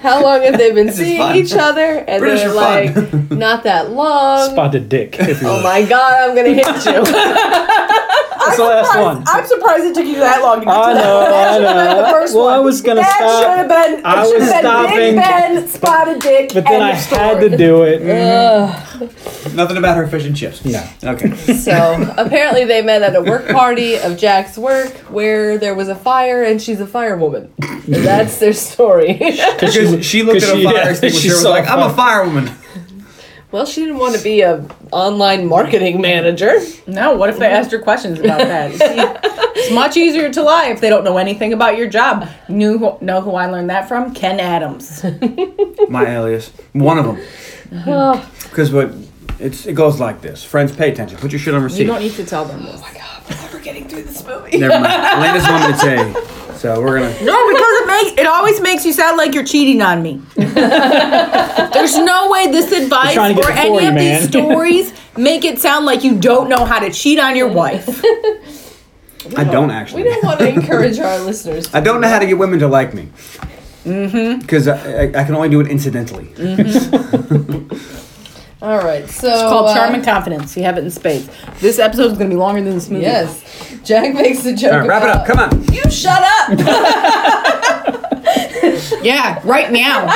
Speaker 3: how long have they been
Speaker 5: is
Speaker 3: seeing
Speaker 5: fun.
Speaker 3: each other? And
Speaker 5: British
Speaker 3: they're
Speaker 5: are fun.
Speaker 3: like, Not that long.
Speaker 4: Spotted dick. If you
Speaker 3: Oh
Speaker 4: will.
Speaker 3: my god, I'm gonna hit you.
Speaker 4: That's the last one.
Speaker 2: I'm surprised it took you that long to get
Speaker 4: I
Speaker 2: to
Speaker 4: know,
Speaker 2: that.
Speaker 4: I
Speaker 2: That should have been the
Speaker 4: know.
Speaker 2: first
Speaker 4: Well,
Speaker 2: one.
Speaker 4: I was gonna
Speaker 2: that
Speaker 4: stop,
Speaker 2: should have been.
Speaker 4: I
Speaker 2: it should
Speaker 4: was
Speaker 2: have
Speaker 4: stopping,
Speaker 2: Been Big Ben spotted dick.
Speaker 4: But then
Speaker 2: end
Speaker 4: I
Speaker 2: of story.
Speaker 4: had to do it.
Speaker 5: Nothing about her fish and chips.
Speaker 4: No.
Speaker 5: Okay.
Speaker 3: So apparently they met at a work party of Jack's work where there was a fire and she's a firewoman. And that's their story.
Speaker 5: Because she looked
Speaker 4: Because
Speaker 5: at a
Speaker 4: she-
Speaker 5: fire
Speaker 4: yeah,
Speaker 5: extinguisher
Speaker 4: she
Speaker 5: and was
Speaker 4: saw
Speaker 5: like,
Speaker 4: a
Speaker 5: I'm a firewoman.
Speaker 3: well, she didn't want to be a online marketing manager.
Speaker 2: No, what if they asked her questions about that? You see, it's much easier to lie if they don't know anything about your job. Knew who, know who I learned that from? Ken Adams.
Speaker 5: My alias. One of them.
Speaker 3: Oh,
Speaker 5: Because what it's it goes like this. Friends, pay attention. Put your shit on receipt.
Speaker 2: You don't need to tell them this.
Speaker 3: my God, we're never getting through this movie.
Speaker 5: Never mind. Elaine doesn't want me to say. So we're gonna.
Speaker 2: No, because it makes it always makes you sound like you're cheating on me. There's no way this advice
Speaker 4: trying to
Speaker 2: or
Speaker 4: get the
Speaker 2: any
Speaker 4: 40,
Speaker 2: of
Speaker 4: man.
Speaker 2: these stories make it sound like you don't know how to cheat on your wife.
Speaker 5: I don't
Speaker 3: We
Speaker 5: actually.
Speaker 3: don't want to encourage our listeners.
Speaker 5: I don't know how to get women to like me. Because mm-hmm. I, I, I can only do it incidentally.
Speaker 3: Mm-hmm. All right, so
Speaker 2: It's called
Speaker 3: uh,
Speaker 2: charm and confidence. You have it in spades. This episode is going to be longer than this movie.
Speaker 3: Yes, Jack makes the joke.
Speaker 5: All right, wrap it up.
Speaker 3: about-
Speaker 5: Come on.
Speaker 3: You shut up.
Speaker 2: Yeah, right now.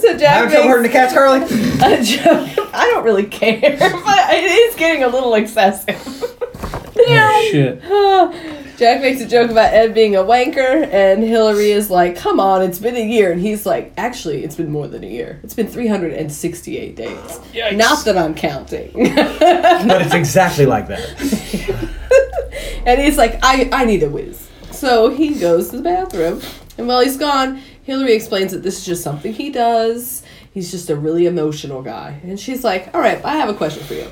Speaker 3: so Jack
Speaker 5: Haven't trouble
Speaker 3: makes
Speaker 5: hurting the cats, Carly?
Speaker 3: a joke. I don't really care, but it is getting a little excessive.
Speaker 4: Oh, shit.
Speaker 3: Jack makes a joke about Ed being a wanker, and Hillary is like, "Come on, it's been a year," and he's like, "Actually, it's been more than a year. It's been 368 days. Not that I'm counting."
Speaker 5: but it's exactly like that.
Speaker 3: and he's like, "I I need a whiz." So he goes to the bathroom, and while he's gone, Hillary explains that this is just something he does. He's just a really emotional guy, and she's like, "All right, I have a question for you.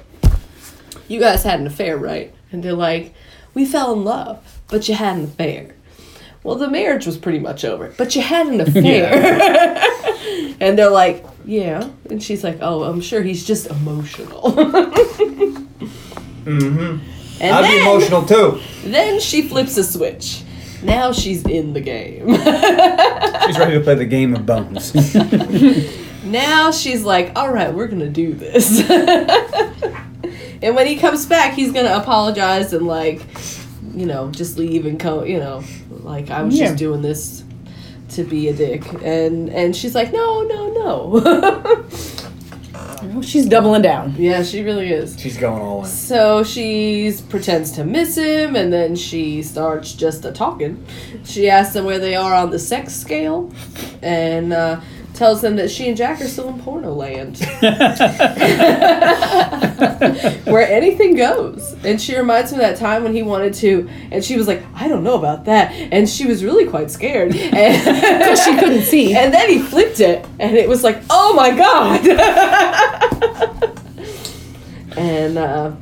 Speaker 3: You guys had an affair, right?" And they're like, "We fell in love, but you had an affair." Well, the marriage was pretty much over, but you had an affair. and they're like, "Yeah," and she's like, "Oh, I'm sure he's just emotional." And
Speaker 5: I'd Mm-hmm. be
Speaker 3: then-
Speaker 5: emotional too.
Speaker 3: then she flips a switch. Now she's in the game.
Speaker 5: She's ready to play the game of bones.
Speaker 3: now she's like, all right, we're gonna do this. and when he comes back, he's gonna apologize and, like, you know, just leave and go, you know, like, I was
Speaker 2: Yeah.
Speaker 3: just doing this to be a dick. And, and she's like, no, no, no.
Speaker 2: She's doubling down.
Speaker 3: yeah, she really is.
Speaker 5: She's going all in.
Speaker 3: So she pretends to miss him, and then she starts just a talking. She asks them where they are on the sex scale, and uh, tells them that she and Jack are still in porno land, where anything goes. And she reminds him of that time when he wanted to, and she was like, "I don't know about that," and she was really quite scared. And
Speaker 2: She couldn't see.
Speaker 3: And then he flipped it, and it was like, oh my god! and uh,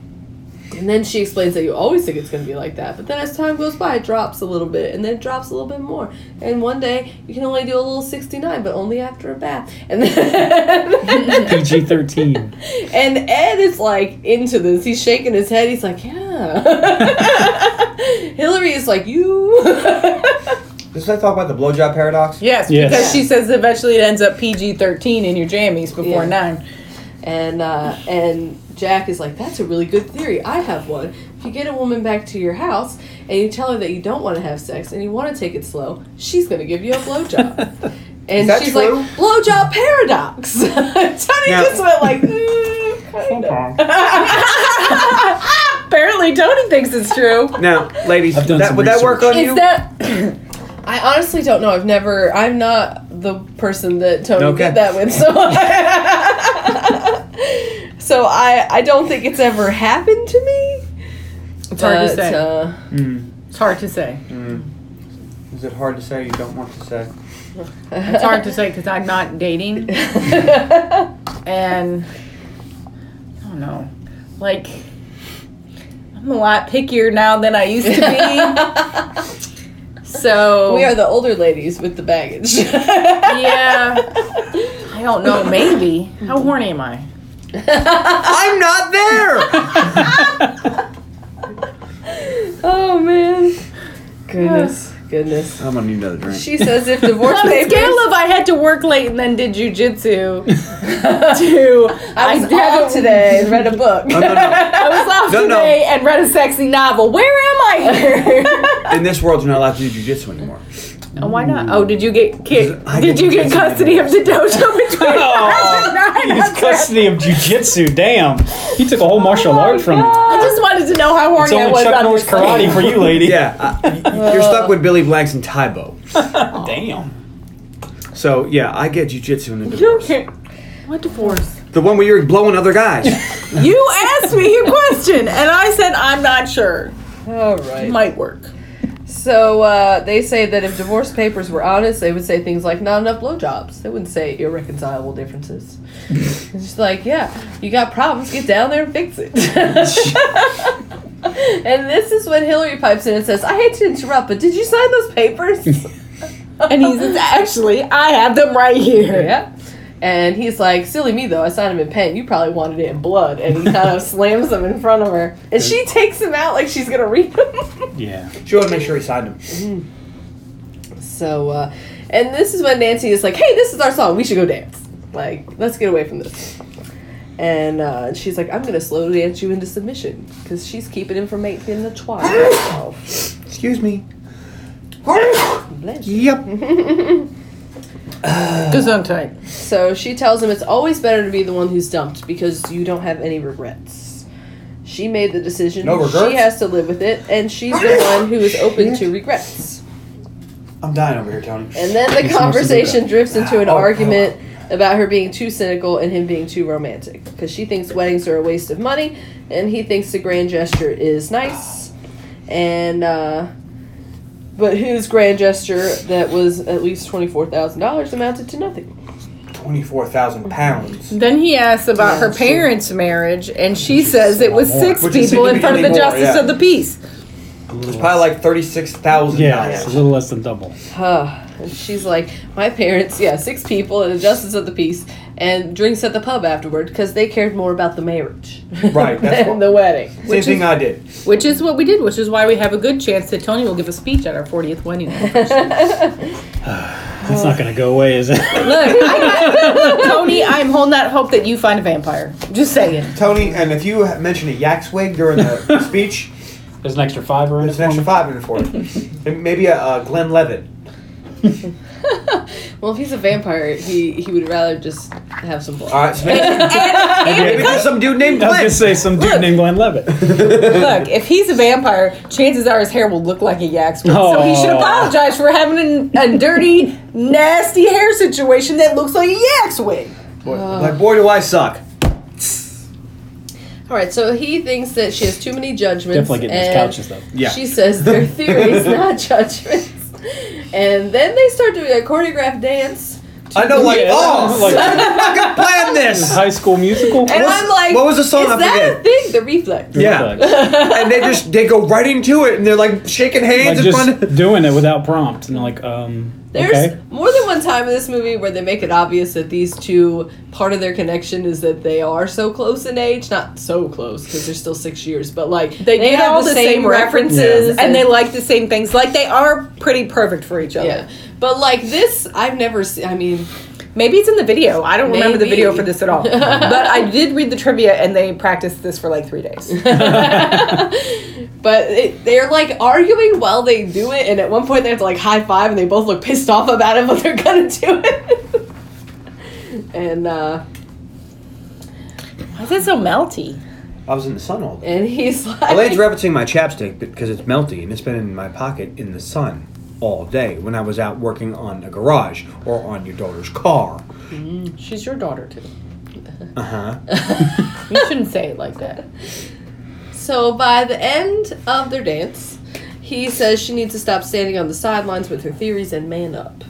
Speaker 3: And then she explains that you always think it's going to be like that, but then as time goes by, it drops a little bit, and then it drops a little bit more. And one day, you can only do a little 69, but only after a bath. And then,
Speaker 4: PG thirteen.
Speaker 3: and Ed is like into this. He's shaking his head. He's like, yeah. Hillary is like, you.
Speaker 5: Does that talk about the blowjob paradox?
Speaker 2: Yes,
Speaker 4: Yes.
Speaker 2: because she says eventually it ends up PG thirteen in your jammies before
Speaker 3: Yeah.
Speaker 2: nine.
Speaker 3: and uh, and Jack is like, "That's a really good theory. I have one. If you get a woman back to your house and you tell her that you don't want to have sex and you want to take it slow, she's gonna give you a blowjob." And
Speaker 5: that
Speaker 3: she's
Speaker 5: true?
Speaker 3: like, "Blowjob paradox." Tony
Speaker 5: Now-
Speaker 3: just went like, mm, kind of.
Speaker 2: Apparently, Tony thinks it's true.
Speaker 5: Now, ladies,
Speaker 4: I've done
Speaker 5: that,
Speaker 4: some
Speaker 5: would that work on
Speaker 3: "Is
Speaker 4: research.
Speaker 5: you?
Speaker 3: that?" I honestly don't know. I've never. I'm not the person that Tony
Speaker 5: Okay.
Speaker 3: did that with, so. I, so I I don't think it's ever happened to me.
Speaker 2: It's hard to
Speaker 3: But,
Speaker 2: say.
Speaker 3: uh,
Speaker 4: Mm.
Speaker 2: It's hard to say.
Speaker 5: Is it hard to say? or You don't want to say.
Speaker 2: It's hard to say because I'm not dating, and I don't know. Like, I'm a lot pickier now than I used to be. so
Speaker 3: uh, we are the older ladies with the baggage.
Speaker 2: yeah. I don't know. Maybe. How horny am I?
Speaker 5: I'm not there.
Speaker 3: oh man. Goodness. Goodness.
Speaker 5: I'm gonna need another drink.
Speaker 3: She says if divorce
Speaker 2: On a
Speaker 3: papers.
Speaker 2: scale of I had to work late and then did jujitsu to
Speaker 3: I was
Speaker 2: haven't-
Speaker 3: off today and read a book.
Speaker 5: Oh, No, no, no.
Speaker 2: I was off
Speaker 5: No, no.
Speaker 2: today and read a sexy novel. Where am I here?
Speaker 5: In this world, you're not allowed to do jujitsu anymore.
Speaker 2: Oh, why not? Oh, did you get kicked?
Speaker 5: I
Speaker 2: Did
Speaker 5: get
Speaker 2: you get
Speaker 5: kicked.
Speaker 2: custody of the dojo between
Speaker 4: Oh,
Speaker 2: nine
Speaker 4: he's
Speaker 2: and seven?
Speaker 4: custody of jujitsu. Damn, he took a whole martial
Speaker 3: Oh
Speaker 4: art from.
Speaker 2: I just wanted to know how
Speaker 4: It's
Speaker 2: horny I
Speaker 4: only
Speaker 2: was.
Speaker 4: Chuck
Speaker 2: on
Speaker 4: Norris
Speaker 2: this thing.
Speaker 4: karate for you, lady.
Speaker 5: Yeah, I, you're stuck with Billy Blanks and Tybo.
Speaker 4: Damn.
Speaker 5: So yeah, I get jujitsu in the
Speaker 2: You
Speaker 5: divorce.
Speaker 2: can't- What divorce?
Speaker 5: The one where you're blowing other guys.
Speaker 2: You asked me your question, and I said I'm not sure.
Speaker 3: All right.
Speaker 2: Might work.
Speaker 3: So uh, they say that if divorce papers were honest, they would say things like not enough blowjobs. They wouldn't say irreconcilable differences. it's just like, yeah, you got problems, get down there and fix it. and this is when Hillary pipes in and says, "I hate to interrupt, but did you sign those papers?"
Speaker 2: And he says, actually, I have them right here.
Speaker 3: yeah. And he's like, "Silly me though, I signed them in pen. You probably wanted it in blood." And he kind of slams them in front of her, and she takes them out like she's gonna read them.
Speaker 4: Yeah.
Speaker 5: She wanted to make sure he signed him.
Speaker 3: So, uh, and this is when Nancy is like, hey, this is our song. We should go dance. Like, let's get away from this. And uh, she's like, I'm going to slow dance you into submission because she's keeping him from making the twat. Oh,
Speaker 5: Excuse me.
Speaker 3: bless you.
Speaker 5: Yep.
Speaker 2: Gesundheit.
Speaker 3: so she tells him it's always better to be the one who's dumped because you don't have any regrets. She made the decision.
Speaker 5: No regrets?
Speaker 3: She has to live with it, and she's the one who is open to regrets.
Speaker 5: I'm dying over here, Tony.
Speaker 3: And then the
Speaker 4: It's mostly
Speaker 3: conversation
Speaker 4: about-
Speaker 3: drifts into an
Speaker 5: Oh,
Speaker 3: argument about her being too cynical and him being too romantic because she thinks weddings are a waste of money and he thinks the grand gesture is nice and uh but his grand gesture that was at least $24,000 amounted to nothing.
Speaker 5: Twenty-four thousand pounds.
Speaker 2: Then he asks about her parents' marriage, and she says it was six
Speaker 5: Which is
Speaker 2: people in front of the
Speaker 5: significantly more,
Speaker 2: justice
Speaker 5: yeah.
Speaker 2: of the peace.
Speaker 5: It's probably like thirty-six thousand.
Speaker 4: Yeah, it's a little less than double.
Speaker 3: Huh. And she's like, my parents, yeah, six people and a justice of the peace and drinks at the pub afterward because they cared more about the marriage
Speaker 5: Right, that's
Speaker 3: than
Speaker 5: what-
Speaker 3: the wedding.
Speaker 5: Same thing I did.
Speaker 2: Which is what we did, which is why we have a good chance that Tony will give a speech at our 40th wedding.
Speaker 4: It's not gonna go away, is it?
Speaker 2: Look, I- Tony, I'm holding out hope that you find a vampire. Just saying.
Speaker 5: Tony, and if you mention a yak's wig during the speech,
Speaker 4: There's an extra fiver in it.
Speaker 5: there's an extra five minutes for it. And Maybe a uh, Glenn Levitt.
Speaker 3: Well, if he's a vampire, he, he would rather just have some blood.
Speaker 5: All right, so maybe, maybe there's some dude named
Speaker 4: I was
Speaker 5: Glenn.
Speaker 4: gonna say some dude named Glenn Levitt.
Speaker 2: Look, if he's a vampire, chances are his hair will look like a yak's. wig. So he should
Speaker 4: Aw.
Speaker 2: apologize for having a, a dirty, nasty hair situation that looks like a yak's wig.
Speaker 5: Boy, like, boy, do I suck.
Speaker 3: All right, so he thinks that she has too many judgments.
Speaker 4: Definitely getting those
Speaker 3: and
Speaker 4: couches though.
Speaker 5: Yeah.
Speaker 3: She says they're theories, not judgments. And then they start doing a choreographed dance
Speaker 5: I know, like,
Speaker 4: Yeah.
Speaker 5: oh,
Speaker 4: Like-
Speaker 5: I fucking planned this.
Speaker 4: High School Musical.
Speaker 3: And
Speaker 5: What's-
Speaker 3: I'm like,
Speaker 5: what was the song?
Speaker 3: Is
Speaker 5: I
Speaker 3: that
Speaker 5: forget."
Speaker 3: a thing? The reflex.
Speaker 5: Yeah,
Speaker 4: Like,
Speaker 5: and they just they go right into it, and they're like shaking hands in front.
Speaker 4: just
Speaker 5: of...
Speaker 4: doing it without prompt and like um
Speaker 3: There's
Speaker 4: okay
Speaker 3: more than one time in this movie where they make it obvious that these two part of their connection is that they are so close in age, not so close because they're still six years, but like
Speaker 2: They, do have all the same, references,
Speaker 3: and
Speaker 2: and they like the same things. Like they are pretty perfect for each other.
Speaker 3: yeah. But like this, I've never seen. I mean,
Speaker 2: Maybe it's in the video. I don't remember the
Speaker 3: Maybe.
Speaker 2: video for this at all. but I did read the trivia, and they practiced this for like three days.
Speaker 3: but it, they're like arguing while they do it, and at one point they have to like high five, and they both look pissed off about it, but they're gonna do it. and uh,
Speaker 1: Why is it so melty?
Speaker 5: I was in the sun all day.
Speaker 3: and he's like,
Speaker 5: Elaine's referencing my chapstick because it's melty and it's been in my pocket in the sun all day when I was out working on a garage or on your daughter's car.
Speaker 1: She's your daughter too.
Speaker 5: Uh huh.
Speaker 1: You shouldn't say it like that.
Speaker 3: So by the end of their dance, he says she needs to stop standing on the sidelines with her theories and man up,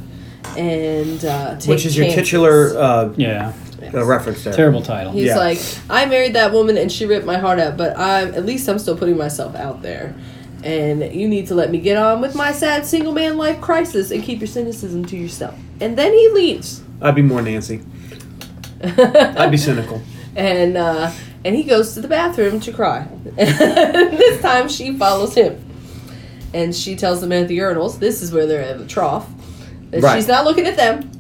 Speaker 3: and uh, take
Speaker 5: Which is your
Speaker 3: chances.
Speaker 5: titular uh,
Speaker 4: yeah
Speaker 5: uh, reference there.
Speaker 4: terrible title
Speaker 3: He's
Speaker 5: Yeah.
Speaker 3: like, I married that woman and she ripped my heart out, but I'm at least I'm still putting myself out there, and you need to let me get on with my sad single man life crisis and keep your cynicism to yourself. And then he leaves.
Speaker 5: I'd be more Nancy. I'd be cynical.
Speaker 3: and uh, and he goes to the bathroom to cry. this time she follows him, and she tells the man at the urinals, "This is where they're at the trough." That
Speaker 5: Right.
Speaker 3: she's not looking at them.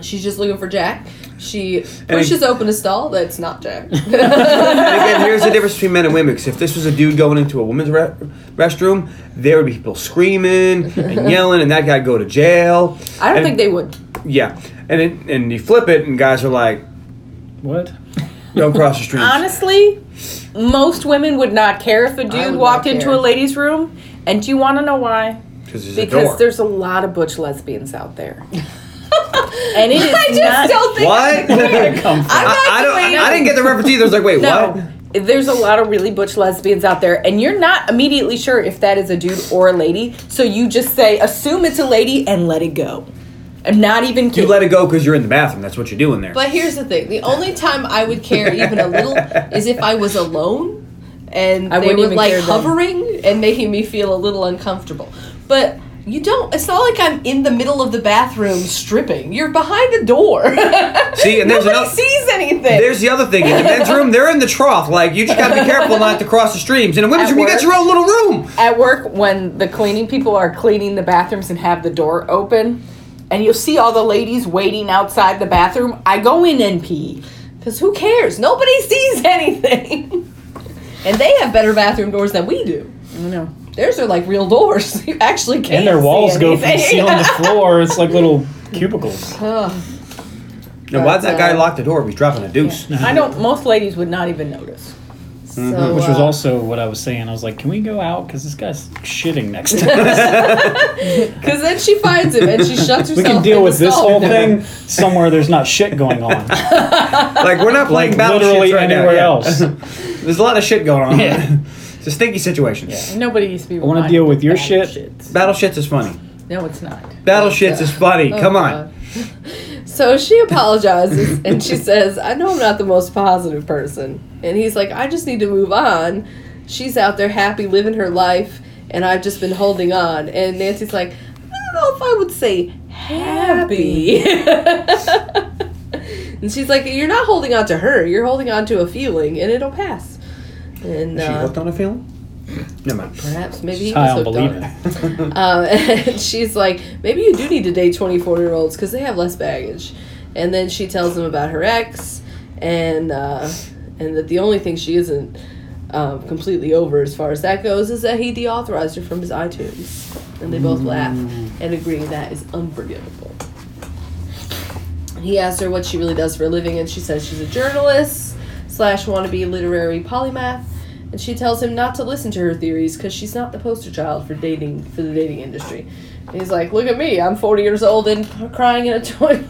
Speaker 3: she's just looking for Jack. She pushes open a stall that's not Jack.
Speaker 5: And again, here's the difference between men and women. 'cause if this was a dude going into a woman's re- restroom, there would be people screaming and yelling, and that guy'd go to jail.
Speaker 3: I don't
Speaker 5: And-
Speaker 3: think they would.
Speaker 5: Yeah, and it, and you flip it, and guys are like,
Speaker 4: what
Speaker 5: "Don't cross the street."
Speaker 1: Honestly, most women would not care if a
Speaker 3: would
Speaker 1: dude
Speaker 3: not
Speaker 1: walked into
Speaker 3: care.
Speaker 1: a lady's room. And do you want to know why?
Speaker 5: Because there's a
Speaker 1: Because
Speaker 5: door.
Speaker 1: there's a lot of butch lesbians out there. and it is
Speaker 3: I just
Speaker 1: not,
Speaker 3: don't think.
Speaker 5: what? I,
Speaker 4: come from
Speaker 5: I don't. I, I didn't get the reference either. I was like, "Wait, what?"
Speaker 1: No. There's a lot of really butch lesbians out there, and you're not immediately sure if that is a dude or a lady. So you just say, assume it's a lady and let it go. I'm not even
Speaker 5: You
Speaker 1: kidding.
Speaker 5: let it go because you're in the bathroom. That's what you're doing there.
Speaker 3: But here's the thing: the only time I would care even a little is if I was alone, and
Speaker 1: I
Speaker 3: they
Speaker 1: wouldn't
Speaker 3: were
Speaker 1: even
Speaker 3: like
Speaker 1: care then.
Speaker 3: hovering and making me feel a little uncomfortable. But you don't. It's not like I'm in the middle of the bathroom stripping. You're behind the door.
Speaker 5: See, and there's
Speaker 3: nobody
Speaker 5: another-
Speaker 3: sees anything.
Speaker 5: There's the other thing. In the men's room, they're in the trough. Like you just gotta be careful not to cross the streams. In the women's
Speaker 1: At
Speaker 5: room, you got
Speaker 1: work.
Speaker 5: your own little room.
Speaker 1: At work, when the cleaning people are cleaning the bathrooms and have the door open, and you'll see all the ladies waiting outside the bathroom, I go in and pee.
Speaker 3: Because who cares? Nobody sees anything. and they have better bathroom doors than we do.
Speaker 1: No.
Speaker 3: Theirs are like real doors. You actually can't.
Speaker 4: and their
Speaker 3: see
Speaker 4: walls go from the
Speaker 3: anything.
Speaker 4: ceiling to floor it's like little cubicles
Speaker 3: Ugh.
Speaker 5: And why'd
Speaker 3: But,
Speaker 5: that guy
Speaker 3: uh,
Speaker 5: lock the door? He's dropping a deuce.
Speaker 1: I don't, most ladies would not even notice.
Speaker 3: So,
Speaker 4: which was
Speaker 3: uh,
Speaker 4: also what I was saying I was like can we go out because this guy's shitting next to us
Speaker 3: Because then she finds him and she shuts herself.
Speaker 4: we can
Speaker 3: in
Speaker 4: deal
Speaker 3: the
Speaker 4: with this
Speaker 3: stall.
Speaker 4: whole thing somewhere there's not shit going on
Speaker 5: Like we're not playing
Speaker 4: like
Speaker 5: battleships
Speaker 4: literally
Speaker 5: right now,
Speaker 4: anywhere
Speaker 5: yeah.
Speaker 4: else
Speaker 5: There's a lot of shit going on.
Speaker 4: Yeah.
Speaker 5: it's a stinky situation.
Speaker 1: Nobody used to be. I
Speaker 4: wanna deal with your shit.
Speaker 5: Battle shits is funny.
Speaker 1: No, it's not.
Speaker 5: Battle shits is funny. Come on.
Speaker 3: So she apologizes and she says, I know I'm not the most positive person. And he's like, I just need to move on. She's out there happy, living her life, and I've just been holding on. And Nancy's like, I don't know if I would say happy. and she's like, You're not holding on to her, you're holding on to a feeling, and it'll pass. And
Speaker 5: She
Speaker 3: uh,
Speaker 5: hooked on a feeling. Never mind.
Speaker 3: perhaps maybe he
Speaker 4: I
Speaker 3: was
Speaker 4: don't
Speaker 3: hooked
Speaker 4: believe
Speaker 3: on
Speaker 4: it
Speaker 3: it. Um, and she's like, maybe you do need to date 24 year olds because they have less baggage. And then she tells him about her ex and uh, and that the only thing she isn't um, completely over as far as that goes is that he deauthorized her from his iTunes. And they both laugh and agree that is unforgivable. He asks her what she really does for a living, and she says she's a journalist slash wannabe literary polymath. And she tells him not to listen to her theories because she's not the poster child for dating for the dating industry. And he's like, "Look at me, I'm 40 years old and crying in a toilet."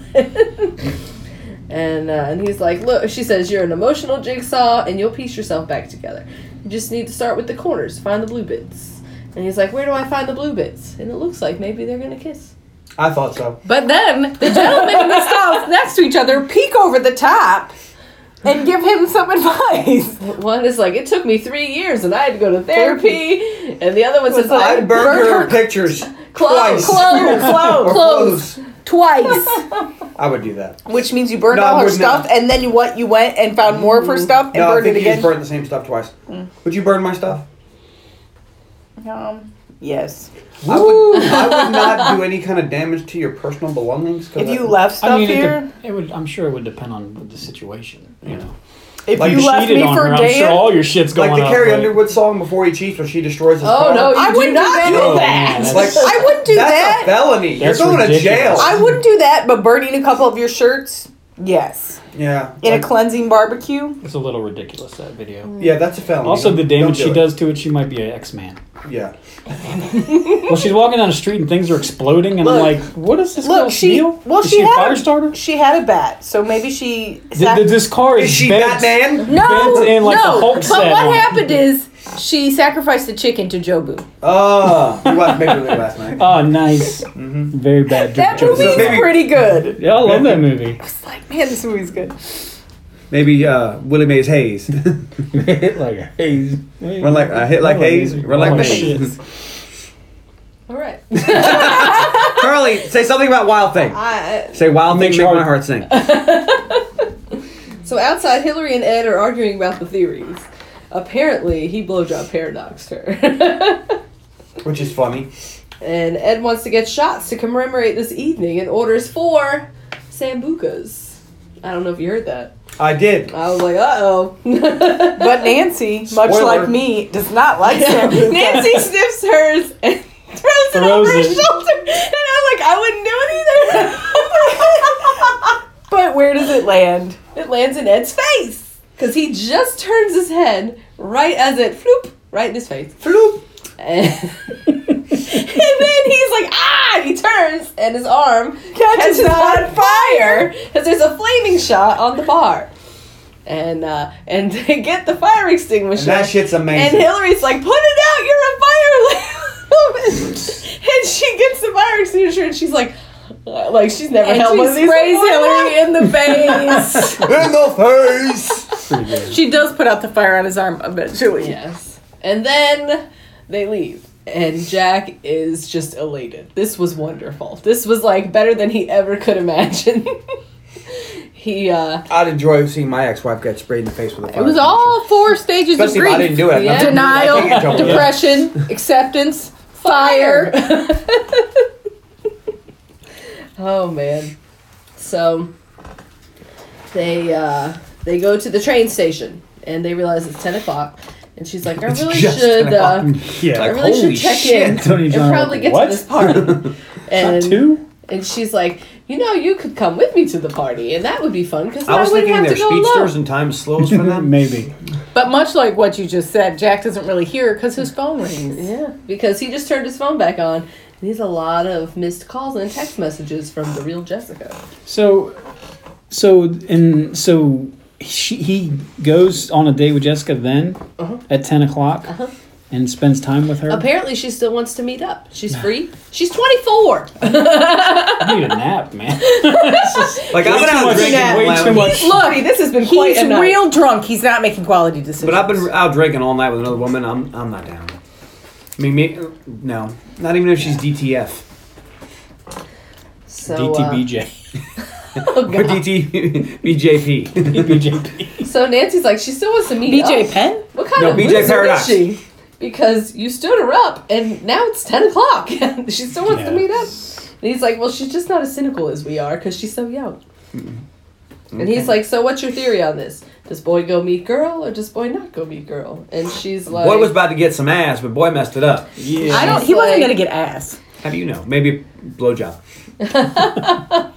Speaker 3: and uh, and he's like, "Look," she says, "You're an emotional jigsaw, and you'll piece yourself back together. You just need to start with the corners, find the blue bits." And he's like, "Where do I find the blue bits?" And it looks like maybe they're gonna kiss.
Speaker 5: I thought so.
Speaker 3: But then the gentleman in the
Speaker 1: Styles next to each other, peek over the top, and give him some advice.
Speaker 3: One is like, it took me three years and I had to go to therapy. And the other one says,
Speaker 5: I
Speaker 3: I
Speaker 5: burned her pictures
Speaker 3: clothes,
Speaker 5: twice.
Speaker 3: clothes,
Speaker 5: Or
Speaker 3: clothes,
Speaker 5: clothes.
Speaker 1: Twice.
Speaker 5: I would do that.
Speaker 2: Which means you burned
Speaker 5: No, I
Speaker 2: all her
Speaker 5: wouldn't
Speaker 2: stuff,
Speaker 5: have.
Speaker 2: and then you went, you went and found more of her stuff and
Speaker 5: No, I
Speaker 2: burned it
Speaker 5: think you
Speaker 2: again.
Speaker 5: just burned the same stuff twice. Would you burn my stuff?
Speaker 2: um, yes.
Speaker 5: I would, I would not do any kind of damage to your personal belongings. 'cause
Speaker 2: If
Speaker 5: I-
Speaker 2: you left stuff
Speaker 4: I mean, it,
Speaker 2: here,
Speaker 4: de- it would. I'm sure it would depend on the situation. You know,
Speaker 2: if
Speaker 4: like
Speaker 2: you left
Speaker 4: cheated
Speaker 2: me
Speaker 4: on
Speaker 2: for
Speaker 4: her,
Speaker 2: a
Speaker 4: I'm
Speaker 2: day,
Speaker 4: sure all your shit's going
Speaker 5: like the
Speaker 4: up.
Speaker 5: Carrie
Speaker 4: but-
Speaker 5: Underwood song before he cheats, where she destroys his.
Speaker 3: Oh,
Speaker 5: car.
Speaker 3: no, you
Speaker 2: I
Speaker 3: do
Speaker 2: wouldn't do
Speaker 3: not
Speaker 2: that.
Speaker 3: do
Speaker 4: Oh,
Speaker 3: that.
Speaker 4: man, that's-
Speaker 5: Like-
Speaker 2: I wouldn't do
Speaker 5: That's
Speaker 2: that.
Speaker 5: a felony.
Speaker 4: That's
Speaker 5: You're going
Speaker 4: ridiculous.
Speaker 5: to jail.
Speaker 2: I wouldn't do that, but burning a couple of your shirts, yes.
Speaker 5: yeah.
Speaker 2: In
Speaker 5: like-
Speaker 2: a cleansing barbecue,
Speaker 4: It's a little ridiculous that video.
Speaker 5: yeah, that's a felony.
Speaker 4: Also, the
Speaker 5: Don't-
Speaker 4: damage
Speaker 5: don't
Speaker 4: she
Speaker 5: do it.
Speaker 4: does to it, she might be an X-Man.
Speaker 5: Yeah.
Speaker 4: Well, she's walking down the street and things are exploding, and
Speaker 2: Look.
Speaker 4: I'm like, what is this
Speaker 2: Look,
Speaker 4: girl's
Speaker 2: she-
Speaker 4: deal?
Speaker 2: well,
Speaker 4: is
Speaker 2: she
Speaker 4: she, a
Speaker 2: had
Speaker 4: fire
Speaker 2: a-
Speaker 4: starter?
Speaker 2: she had a bat, so maybe she.
Speaker 4: Th- th- this car is,
Speaker 5: Is she
Speaker 4: bent,
Speaker 5: Batman?
Speaker 3: No,
Speaker 4: bent in like
Speaker 3: no.
Speaker 4: the Hulk
Speaker 3: But
Speaker 4: set
Speaker 3: what
Speaker 4: on-
Speaker 3: happened is she sacrificed the chicken to Jobu.
Speaker 5: Oh, you watched Major League last night.
Speaker 4: Oh, nice.
Speaker 5: Mm-hmm.
Speaker 4: Very bad.
Speaker 2: that
Speaker 4: joke.
Speaker 2: movie is
Speaker 5: maybe-
Speaker 2: pretty good.
Speaker 4: Yeah, I love that movie.
Speaker 2: It's like, man, this movie's good.
Speaker 5: Maybe uh, Willie Mays Hayes.
Speaker 4: hit like Hayes.
Speaker 5: Run like uh, hit like
Speaker 4: Run like
Speaker 5: Hayes.
Speaker 4: Hayes.
Speaker 5: Run like
Speaker 4: Oh,
Speaker 5: Hayes.
Speaker 3: All right.
Speaker 5: Carly, say something about Wild Thing. Say Wild Thing,
Speaker 4: Make
Speaker 5: make
Speaker 4: sure-
Speaker 5: my heart sing.
Speaker 3: so outside, Hillary and Ed are arguing about the theories. Apparently, he blowjob paradoxed her.
Speaker 5: Which is funny.
Speaker 3: and Ed wants to get shots to commemorate this evening and orders four Sambucas. I don't know if you heard that.
Speaker 5: I did.
Speaker 3: I was like, uh oh. but
Speaker 2: But Nancy, much
Speaker 5: Spoiler.
Speaker 2: like me, does not like Sambuca.
Speaker 3: Nancy sniffs hers and throws it
Speaker 4: Throws
Speaker 3: over his
Speaker 4: it.
Speaker 3: shoulder. And I'm like, I wouldn't
Speaker 2: But where does it land?
Speaker 3: do it either. it lands in Ed's face. Because he just turns his head right as it floop, right in his face.
Speaker 5: Floop.
Speaker 3: And, and then he's like, ah! He turns and his arm
Speaker 2: Catches
Speaker 3: catches
Speaker 2: on
Speaker 3: on fire because there's a flaming shot on the bar. And uh, and they get the fire extinguisher.
Speaker 5: And that shit's
Speaker 3: And
Speaker 5: amazing.
Speaker 3: Hillary's like, put it out, you're a fire And she gets the fire extinguisher and she's like, uh, like she's never
Speaker 2: And
Speaker 3: held
Speaker 2: she
Speaker 3: one of these
Speaker 2: sprays
Speaker 3: before.
Speaker 2: Hillary
Speaker 3: in the face.
Speaker 5: In the face.
Speaker 4: Pretty good.
Speaker 1: She does put out the fire on his arm eventually.
Speaker 3: yes. And then they leave. And Jack is just elated. This was wonderful. This was like better than he ever could imagine. he uh
Speaker 5: I'd enjoy seeing my ex-wife get sprayed in the face with a fire.
Speaker 3: it was all four stages
Speaker 5: Especially
Speaker 3: of
Speaker 5: if
Speaker 3: grief.
Speaker 5: I didn't do it.
Speaker 3: Yeah.
Speaker 5: Nothing- I can't get in
Speaker 3: Denial,
Speaker 5: trouble.
Speaker 3: depression, acceptance, fire. oh man. So they uh, they go to the train station and they realize it's ten o'clock. And she's like, I
Speaker 5: It's
Speaker 3: really
Speaker 5: just
Speaker 3: should
Speaker 5: 10
Speaker 3: uh,
Speaker 5: o'clock.
Speaker 4: Yeah.
Speaker 5: Like,
Speaker 3: I really
Speaker 5: holy
Speaker 3: should check
Speaker 5: shit.
Speaker 3: in
Speaker 4: Tony
Speaker 3: and
Speaker 4: John,
Speaker 3: probably
Speaker 4: like,
Speaker 3: get
Speaker 4: what?
Speaker 3: to this party. and
Speaker 4: Two?
Speaker 3: and she's like, you know, you could come with me to the party, and that would be fun because
Speaker 5: I
Speaker 3: I,
Speaker 5: was
Speaker 3: wouldn't
Speaker 5: thinking
Speaker 3: have to
Speaker 5: they're
Speaker 3: go alone.
Speaker 5: speedsters and time slows for them.
Speaker 4: Maybe.
Speaker 1: But much like what you just said, Jack doesn't really hear because his phone rings.
Speaker 3: Yeah, because he just turned his phone back on, and he's a lot of missed calls and text messages from the real Jessica.
Speaker 4: So, so and so she, he goes on a date with Jessica then
Speaker 3: Uh-huh.
Speaker 4: at ten o'clock and spends time with her.
Speaker 3: Apparently, she still wants to meet up. She's free. She's 24.
Speaker 4: I need a nap, man. It's just
Speaker 5: Like I've
Speaker 4: way
Speaker 5: been
Speaker 4: too
Speaker 5: out
Speaker 4: much-
Speaker 5: drinking,
Speaker 4: way
Speaker 5: all
Speaker 4: too
Speaker 5: night.
Speaker 4: much.
Speaker 3: Look, this has been quite
Speaker 1: He's
Speaker 3: a night.
Speaker 1: real drunk. He's not making quality decisions.
Speaker 5: But I've been out drinking all night with another woman. I'm I'm not down. I mean, me, no, not even if she's DTF.
Speaker 3: So, uh,
Speaker 4: DTBJ.
Speaker 3: oh,
Speaker 5: Or
Speaker 3: God.
Speaker 5: DT BJP.
Speaker 4: DBJP.
Speaker 3: so Nancy's like, she still wants to meet
Speaker 1: BJ
Speaker 3: up.
Speaker 1: Penn?
Speaker 3: What kind
Speaker 5: No,
Speaker 3: of
Speaker 5: BJ
Speaker 3: loser is
Speaker 5: Paradox.
Speaker 3: she? Because you stood her up, and now it's 10 o'clock. and she still wants
Speaker 4: Yeah.
Speaker 3: to meet up. And he's like, well, she's just not as cynical as we are because she's so young.
Speaker 5: Mm-hmm.
Speaker 3: And he's like, so what's your theory on this? Does boy go meet girl or does boy not go meet girl? And she's like,
Speaker 5: boy was about to get some ass, but boy messed it up.
Speaker 4: Yeah.
Speaker 3: I don't-
Speaker 1: He wasn't
Speaker 3: Like-
Speaker 1: going to get ass.
Speaker 5: How do you know? Maybe blowjob.
Speaker 1: Not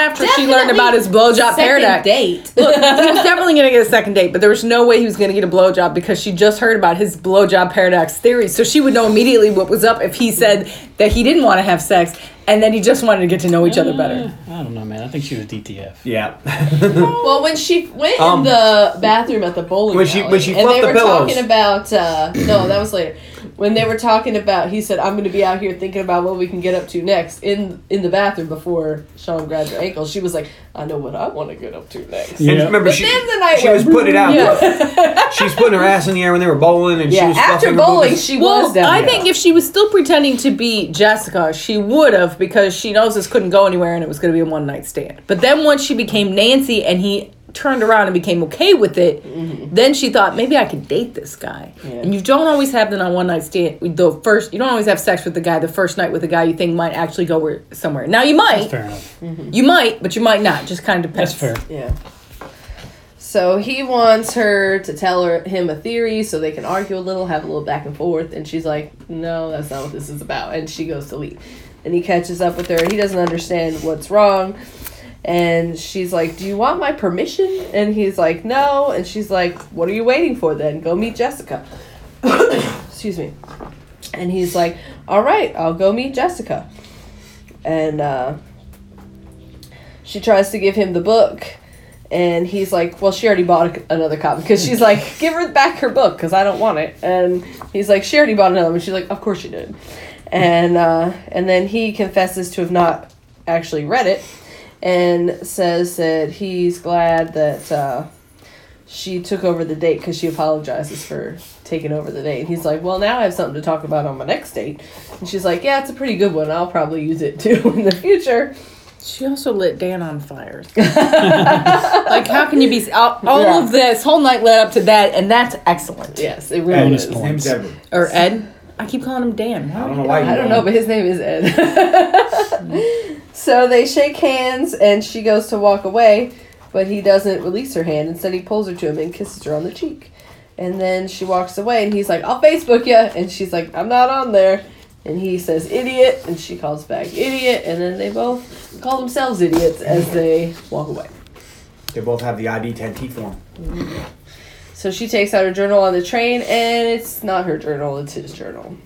Speaker 1: after she learned about his blowjob paradox.
Speaker 3: date.
Speaker 1: Look, he was definitely going to get a second date, but there was no way he was going to get a blowjob because she just heard about his blowjob paradox theory. So she would know immediately what was up if he said that he didn't want to have sex
Speaker 7: and then you just wanted to get to know each other better.
Speaker 4: Eh, I don't know, man. I think she was DTF.
Speaker 5: Yeah.
Speaker 3: Well, when she went
Speaker 5: Um,
Speaker 3: in the bathroom at the bowling
Speaker 5: when she-
Speaker 3: alley,
Speaker 5: when she
Speaker 3: and
Speaker 5: fluffed
Speaker 3: they
Speaker 5: the
Speaker 3: were
Speaker 5: pillows.
Speaker 3: talking about uh, no, that was later. When they were talking about, he said, "I'm going to be out here thinking about what we can get up to next." In in the bathroom before Sean grabbed her ankle, she was like, "I know what I want to get up to next."
Speaker 5: And
Speaker 4: Yeah.
Speaker 5: remember,
Speaker 3: But
Speaker 5: she,
Speaker 3: then the night
Speaker 5: she
Speaker 3: went-
Speaker 5: was putting it out.
Speaker 3: Yeah,
Speaker 5: She's putting her ass in the air when they were bowling, and she
Speaker 3: yeah.
Speaker 5: was fluffing
Speaker 3: After
Speaker 5: her
Speaker 3: bowling,
Speaker 5: boobies.
Speaker 3: she
Speaker 2: Well,
Speaker 3: was down.
Speaker 2: I
Speaker 3: there.
Speaker 2: think if she was still pretending to be Jessica, she would have because she knows this couldn't go anywhere and it was going to be a one night stand. But then once she became Nancy and he turned around and became okay with it,
Speaker 3: Mm-hmm.
Speaker 2: then she thought maybe I could date this guy. And you don't always have that on one night stand. The first you don't always have sex with the guy the first night with the guy you think might actually go where, somewhere. Now you might,
Speaker 4: Fair enough.
Speaker 2: you might, but you might not. Just kind of depends.
Speaker 4: That's fair.
Speaker 3: Yeah. So he wants her to tell her him a theory so they can argue a little, have a little back and forth, and she's like, "No, that's not what this is about." And she goes to leave. And he catches up with her. He doesn't understand what's wrong. And she's like, "Do you want my permission?" And he's like, "No." And she's like, "What are you waiting for then? Go meet Jessica." Excuse me. And he's like, "All right, I'll go meet Jessica." And uh she tries to give him the book and he's like well she already bought a- another copy because she's like give her back her book because i don't want it and he's like she already bought another one she's like of course she did and uh, and then he confesses to have not actually read it and says that he's glad that uh, she took over the date because she apologizes for taking over the date and he's like well now i have something to talk about on my next date and she's like yeah it's a pretty good one i'll probably use it too in the future
Speaker 2: She also lit Dan on fire. like, how can you be all, all
Speaker 3: Yeah.
Speaker 2: of this whole night led up to that, and that's excellent.
Speaker 3: Yes, it really
Speaker 4: Bonus
Speaker 3: is.
Speaker 4: point.
Speaker 5: Name's Edward.
Speaker 2: Or Ed, I keep calling him Dan.
Speaker 5: I don't know why. you
Speaker 3: I don't know, but his name is Ed. so they shake hands, and she goes to walk away, but he doesn't release her hand. Instead, he pulls her to him and kisses her on the cheek. And then she walks away, and he's like, "I'll Facebook you," and she's like, "I'm not on there." And he says, "Idiot," and she calls back, "Idiot," and then they both call themselves idiots as they walk away.
Speaker 5: They both have the ID 10T form.
Speaker 3: So she takes out her journal on the train, and it's not her journal, it's his journal.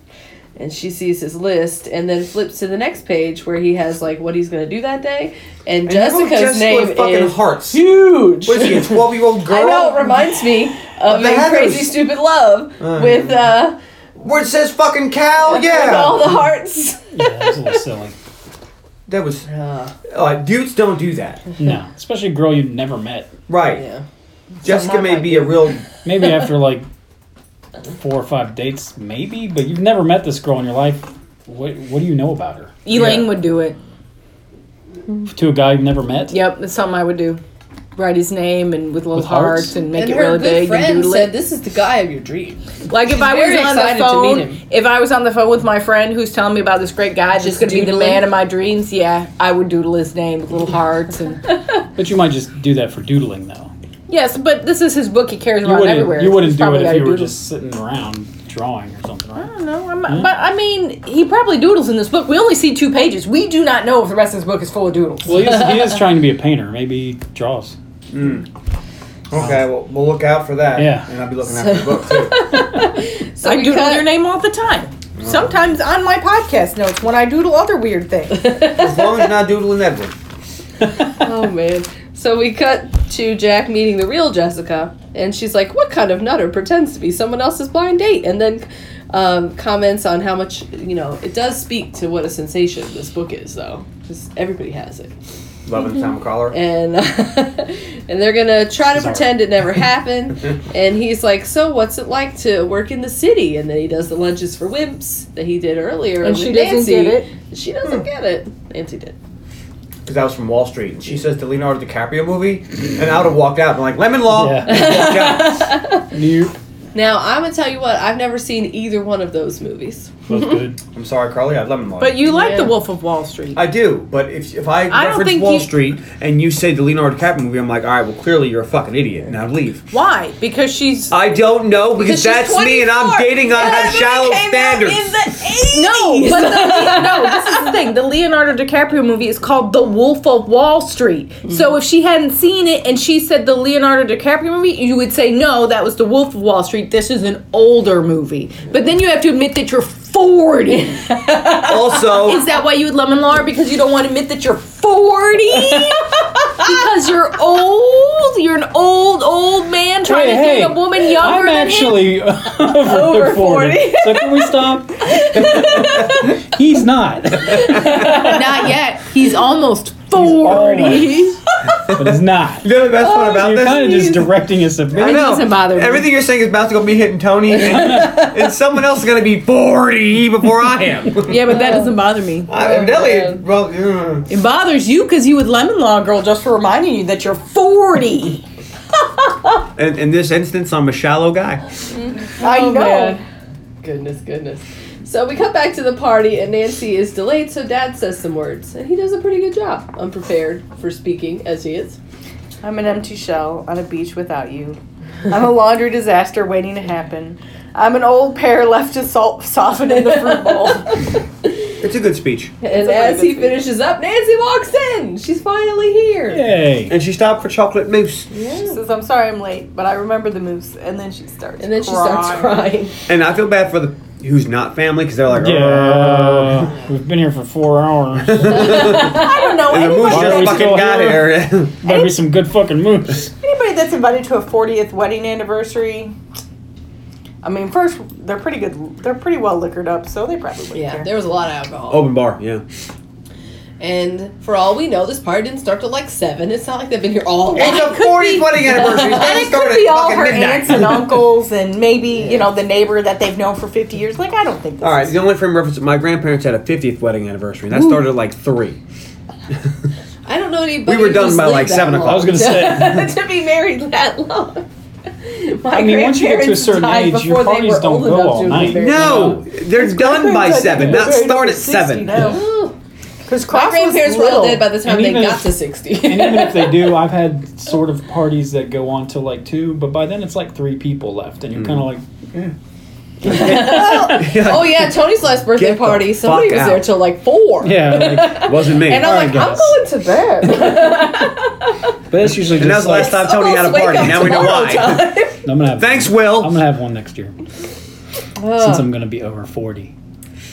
Speaker 3: And she sees his list and then flips to the next page where he has like what he's gonna do that day. And,
Speaker 5: And you wrote
Speaker 3: Jessica's
Speaker 5: Jessica
Speaker 3: name
Speaker 5: with fucking
Speaker 3: is
Speaker 5: hearts.
Speaker 3: huge.
Speaker 5: What is she, a 12 year old girl?
Speaker 3: I know it reminds me of
Speaker 5: the
Speaker 3: in
Speaker 5: heavens.
Speaker 3: Crazy Stupid Love with uh
Speaker 5: Where it says fucking cow?
Speaker 3: with all
Speaker 5: Yeah.
Speaker 3: the hearts.
Speaker 4: Yeah, that was a little silly.
Speaker 5: That was. Uh, dudes don't do that.
Speaker 4: No, especially a girl you've never met.
Speaker 5: Right.
Speaker 3: yeah.
Speaker 5: Jessica
Speaker 2: Someone
Speaker 5: may
Speaker 2: might
Speaker 5: be a real.
Speaker 4: Maybe after like four or five dates, maybe, but you've never met this girl in your life. What What do you know about her?
Speaker 2: Elaine
Speaker 5: Yeah.
Speaker 2: would do it.
Speaker 4: To a guy you've never met?
Speaker 2: Yep, that's something I would do. Write his name and with little
Speaker 4: With
Speaker 2: hearts.
Speaker 4: hearts?
Speaker 2: and make
Speaker 3: and
Speaker 2: it
Speaker 3: her
Speaker 2: really
Speaker 3: good
Speaker 2: big and
Speaker 3: friend
Speaker 2: doodle
Speaker 3: said
Speaker 2: it.
Speaker 3: this is the guy of your dream.
Speaker 2: Like if I was
Speaker 3: very
Speaker 2: on the
Speaker 3: excited to meet
Speaker 2: phone,
Speaker 3: him.
Speaker 2: if I was on the phone with my friend who's telling me about this great guy that's
Speaker 3: Just
Speaker 2: going to be the
Speaker 3: doodling?
Speaker 2: man of my dreams, yeah, I would doodle his name with little hearts and
Speaker 4: But you might just do that for doodling, though.
Speaker 2: yes, but this is his book he carries
Speaker 4: You
Speaker 2: around everywhere.
Speaker 4: wouldn't, you
Speaker 2: He's
Speaker 4: wouldn't do
Speaker 2: probably
Speaker 4: it if
Speaker 2: got a
Speaker 4: you were
Speaker 2: doodle. Ah.
Speaker 4: just sitting around drawing or something,
Speaker 2: I
Speaker 4: right?
Speaker 2: don't know. I'm, But I mean, he probably doodles in this book. We only see two pages. We do not know if the rest of this book is full of doodles.
Speaker 4: Well, he is, he is trying to be a painter. Maybe he draws.
Speaker 5: mm. Okay, well, we'll look out for that.
Speaker 4: Yeah.
Speaker 5: And I'll be looking after the book, too.
Speaker 3: So
Speaker 2: I
Speaker 3: we
Speaker 2: doodle
Speaker 3: cut-
Speaker 2: your name all the time. Sometimes on my podcast notes when I doodle other weird things.
Speaker 5: As long as you're not doodling Edward.
Speaker 3: oh man. So we cut to Jack meeting the real Jessica, and she's like, "What kind of nutter pretends to be someone else's blind date?" And then um, comments on how much you know. It does speak to what a sensation this book is, though, because everybody has it,
Speaker 5: Loving Tom Collar.
Speaker 3: and and they're gonna try to
Speaker 4: Sorry.
Speaker 3: pretend it never happened. and he's like, "So what's it like to work in the city?" And then he does the lunches for wimps that he did earlier,
Speaker 2: And
Speaker 3: with
Speaker 2: she doesn't
Speaker 3: Nancy.
Speaker 2: get it.
Speaker 3: She doesn't get it. Nancy did.
Speaker 5: Because that was from Wall Street. And she says the Leonardo DiCaprio movie. And I would have walked out and like, Lemon Law.
Speaker 4: Yeah.
Speaker 5: Walked out.
Speaker 4: Nope.
Speaker 3: Now I'm gonna tell you what I've never seen either one of those movies.
Speaker 4: Both good.
Speaker 5: I'm sorry, Carly. I have Lemon Law.
Speaker 2: But you like
Speaker 3: Yeah.
Speaker 2: The Wolf of Wall Street.
Speaker 5: I do, but if, if I,
Speaker 2: don't
Speaker 5: reference
Speaker 2: think
Speaker 5: Wall
Speaker 2: you-
Speaker 5: Street and you say the Leonardo DiCaprio movie, I'm like, all right, well, clearly you're a fucking idiot. Now leave.
Speaker 2: Why? Because she's
Speaker 5: I don't know because,
Speaker 3: Because she's
Speaker 5: that's me and I'm
Speaker 3: 24.
Speaker 5: dating on
Speaker 3: That
Speaker 5: have shallow
Speaker 3: movie came out
Speaker 5: standards.
Speaker 3: in the
Speaker 2: no, but the, no. This is the thing. The Leonardo DiCaprio movie is called The Wolf of Wall Street. So if she hadn't seen it and she said the Leonardo DiCaprio movie, you would say no, that was The Wolf of Wall Street. This is an older movie. But then you have to admit that you're
Speaker 1: forty.
Speaker 5: Also,
Speaker 3: Is that why you would lemon lard? Because you don't want to admit that you're 40? because you're old? You're an old, old man trying to date a woman younger
Speaker 4: I'm
Speaker 3: than him?
Speaker 4: actually over,
Speaker 2: Over
Speaker 4: 40.
Speaker 2: 40.
Speaker 4: So can we stop? He's not.
Speaker 3: Not yet. He's almost 40.
Speaker 4: almost. But he's not.
Speaker 5: you know the best
Speaker 3: Oh,
Speaker 5: part about
Speaker 4: You're
Speaker 5: this?
Speaker 4: kind of just directing us a
Speaker 5: I
Speaker 4: bit.
Speaker 5: know.
Speaker 3: doesn't bother me.
Speaker 5: Everything you're saying is about to go be hitting Tony, and, and someone else is going to be 40 before I am.
Speaker 2: Yeah, but that doesn't bother me.
Speaker 5: I
Speaker 3: Oh,
Speaker 5: evidently, well, mm.
Speaker 2: It bothers you because you would lemon law Uh, girl just for reminding you that you're 40.
Speaker 5: in, in this instance, I'm a shallow guy.
Speaker 2: I
Speaker 3: Oh,
Speaker 2: know.
Speaker 3: Goodness, goodness. So we come back to the party, and Nancy is delayed, so Dad says some words, and he does a pretty good job, unprepared for speaking as he is.
Speaker 1: I'm an empty shell on a beach without you. I'm a laundry disaster waiting to happen. I'm an old pear left to salt soften in the fruit bowl.
Speaker 5: It's a good speech.
Speaker 3: And as he finishes up, Nancy walks in. She's finally here.
Speaker 4: Yay.
Speaker 5: And she stopped for chocolate mousse.
Speaker 1: She says, "I'm sorry I'm late, but I remember the moose." And then she starts.
Speaker 3: And then she starts crying.
Speaker 5: And I feel bad for the who's not family because they're like, uh, "Argh."
Speaker 4: Yeah. We've been here for four hours. Better
Speaker 1: I don't know.
Speaker 5: And the moose
Speaker 1: Anyone,
Speaker 4: Why are
Speaker 5: just
Speaker 4: we
Speaker 5: fucking
Speaker 4: still
Speaker 5: got
Speaker 4: here?
Speaker 5: here.
Speaker 4: be some good fucking moves.
Speaker 1: anybody that's invited to a 40th wedding anniversary, I mean, first they're pretty good. They're pretty well liquored up, so they probably
Speaker 3: Yeah,
Speaker 1: care.
Speaker 3: there was a lot of alcohol.
Speaker 5: Open bar, yeah.
Speaker 3: And for all we know, this party didn't start till like seven. It's not like they've been here all
Speaker 5: It's
Speaker 3: night.
Speaker 5: a 40 wedding
Speaker 1: And
Speaker 5: anniversary. It's gonna
Speaker 1: it
Speaker 5: start
Speaker 1: could
Speaker 5: at
Speaker 1: be all
Speaker 5: fucking
Speaker 1: her
Speaker 5: midnight.
Speaker 1: aunts and uncles, and maybe you know the neighbor that they've known for 50 years. Like I don't think. This
Speaker 5: All right,
Speaker 1: is-
Speaker 5: the only frame reference my grandparents had a 50th wedding anniversary, and that started at like 3.
Speaker 3: I don't know anybody.
Speaker 5: We were
Speaker 3: who
Speaker 5: done by,
Speaker 3: sleep
Speaker 5: like,
Speaker 3: that
Speaker 5: 7 o'clock.
Speaker 4: I was gonna say.
Speaker 3: to be married that long. My
Speaker 4: I mean, once you get to a
Speaker 3: grandparents
Speaker 4: certain
Speaker 3: died
Speaker 4: age, your
Speaker 3: before they
Speaker 4: parties
Speaker 3: were old
Speaker 4: don't go
Speaker 3: enough
Speaker 4: all
Speaker 3: to be
Speaker 4: night.
Speaker 3: married.
Speaker 5: No, they're done by 7, not start at 7.
Speaker 1: Because
Speaker 3: My grandparents were all dead by the time
Speaker 4: And
Speaker 3: they
Speaker 4: even
Speaker 3: got
Speaker 4: if-
Speaker 3: to sixty.
Speaker 4: And even if they do, I've had sort of parties that go on till like two, but by then it's like three people left, and you're
Speaker 5: Hmm.
Speaker 4: kind of like,
Speaker 3: oh yeah, Tony's last birthday
Speaker 5: Get the
Speaker 3: party. Somebody
Speaker 5: fuck
Speaker 3: was
Speaker 5: out.
Speaker 3: there till like four.
Speaker 4: yeah. like-
Speaker 5: Wasn't me.
Speaker 3: And I'm
Speaker 4: All
Speaker 3: like,
Speaker 4: right,
Speaker 3: I'm
Speaker 4: guys.
Speaker 3: going to bed.
Speaker 4: but that's usually
Speaker 5: And that
Speaker 4: just
Speaker 5: was
Speaker 4: like,
Speaker 5: the last time Tony had a
Speaker 3: Almost wake
Speaker 5: party.
Speaker 3: up
Speaker 5: Now we know
Speaker 3: tomorrow
Speaker 5: why.
Speaker 4: I'm gonna have.
Speaker 5: Thanks,
Speaker 4: I'm
Speaker 5: Will.
Speaker 4: gonna have one next year since I'm gonna be over forty.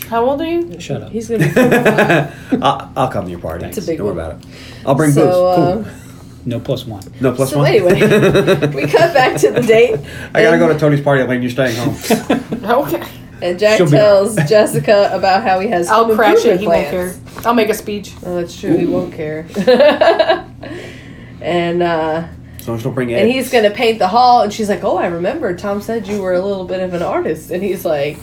Speaker 1: How old are you?
Speaker 4: Shut up.
Speaker 3: Uh. He's gonna be
Speaker 5: I'll, I'll come to your party.
Speaker 3: a big
Speaker 5: Don't worry
Speaker 3: one.
Speaker 5: about it. I'll bring
Speaker 3: so.
Speaker 5: booze.
Speaker 3: Uh,
Speaker 5: cool.
Speaker 4: No plus one.
Speaker 5: No, plus
Speaker 3: so
Speaker 5: one.
Speaker 3: anyway, we cut back to the date.
Speaker 5: I gotta go to Tony's party, Elaine. You're staying home.
Speaker 1: Okay.
Speaker 3: And Jack
Speaker 4: She'll be
Speaker 3: tells Jessica about how he has
Speaker 1: I'll
Speaker 3: home
Speaker 1: crash it.
Speaker 3: improvement
Speaker 1: He won't care.
Speaker 3: plans.
Speaker 1: I'll make a speech.
Speaker 3: Oh, that's true. He won't care. and uh,
Speaker 5: So I'm just gonna bring Ed.
Speaker 3: and he's gonna paint the hall. And she's like, "Oh, I remember. Tom said you were a little bit of an artist." And he's like,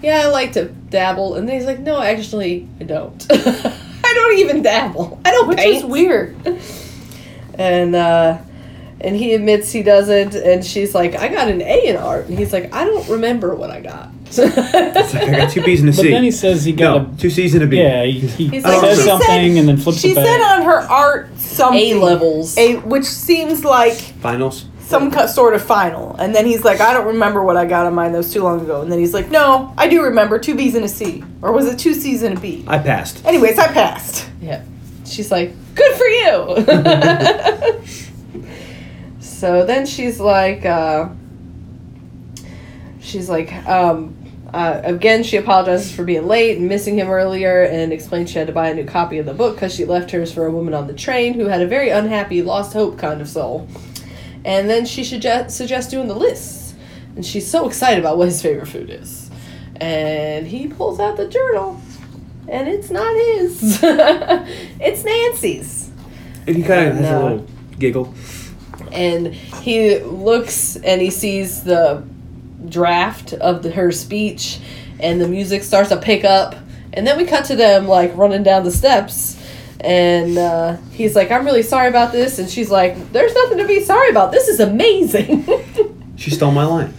Speaker 3: "Yeah, I like to dabble." And then he's like, "No, actually, I don't. I don't even dabble. I don't
Speaker 1: Which
Speaker 3: paint."
Speaker 1: is weird.
Speaker 3: and uh, and he admits he doesn't. And she's like, "I got an A in art." And he's like, "I don't remember what I got."
Speaker 5: I got two B's and a
Speaker 4: But
Speaker 5: C.
Speaker 4: then he says he got
Speaker 5: no, two C's and a
Speaker 4: a
Speaker 5: B.
Speaker 4: yeah. He, he
Speaker 3: He's
Speaker 4: says
Speaker 3: like, she said-
Speaker 4: something and then flips
Speaker 1: She
Speaker 4: it back.
Speaker 1: said on her art something.
Speaker 3: A levels.
Speaker 1: A, which seems like
Speaker 5: Finals.
Speaker 1: some co- sort of final. And then he's like, I don't remember what I got on mine. That was too long ago. And then he's like, No, I do remember two B's and a C. Or was it two C's and a B?
Speaker 5: I passed.
Speaker 1: Anyways, I passed.
Speaker 3: Yeah. She's like, good for you. so then she's like, uh, she's like, um, uh, again, she apologizes for being late and missing him earlier and explained she had to buy a new copy of the book because she left hers for a woman on the train who had a very unhappy, lost hope kind of soul. And then she suggest, suggests doing the lists. And she's so excited about what his favorite food is. And he pulls out the journal and it's not his. it's Nancy's.
Speaker 5: And he kind of has
Speaker 3: No.
Speaker 5: a little giggle.
Speaker 3: And he looks and he sees the draft of the, her speech, and the music starts to pick up. And then we cut to them like running down the steps. And uh, he's like, I'm really sorry about this. And she's like, There's nothing to be sorry about. This is amazing.
Speaker 5: She stole my line.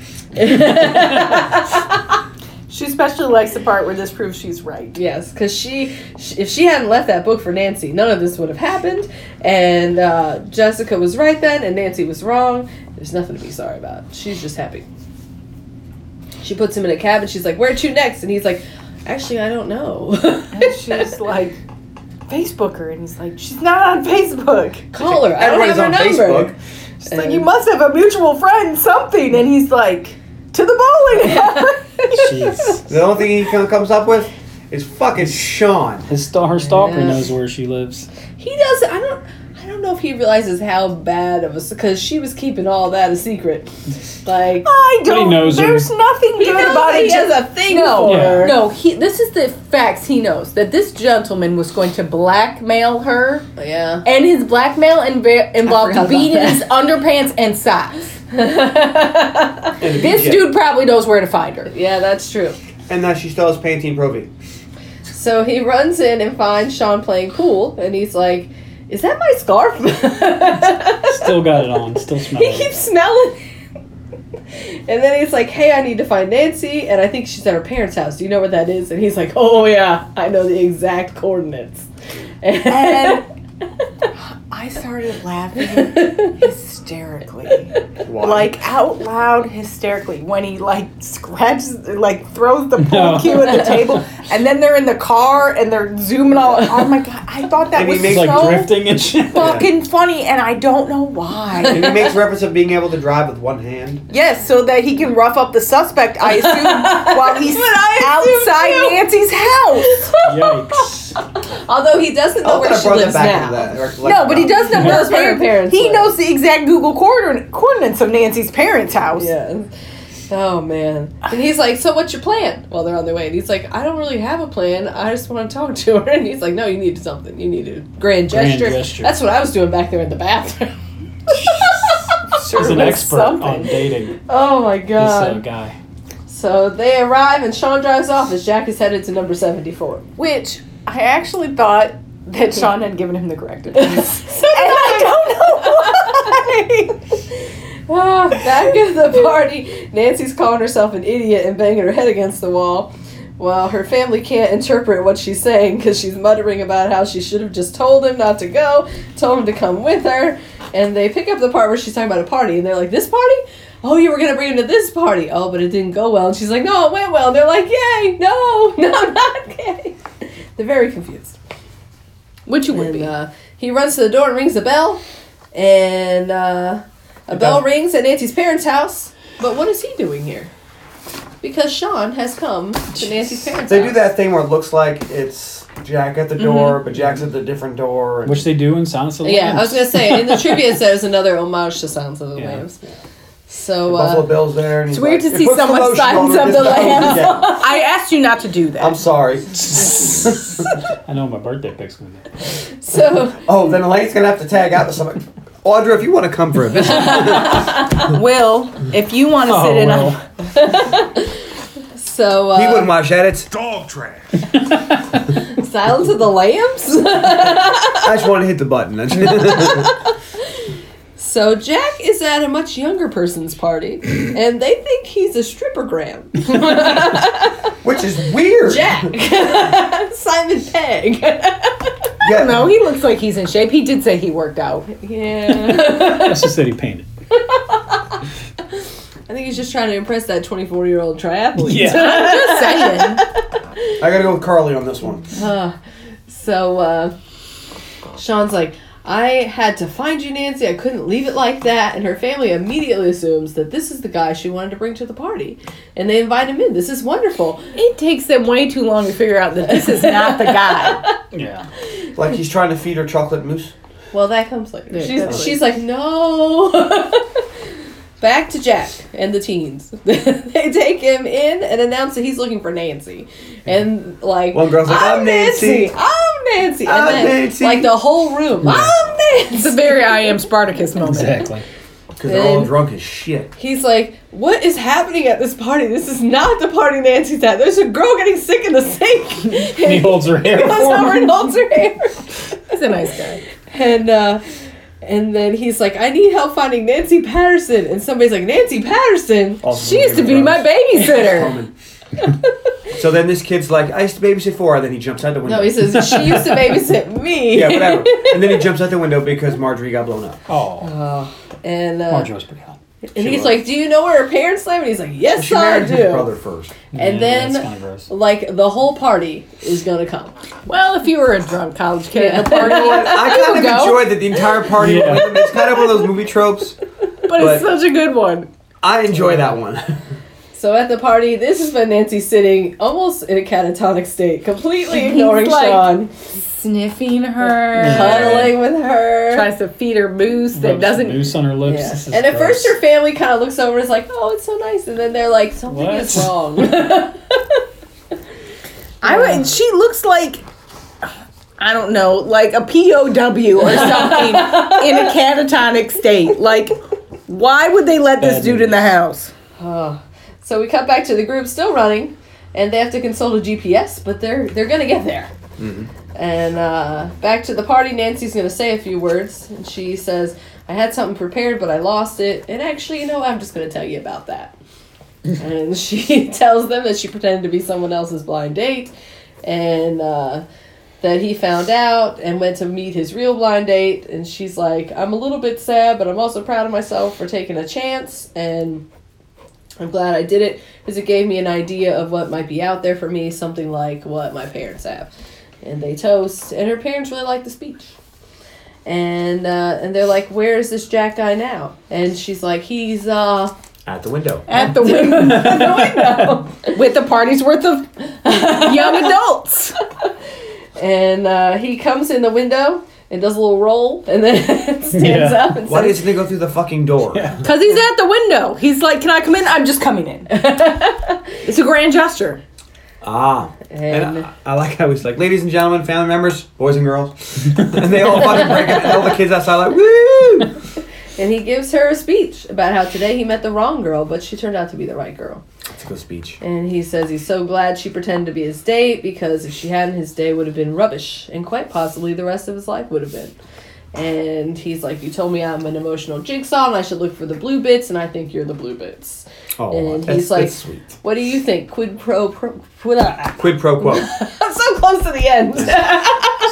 Speaker 1: She especially likes the part where this proves she's right.
Speaker 3: Yes, because she, she, if she hadn't left that book for Nancy, none of this would have happened. And uh, Jessica was right then, and Nancy was wrong. There's nothing to be sorry about. She's just happy. She puts him in a cab, and she's like, "Where to next?" And he's like, "Actually, I don't know."
Speaker 1: And she's like, Facebook her. And he's like, She's not on Facebook.
Speaker 3: "Call her. I don't have
Speaker 5: Everybody's
Speaker 3: her
Speaker 5: on
Speaker 3: number."
Speaker 5: Facebook.
Speaker 1: She's like, You must have a mutual friend, something. And he's like, To the bowling alley.
Speaker 4: Jeez.
Speaker 5: The only thing he kinda comes up with is fucking Sean.
Speaker 4: His star, her stalker
Speaker 3: Yeah.
Speaker 4: knows where she lives.
Speaker 3: He does. I don't. I don't know if he realizes how bad of a because she was keeping all that a secret. Like
Speaker 1: I don't.
Speaker 4: knows her.
Speaker 1: there's nothing
Speaker 3: he
Speaker 1: good
Speaker 3: knows
Speaker 1: about
Speaker 3: that
Speaker 1: it.
Speaker 3: he has a thing
Speaker 1: No.
Speaker 3: for
Speaker 4: Yeah.
Speaker 3: her.
Speaker 2: No, he. This is the facts he knows that this gentleman was going to blackmail her,
Speaker 3: Yeah.
Speaker 2: and his blackmail inv- involved
Speaker 3: forgot about
Speaker 2: beatings, underpants, and socks. This
Speaker 5: Yeah.
Speaker 2: dude probably knows where to find her.
Speaker 3: Yeah, that's true.
Speaker 5: And now she still has Pantene Pro V.
Speaker 3: So he runs in and finds Sean playing pool, and he's like, "Is that my scarf?"
Speaker 4: Still got it on. Still
Speaker 3: he
Speaker 4: smelling.
Speaker 3: keeps smelling. And then he's like, "Hey, I need to find Nancy, and I think she's at her parents' house. Do you know where that is?" And he's like, "Oh yeah, I know the exact coordinates."
Speaker 1: And- I started laughing hysterically.
Speaker 5: Why?
Speaker 1: like out loud hysterically when he like scratches like throws the pool
Speaker 4: No.
Speaker 1: cue at the table and then they're in the car and they're zooming all oh my god i thought that
Speaker 5: And he
Speaker 1: was
Speaker 5: makes,
Speaker 4: It's
Speaker 1: so
Speaker 4: like drifting and shit.
Speaker 1: fucking funny and i don't know why
Speaker 5: and he makes reference of being able to drive with one hand.
Speaker 1: yes so that he can rough up the suspect i assume while he's outside nancy's house
Speaker 4: Yikes.
Speaker 3: Although he doesn't know Oh, where she lives now.
Speaker 1: no but he
Speaker 5: um,
Speaker 1: does know where
Speaker 3: knows where her parents
Speaker 1: he
Speaker 3: live.
Speaker 1: knows the exact google coordin- coordinates of nancy's parents house
Speaker 3: Yeah. Oh man. And he's like, "So what's your plan?" While they're on their way, and he's like, "I don't really have a plan. I just want to talk to her." And he's like, "No, you need something. You need a grand
Speaker 4: Grand
Speaker 3: gesture."
Speaker 4: gesture.
Speaker 3: That's what I was doing back there in the bathroom.
Speaker 4: He's an
Speaker 3: was
Speaker 4: expert on
Speaker 3: something.
Speaker 4: dating. This
Speaker 3: Oh my
Speaker 4: uh,
Speaker 3: god.
Speaker 4: guy.
Speaker 3: So they arrive, and Sean drives off as Jack is headed to number seventy-four.
Speaker 1: which i actually thought that sean had given him the correct advice
Speaker 3: so
Speaker 1: and I don't know why.
Speaker 3: Ah, back at the party, Nancy's calling herself an idiot and banging her head against the wall. While her family can't interpret what she's saying because she's muttering about how she should have just told him not to go, told him to come with her, and they pick up the part where she's talking about a party, and they're like, "This party? Oh, you were gonna bring him to this party? Oh, but it didn't go well." And she's like, "No, it went well." And they're like, "Yay! No, no, not gay." They're very confused.
Speaker 2: Which you would
Speaker 3: And
Speaker 2: be.
Speaker 3: uh, he runs to the door and rings the bell, and uh, a bell rings at Nancy's parents' house. But what is he doing here? Because Sean has come to Nancy's parents'
Speaker 5: They
Speaker 3: house.
Speaker 5: do that thing where it looks like it's Jack at the door, but Jack's at the different door. and-
Speaker 4: Which they do in Silence of the
Speaker 3: Yeah, I was
Speaker 4: Lambs.
Speaker 3: gonna say in the trivia it says another homage to Silence of the
Speaker 4: Yeah.
Speaker 3: Lambs. So
Speaker 5: Buffalo
Speaker 3: uh,
Speaker 5: Bill's there. And it's
Speaker 2: weird to see someone signs up the Lambs."
Speaker 1: I asked you not to do that.
Speaker 5: Oh, I'm sorry.
Speaker 4: I know my birthday pick's gonna be.
Speaker 3: so
Speaker 5: Oh, then Elaine's gonna have to tag out to someone. Audra, if you want to come for a visit,
Speaker 1: Will, if you want to
Speaker 4: Oh,
Speaker 1: sit in
Speaker 4: well.
Speaker 1: on
Speaker 3: so
Speaker 5: he wouldn't
Speaker 3: uh,
Speaker 5: watch that. It's
Speaker 3: Silence of the Lambs.
Speaker 5: I just want to hit the button. That's
Speaker 3: So Jack is at a much younger person's party, and they think he's a strippergram.
Speaker 5: Which is weird.
Speaker 3: Jack, Simon Pegg.
Speaker 5: Yeah.
Speaker 2: No, Oh, he looks like he's in shape. He did say he worked out.
Speaker 3: Yeah.
Speaker 4: That's just that he painted.
Speaker 3: I think he's just trying to impress that 24 year old triathlete.
Speaker 4: Yeah.
Speaker 2: Just saying.
Speaker 5: I gotta go with Carly on this one.
Speaker 3: Uh, so uh, Sean's like, I had to find you, Nancy. I couldn't leave it like that. And her family immediately assumes that this is the guy she wanted to bring to the party. And they invite him in. This is wonderful.
Speaker 2: It takes them way too long to figure out that this is not the guy.
Speaker 4: yeah.
Speaker 5: Like he's trying to feed her chocolate mousse.
Speaker 3: Well, that comes later.
Speaker 2: Yeah,
Speaker 3: she's,
Speaker 2: totally.
Speaker 3: she's like, no. Back to Jack and the teens. they take him in and announce that he's looking for Nancy. And like,
Speaker 5: One girl's like, "I'm Nancy.
Speaker 3: I'm Nancy. And
Speaker 5: I'm
Speaker 3: then,
Speaker 5: Nancy."
Speaker 3: like, the whole room, I'm Nancy.
Speaker 2: It's a very I am Spartacus moment.
Speaker 4: Exactly.
Speaker 5: Because they're all
Speaker 3: Then-
Speaker 5: drunk as shit.
Speaker 3: He's like, what is happening at this party? This is not the party Nancy's at. There's a girl getting sick in the sink.
Speaker 4: And he
Speaker 3: And
Speaker 4: holds her hair.
Speaker 3: he goes
Speaker 4: for
Speaker 3: over
Speaker 4: her.
Speaker 3: and holds her hair.
Speaker 2: He's a nice guy.
Speaker 3: And uh, and then he's like, I need help finding Nancy Patterson. And somebody's like, Nancy Patterson?
Speaker 5: Also
Speaker 2: She used to be my babysitter.
Speaker 5: Roman. so then this kid's like, I used to babysit for her. Then he jumps out the window.
Speaker 3: No, he says, she used to babysit me.
Speaker 5: yeah, whatever. and then he jumps out the window because Marjorie got blown up.
Speaker 4: Oh,
Speaker 3: And, uh,
Speaker 4: Marjorie was pretty hot.
Speaker 3: and he's like, do you know where her parents live? And he's like, yes,
Speaker 5: She
Speaker 3: I
Speaker 5: married his
Speaker 3: do.
Speaker 5: brother first.
Speaker 3: And
Speaker 4: Yeah,
Speaker 3: then,
Speaker 4: that's kinda gross.
Speaker 3: like, the whole party is going to come.
Speaker 2: Well, if you were a drunk college kid at the
Speaker 3: Yeah.
Speaker 2: party,
Speaker 5: I kind of
Speaker 2: go.
Speaker 5: enjoyed that the entire party.
Speaker 4: Yeah.
Speaker 5: went with him. It's kind of one of those movie tropes.
Speaker 2: but it's such a good one.
Speaker 5: I enjoy that one.
Speaker 3: So at the party, this is when Nancy's sitting almost in a catatonic state, completely ignoring
Speaker 6: like-
Speaker 3: Sean,
Speaker 6: Sniffing her.
Speaker 3: cuddling with her.
Speaker 6: Tries to feed her moose that
Speaker 4: Rubs the
Speaker 6: doesn't.
Speaker 4: moose on her lips.
Speaker 3: Yeah.
Speaker 4: This is
Speaker 3: And at
Speaker 4: gross.
Speaker 3: first, your family kind of looks over and is like, oh, it's so nice. And then they're like, something
Speaker 4: What?
Speaker 3: is wrong.
Speaker 1: I would, she looks like I don't know, like a POW or something in a catatonic state. Like, why would they let this
Speaker 4: Bad
Speaker 1: dude in the house?
Speaker 3: Oh. So we cut back to the group still running, and they have to consult a GPS, but they're they're gonna get there. And uh, back to the party, Nancy's gonna say a few words, and she says, "I had something prepared, but I lost it. And actually, you know, what? I'm just gonna tell you about that." and she tells them that she pretended to be someone else's blind date, and uh, that he found out and went to meet his real blind date. And she's like, "I'm a little bit sad, but I'm also proud of myself for taking a chance." And I'm glad I did it because it gave me an idea of what might be out there for me, something like what my parents have. And they toast, and her parents really like the speech. And uh, and they're like, "Where is this Jack guy now?" And she's like, "He's uh."
Speaker 8: At the window.
Speaker 1: At the window with a party's worth of young adults.
Speaker 3: And uh, he comes in the window and does a little roll, and then stands
Speaker 4: Yeah.
Speaker 3: up and
Speaker 5: Why
Speaker 3: says,
Speaker 5: doesn't they go through the fucking door?
Speaker 1: Because he's at the window. He's like, Can I come in? I'm just coming in. It's a grand gesture.
Speaker 5: Ah.
Speaker 3: And-
Speaker 5: And I, I like how he's like, ladies and gentlemen, family members, boys and girls. and they all fucking break it. And all the kids outside like, woo!
Speaker 3: and he gives her a speech about how today he met the wrong girl, but she turned out to be the right girl.
Speaker 5: It's a good speech.
Speaker 3: And he says he's so glad she pretended to be his date because if she hadn't, his day would have been rubbish and quite possibly the rest of his life would have been. And he's like, You told me I'm an emotional jigsaw and I should look for the blue bits, and I think you're the blue bits.
Speaker 5: Oh,
Speaker 3: and
Speaker 5: that's,
Speaker 3: he's like,
Speaker 5: that's sweet.
Speaker 3: What do you think? Quid pro pro. Quid, ah,
Speaker 5: Quid pro quo.
Speaker 3: I'm so close to the end.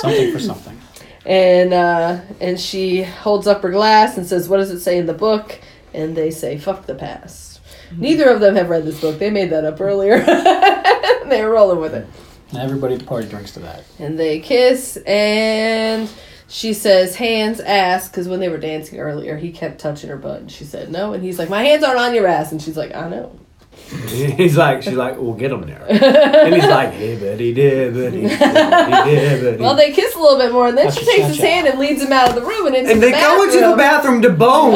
Speaker 4: something for something.
Speaker 3: and uh, and she holds up her glass and says, "What does it say in the book?" And they say, "Fuck the past." Neither of them have read this book. They made that up earlier. They're rolling with it.
Speaker 4: And everybody at the party drinks to that.
Speaker 3: And they kiss, and she says, "Hands, ass," because when they were dancing earlier, he kept touching her butt, and she said no, and he's like, "My hands aren't on your ass," and she's like, "I know."
Speaker 5: he's like, she's like, we'll get him there. and he's like, hibbity dibbity, hibbity dibbity.
Speaker 3: Well, they kiss a little bit more, and then she
Speaker 4: Touchy,
Speaker 3: takes his
Speaker 4: touchy.
Speaker 3: hand and leads him out of the room, and into
Speaker 5: and
Speaker 3: the
Speaker 5: they go into the
Speaker 3: bathroom.
Speaker 5: bathroom to bone.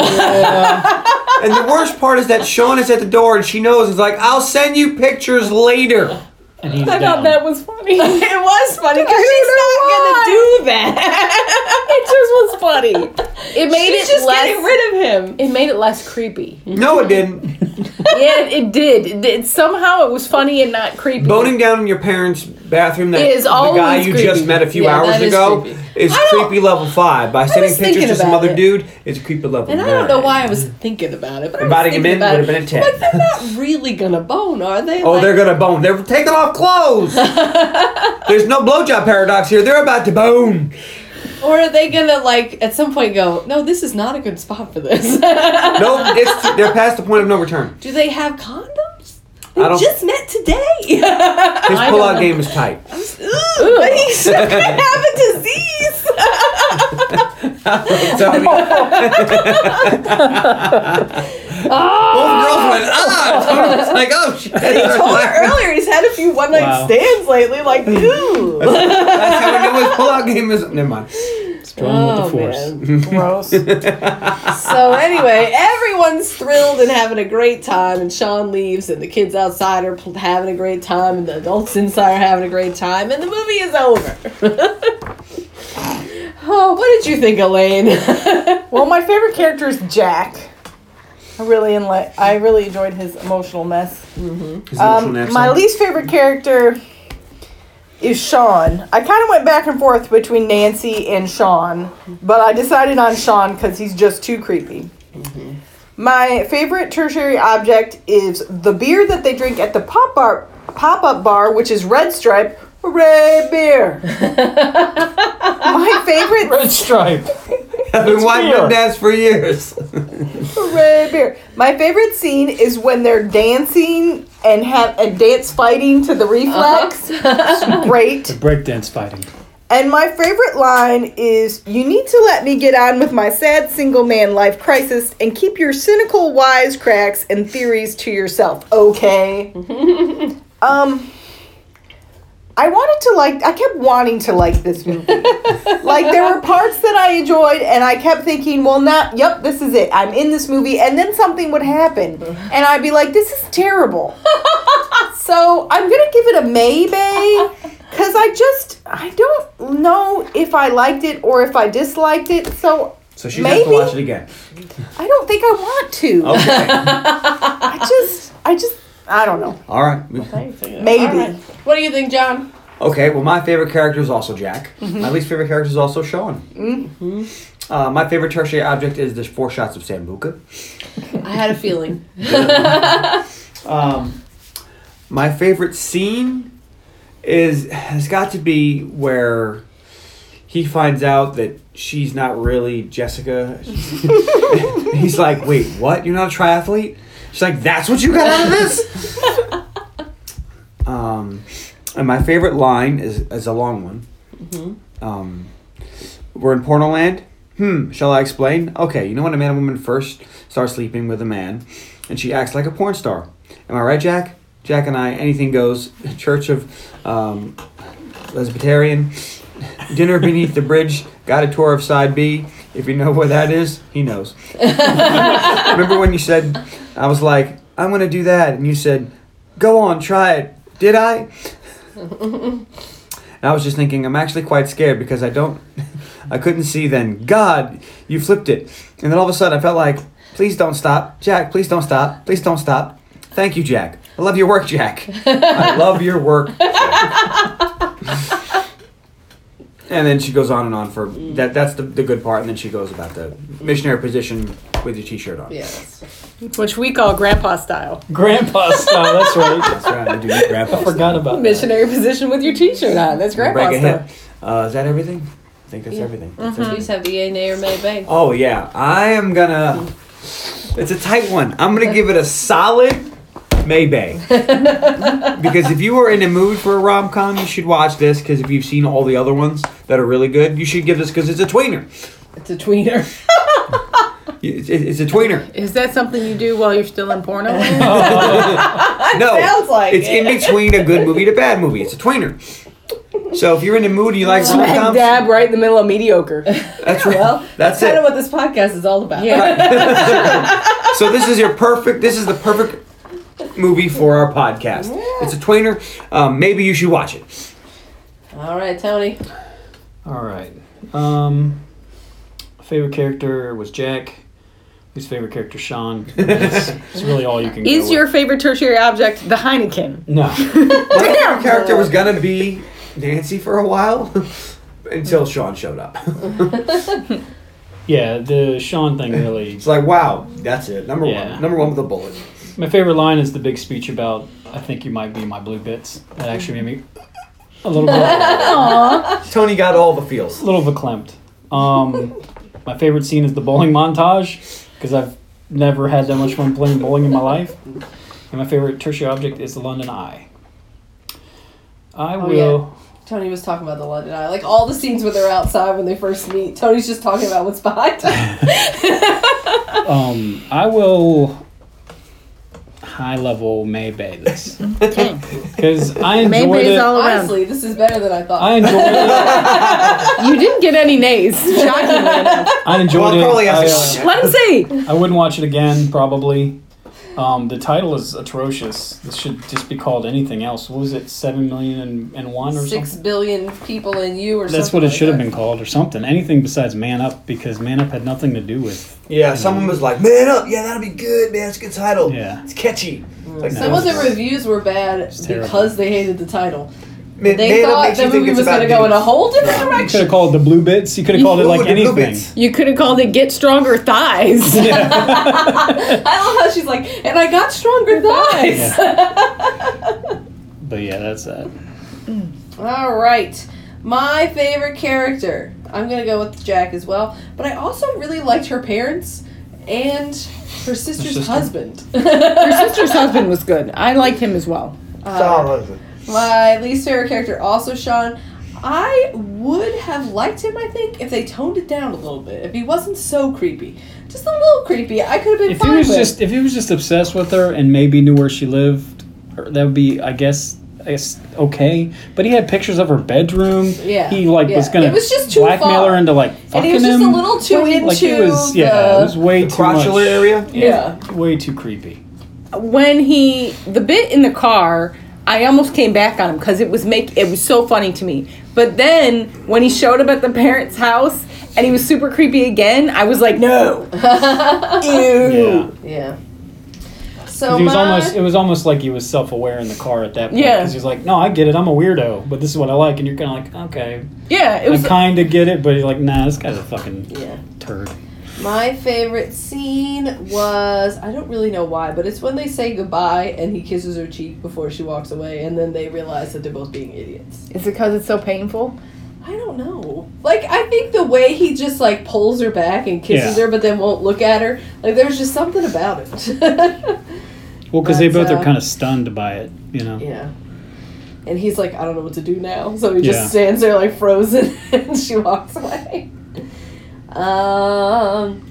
Speaker 5: and the worst part is that Sean is at the door and she knows. It's like, I'll send you pictures later.
Speaker 4: And he's
Speaker 6: I thought
Speaker 4: down.
Speaker 6: that was funny. it
Speaker 3: It was funny because
Speaker 6: don't
Speaker 3: she's
Speaker 6: know
Speaker 3: not gonna
Speaker 6: why.
Speaker 3: do that.
Speaker 6: just was funny. It made
Speaker 3: She's
Speaker 6: it
Speaker 3: just
Speaker 6: less.
Speaker 3: getting rid of him.
Speaker 6: it made it less creepy.
Speaker 5: No, it didn't.
Speaker 6: yeah, it did. It did. Somehow it was funny and not creepy.
Speaker 5: Boning down in your parents' bathroom that
Speaker 6: Is
Speaker 5: the guy
Speaker 6: always
Speaker 5: you
Speaker 6: creepy.
Speaker 5: just met a few
Speaker 3: Yeah,
Speaker 5: hours
Speaker 3: that is
Speaker 5: ago
Speaker 3: creepy.
Speaker 5: is
Speaker 3: I don't-
Speaker 5: creepy level five. By sending pictures
Speaker 3: thinking
Speaker 5: to some
Speaker 3: about
Speaker 5: other
Speaker 3: it.
Speaker 5: dude, it's creepy level
Speaker 3: And I
Speaker 5: nine.
Speaker 3: don't know why I was thinking about it, but
Speaker 5: Inviting
Speaker 3: I was
Speaker 5: him
Speaker 3: thinking
Speaker 5: in would
Speaker 3: about
Speaker 5: have
Speaker 3: it.
Speaker 5: been a ten.
Speaker 3: But they're not really gonna bone, are they?
Speaker 5: Oh,
Speaker 3: Like,
Speaker 5: they're gonna bone. They're taking off clothes. There's no blowjob paradox here. They're about to bone.
Speaker 3: Or are they gonna like at some point go? No, this is not a good spot for this.
Speaker 5: No, it's they're past the point of no return.
Speaker 3: Do they have condoms? They
Speaker 5: I don't-
Speaker 3: just met today.
Speaker 5: His pull-out game is tight.
Speaker 3: Ooh, but he still could have a disease. Oh.
Speaker 5: So, both girls went ah. It's like oh shit.
Speaker 3: Told her earlier he's had a few one night
Speaker 4: Wow.
Speaker 3: stands lately. Like, ooh.
Speaker 5: That's how we know his pull-out game is. Never mind.
Speaker 4: It's drawn with
Speaker 3: Oh,
Speaker 4: the force.
Speaker 2: Gross.
Speaker 3: So anyway, everyone's thrilled and having a great time, and Sean leaves, and the kids outside are pl- having a great time, and the adults inside are having a great time, and the movie is over. oh, what did you think, Elaine?
Speaker 2: Well, my favorite character is Jack. I really enli- I really enjoyed his emotional mess.
Speaker 5: His
Speaker 2: Um,
Speaker 5: emotional
Speaker 2: my
Speaker 5: accent.
Speaker 2: least favorite character is Sean. I kind of went back and forth between Nancy and Sean, but I decided on Sean because he's just too creepy. My favorite tertiary object is the beer that they drink at the pop bar, pop up bar, which is Red Stripe. Hooray, beer! my favorite
Speaker 4: Red stripe.
Speaker 5: I've been watching
Speaker 4: beer.
Speaker 5: him dance for years.
Speaker 2: Hooray, beer. My favorite scene is when they're dancing and have and dance fighting to the reflex. It's great.
Speaker 4: Breakdance fighting.
Speaker 1: And my favorite line is You need to let me get on with my sad single man life crisis and keep your cynical wisecracks and theories to yourself, okay? um, I wanted to like, I kept wanting to like this movie. like, there were parts that I enjoyed, and I kept thinking, well, not, yep, this is it. I'm in this movie. And then something would happen, and I'd be like, this is terrible. so I'm gonna give it a maybe because I just I don't know if I liked it or if I disliked it. So
Speaker 5: So she has to
Speaker 1: Maybe.
Speaker 5: watch it again.
Speaker 1: I don't think I want to.
Speaker 5: Oh. Okay.
Speaker 1: I just I just I don't know.
Speaker 5: All right.
Speaker 1: Maybe.
Speaker 3: What do you think, John?
Speaker 5: Okay, well, my favorite character is also Jack.
Speaker 2: Mm-hmm.
Speaker 5: My least favorite character is also Sean. Uh, my favorite tertiary object is the four shots of Sambuca.
Speaker 3: I had a feeling.
Speaker 5: Um, my favorite scene is has got to be where he finds out that she's not really Jessica. He's like, "Wait, what? You're not a triathlete?" She's like, "That's what you got out of this." um, and my favorite line is is a long one. Um, we're in Pornoland. Hmm, shall I explain? Okay, you know when a man and woman first start sleeping with a man, and she acts like a porn star. Am I right, Jack? Jack and I, anything goes. Church of um, Lesbitarian. Dinner beneath the bridge. Got a tour of side B. If you know where that is, he knows. Remember when you said, I was like, I'm going to do that. And you said, go on, try it. Did I? And I was just thinking, I'm actually quite scared because I don't, I couldn't see then. God, you flipped it. And then all of a sudden I felt like, please don't stop. Jack, please don't stop. Please don't stop. Thank you, Jack. I love your work, Jack. I love your work. Jack." and then she goes on and on for that. That's the, the good part. And then she goes about the missionary position with your t-shirt on.
Speaker 3: Yes.
Speaker 2: which we call grandpa style.
Speaker 4: Grandpa style. That's right.
Speaker 5: That's right. I do need grandpa.
Speaker 4: I forgot about that.
Speaker 2: Missionary position with your t-shirt on. That's grandpa
Speaker 5: Break a
Speaker 2: style.
Speaker 5: hip. Uh, is that everything? I think that's everything. That's
Speaker 4: Mm-hmm.
Speaker 5: everything.
Speaker 3: Please have the yay, nay, or may, bang.
Speaker 5: Oh yeah, I am gonna. It's a tight one. I'm gonna give it a solid Maybay. because if you are in a mood for a rom com, you should watch this. Because if you've seen all the other ones that are really good, you should give this because it's a tweener.
Speaker 2: It's a tweener.
Speaker 5: It's, it's a tweener.
Speaker 2: Is that something you do while you're still in porno?
Speaker 5: no,
Speaker 1: sounds like
Speaker 5: it's in between a good movie to bad movie. It's a tweener. So if you're in a mood and you like rom
Speaker 2: Smack
Speaker 5: coms,
Speaker 2: dab right in the middle of mediocre.
Speaker 5: that's right. that's
Speaker 3: Kind
Speaker 5: it.
Speaker 3: of what this podcast is all about.
Speaker 2: Yeah.
Speaker 5: so this is your perfect. This is the perfect movie for our podcast. It's a tweener. Um, maybe you should watch it.
Speaker 3: All right, Tony.
Speaker 4: All right. Um, favorite character was Jack. His favorite character, Sean. It's, it's really all you can. go
Speaker 2: Is
Speaker 4: with.
Speaker 2: your favorite tertiary object the Heineken?
Speaker 4: no?
Speaker 5: My favorite character was gonna be Nancy for a while until Sean showed up.
Speaker 4: Yeah, the Sean thing really.
Speaker 5: It's like, wow, that's it. Number
Speaker 4: Yeah.
Speaker 5: one, number one with a bullet.
Speaker 4: My favorite line is the big speech about "I think you might be my blue bits." That actually made me a little bit,
Speaker 5: Tony got all the feels.
Speaker 4: a little verklempt. Um, my favorite scene is the bowling montage because I've never had that much fun playing bowling in my life. And my favorite tertiary object is the London Eye. I
Speaker 3: Oh, yeah.
Speaker 4: will.
Speaker 3: Tony was talking about the London Eye. Like all the scenes where they're outside when they first meet. Tony's just talking about what's behind them.
Speaker 4: Um, I will high level Maybay this because I enjoyed
Speaker 2: Maybe
Speaker 4: it.
Speaker 2: all around.
Speaker 3: Honestly, this is better than I thought.
Speaker 4: Oh, I enjoyed it.
Speaker 2: You didn't get any nays. Shockingly enough.
Speaker 4: I enjoyed
Speaker 5: Well,
Speaker 4: it.
Speaker 5: probably
Speaker 4: I,
Speaker 5: has
Speaker 4: uh,
Speaker 2: Let him see.
Speaker 4: I wouldn't watch it again, probably. Um, the title is atrocious. This should just be called anything else. What was it? Seven million and, and one or
Speaker 3: Six
Speaker 4: something.
Speaker 3: billion people in you, or
Speaker 4: That's
Speaker 3: something
Speaker 4: what it
Speaker 3: like
Speaker 4: should have
Speaker 3: that.
Speaker 4: been called, or something. Anything besides Man Up, because Man Up had nothing to do with.
Speaker 5: Yeah, someone was like, man up. Yeah, that'll be good, man. It's a good title.
Speaker 4: Yeah.
Speaker 5: It's catchy. Like,
Speaker 4: No.
Speaker 3: Some of the reviews were bad
Speaker 4: terrible.
Speaker 3: because they hated the title.
Speaker 5: man,
Speaker 3: They
Speaker 5: Man Up
Speaker 3: thought
Speaker 5: makes you
Speaker 3: the
Speaker 5: think
Speaker 3: movie
Speaker 5: it's
Speaker 3: was
Speaker 5: about
Speaker 3: going to go in a
Speaker 5: dudes.
Speaker 3: whole different
Speaker 4: You could
Speaker 3: direction.
Speaker 4: have called it the Blue Bits. You could have called it
Speaker 5: Ooh,
Speaker 4: like
Speaker 5: the Blue
Speaker 4: anything.
Speaker 5: Bits.
Speaker 2: You could have called it "Get Stronger Thighs."
Speaker 3: I love how she's like, and I got stronger thighs.
Speaker 4: But yeah, that's that.
Speaker 3: All right. My favorite character. I'm going to go with Jack as well. But I also really liked her parents and her sister's
Speaker 4: sister.
Speaker 3: husband.
Speaker 2: Her sister's husband
Speaker 3: Uh,
Speaker 2: was good. I liked him as well.
Speaker 3: My least favorite character, also Sean. I would have liked him, I think, if they toned it down a little bit. If he wasn't so creepy, just a little creepy, I could have been
Speaker 4: If he
Speaker 3: fine
Speaker 4: was
Speaker 3: with.
Speaker 4: just if he was just obsessed with her and maybe knew where she lived, or that would be I guess I guess okay. But he had pictures of her bedroom.
Speaker 3: Yeah,
Speaker 4: He like was
Speaker 3: yeah.
Speaker 4: gonna
Speaker 3: It was just too
Speaker 4: blackmail
Speaker 3: far.
Speaker 4: her into like
Speaker 3: and
Speaker 4: fucking
Speaker 3: he was just a
Speaker 4: him.
Speaker 3: little too into
Speaker 4: like it was yeah,
Speaker 3: the-
Speaker 4: it was way too much.
Speaker 5: crotchal area.
Speaker 3: yeah.
Speaker 4: Way too creepy.
Speaker 6: when he the bit in the car i almost came back on him because it was make it was so funny to me but then when he showed up at the parents house and he was super creepy again i was like no
Speaker 4: Yeah.
Speaker 3: Yeah. So
Speaker 4: he was
Speaker 3: my,
Speaker 4: almost it was almost like he was self aware in the car at that point.
Speaker 6: Yeah.
Speaker 4: Because he's like, No, I get it, I'm a weirdo, but this is what I like and you're kinda like, Okay.
Speaker 6: yeah it
Speaker 4: I
Speaker 6: was
Speaker 4: kinda get it, but you're like, nah, this guy's a fucking
Speaker 3: Yeah.
Speaker 4: turd.
Speaker 3: My favorite scene was I don't really know why, but it's when they say goodbye and he kisses her cheek before she walks away, and then they realize that they're both being idiots.
Speaker 2: Is it because it's so painful?
Speaker 3: I don't know. Like I think the way he just like pulls her back and kisses
Speaker 4: Yeah.
Speaker 3: her, but then won't look at her. Like there's just something about it.
Speaker 4: Well, because they
Speaker 3: That's,
Speaker 4: both
Speaker 3: uh,
Speaker 4: are kind of stunned by it, you know.
Speaker 3: yeah. And he's like, I don't know what to do now, so he just
Speaker 4: Yeah.
Speaker 3: stands there like frozen, and she walks away. Um,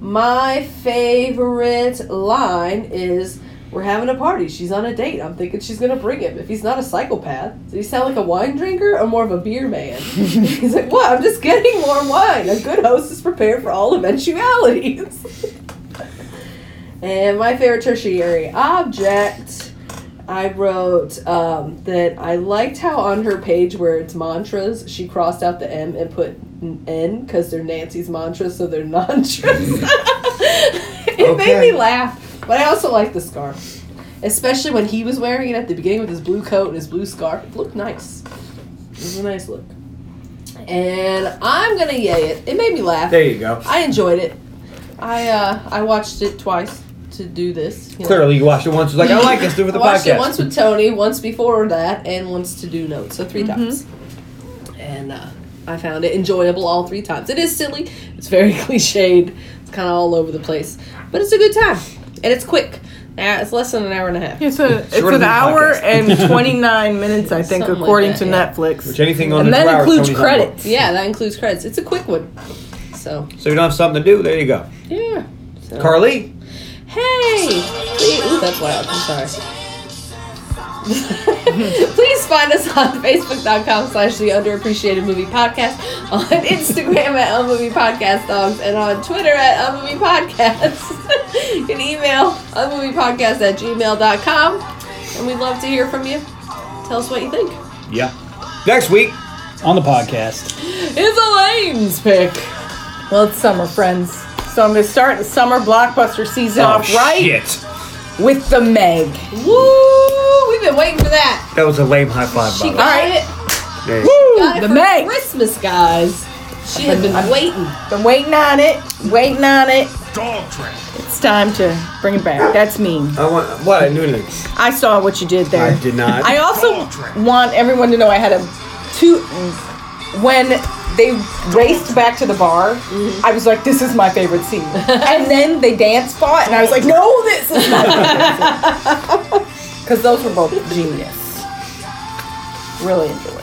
Speaker 3: my favorite line is, "We're having a party. She's on a date. I'm thinking she's gonna bring him. If he's not a psychopath, does he sound like a wine drinker or more of a beer man?" he's like, "What? I'm just getting more wine. A good host is prepared for all eventualities." and my favorite tertiary object. I wrote um, that I liked how on her page where it's mantras, she crossed out the M and put an N because they're Nancy's mantras, so they're mantras. it made me
Speaker 5: Okay.
Speaker 3: laugh, but I also liked the scarf, especially when he was wearing it at the beginning with his blue coat and his blue scarf. It looked nice. It was a nice look. And I'm gonna yay it. It made me laugh.
Speaker 5: There you go.
Speaker 3: I enjoyed it. I uh, I watched it twice to do this. you know.
Speaker 5: Clearly, you watched it once. It was like, I like this. Do it for the
Speaker 3: I watched
Speaker 5: podcast.
Speaker 3: it once with Tony, once before that, and once to do notes. So 3 times. And uh, I found it enjoyable all three times. It is silly. It's very cliched. It's kind of all over the place, but it's a good time, and it's quick. Uh, it's less than an hour and a half.
Speaker 2: It's a it's
Speaker 5: Shorter
Speaker 2: an
Speaker 5: than
Speaker 2: hour
Speaker 5: podcast.
Speaker 2: and twenty nine minutes, I think,
Speaker 3: Something like
Speaker 2: according
Speaker 3: that,
Speaker 2: to
Speaker 3: yeah.
Speaker 2: Netflix.
Speaker 5: Which anything on
Speaker 2: and
Speaker 5: the two
Speaker 2: that
Speaker 5: hours,
Speaker 2: includes
Speaker 5: Tony's on board.
Speaker 2: credits.
Speaker 3: Yeah, that includes credits. It's a quick one. So
Speaker 5: So you don't have something to do. There you go.
Speaker 3: yeah. So-
Speaker 5: Carly,
Speaker 3: Hey! Please, ooh, that's loud. I'm sorry. Please find us on Facebook.com slash the underappreciated movie podcast, on Instagram at unmovie podcast dogs, and on Twitter at unmovie podcast. you can email unmoviepodcast at gmail.com, and we'd love to hear from you. Tell us what you think.
Speaker 5: next week.
Speaker 4: On the podcast.
Speaker 3: It's Elaine's pick.
Speaker 2: Well, it's summer, friends. So I'm going to start the summer blockbuster season off right
Speaker 5: Shit.
Speaker 2: with the Meg.
Speaker 3: Woo! We've been waiting for that.
Speaker 5: That was a lame high five,
Speaker 3: She
Speaker 5: by
Speaker 3: got it.
Speaker 5: the way.
Speaker 3: Got it
Speaker 2: The
Speaker 3: for
Speaker 2: Meg.
Speaker 3: Christmas, guys. She had been waiting.
Speaker 2: Been waiting on it, waiting on it. Dog train. It's time to bring it back. That's mean.
Speaker 5: I want what I knew it.
Speaker 2: I saw what you did there.
Speaker 5: I did not.
Speaker 2: I also want everyone to know I had a two when they raced back to the bar. I was like, "This is my favorite scene," and then they dance fought, and I was like, "No, this is my favorite scene," because those were both genius. Really enjoyed.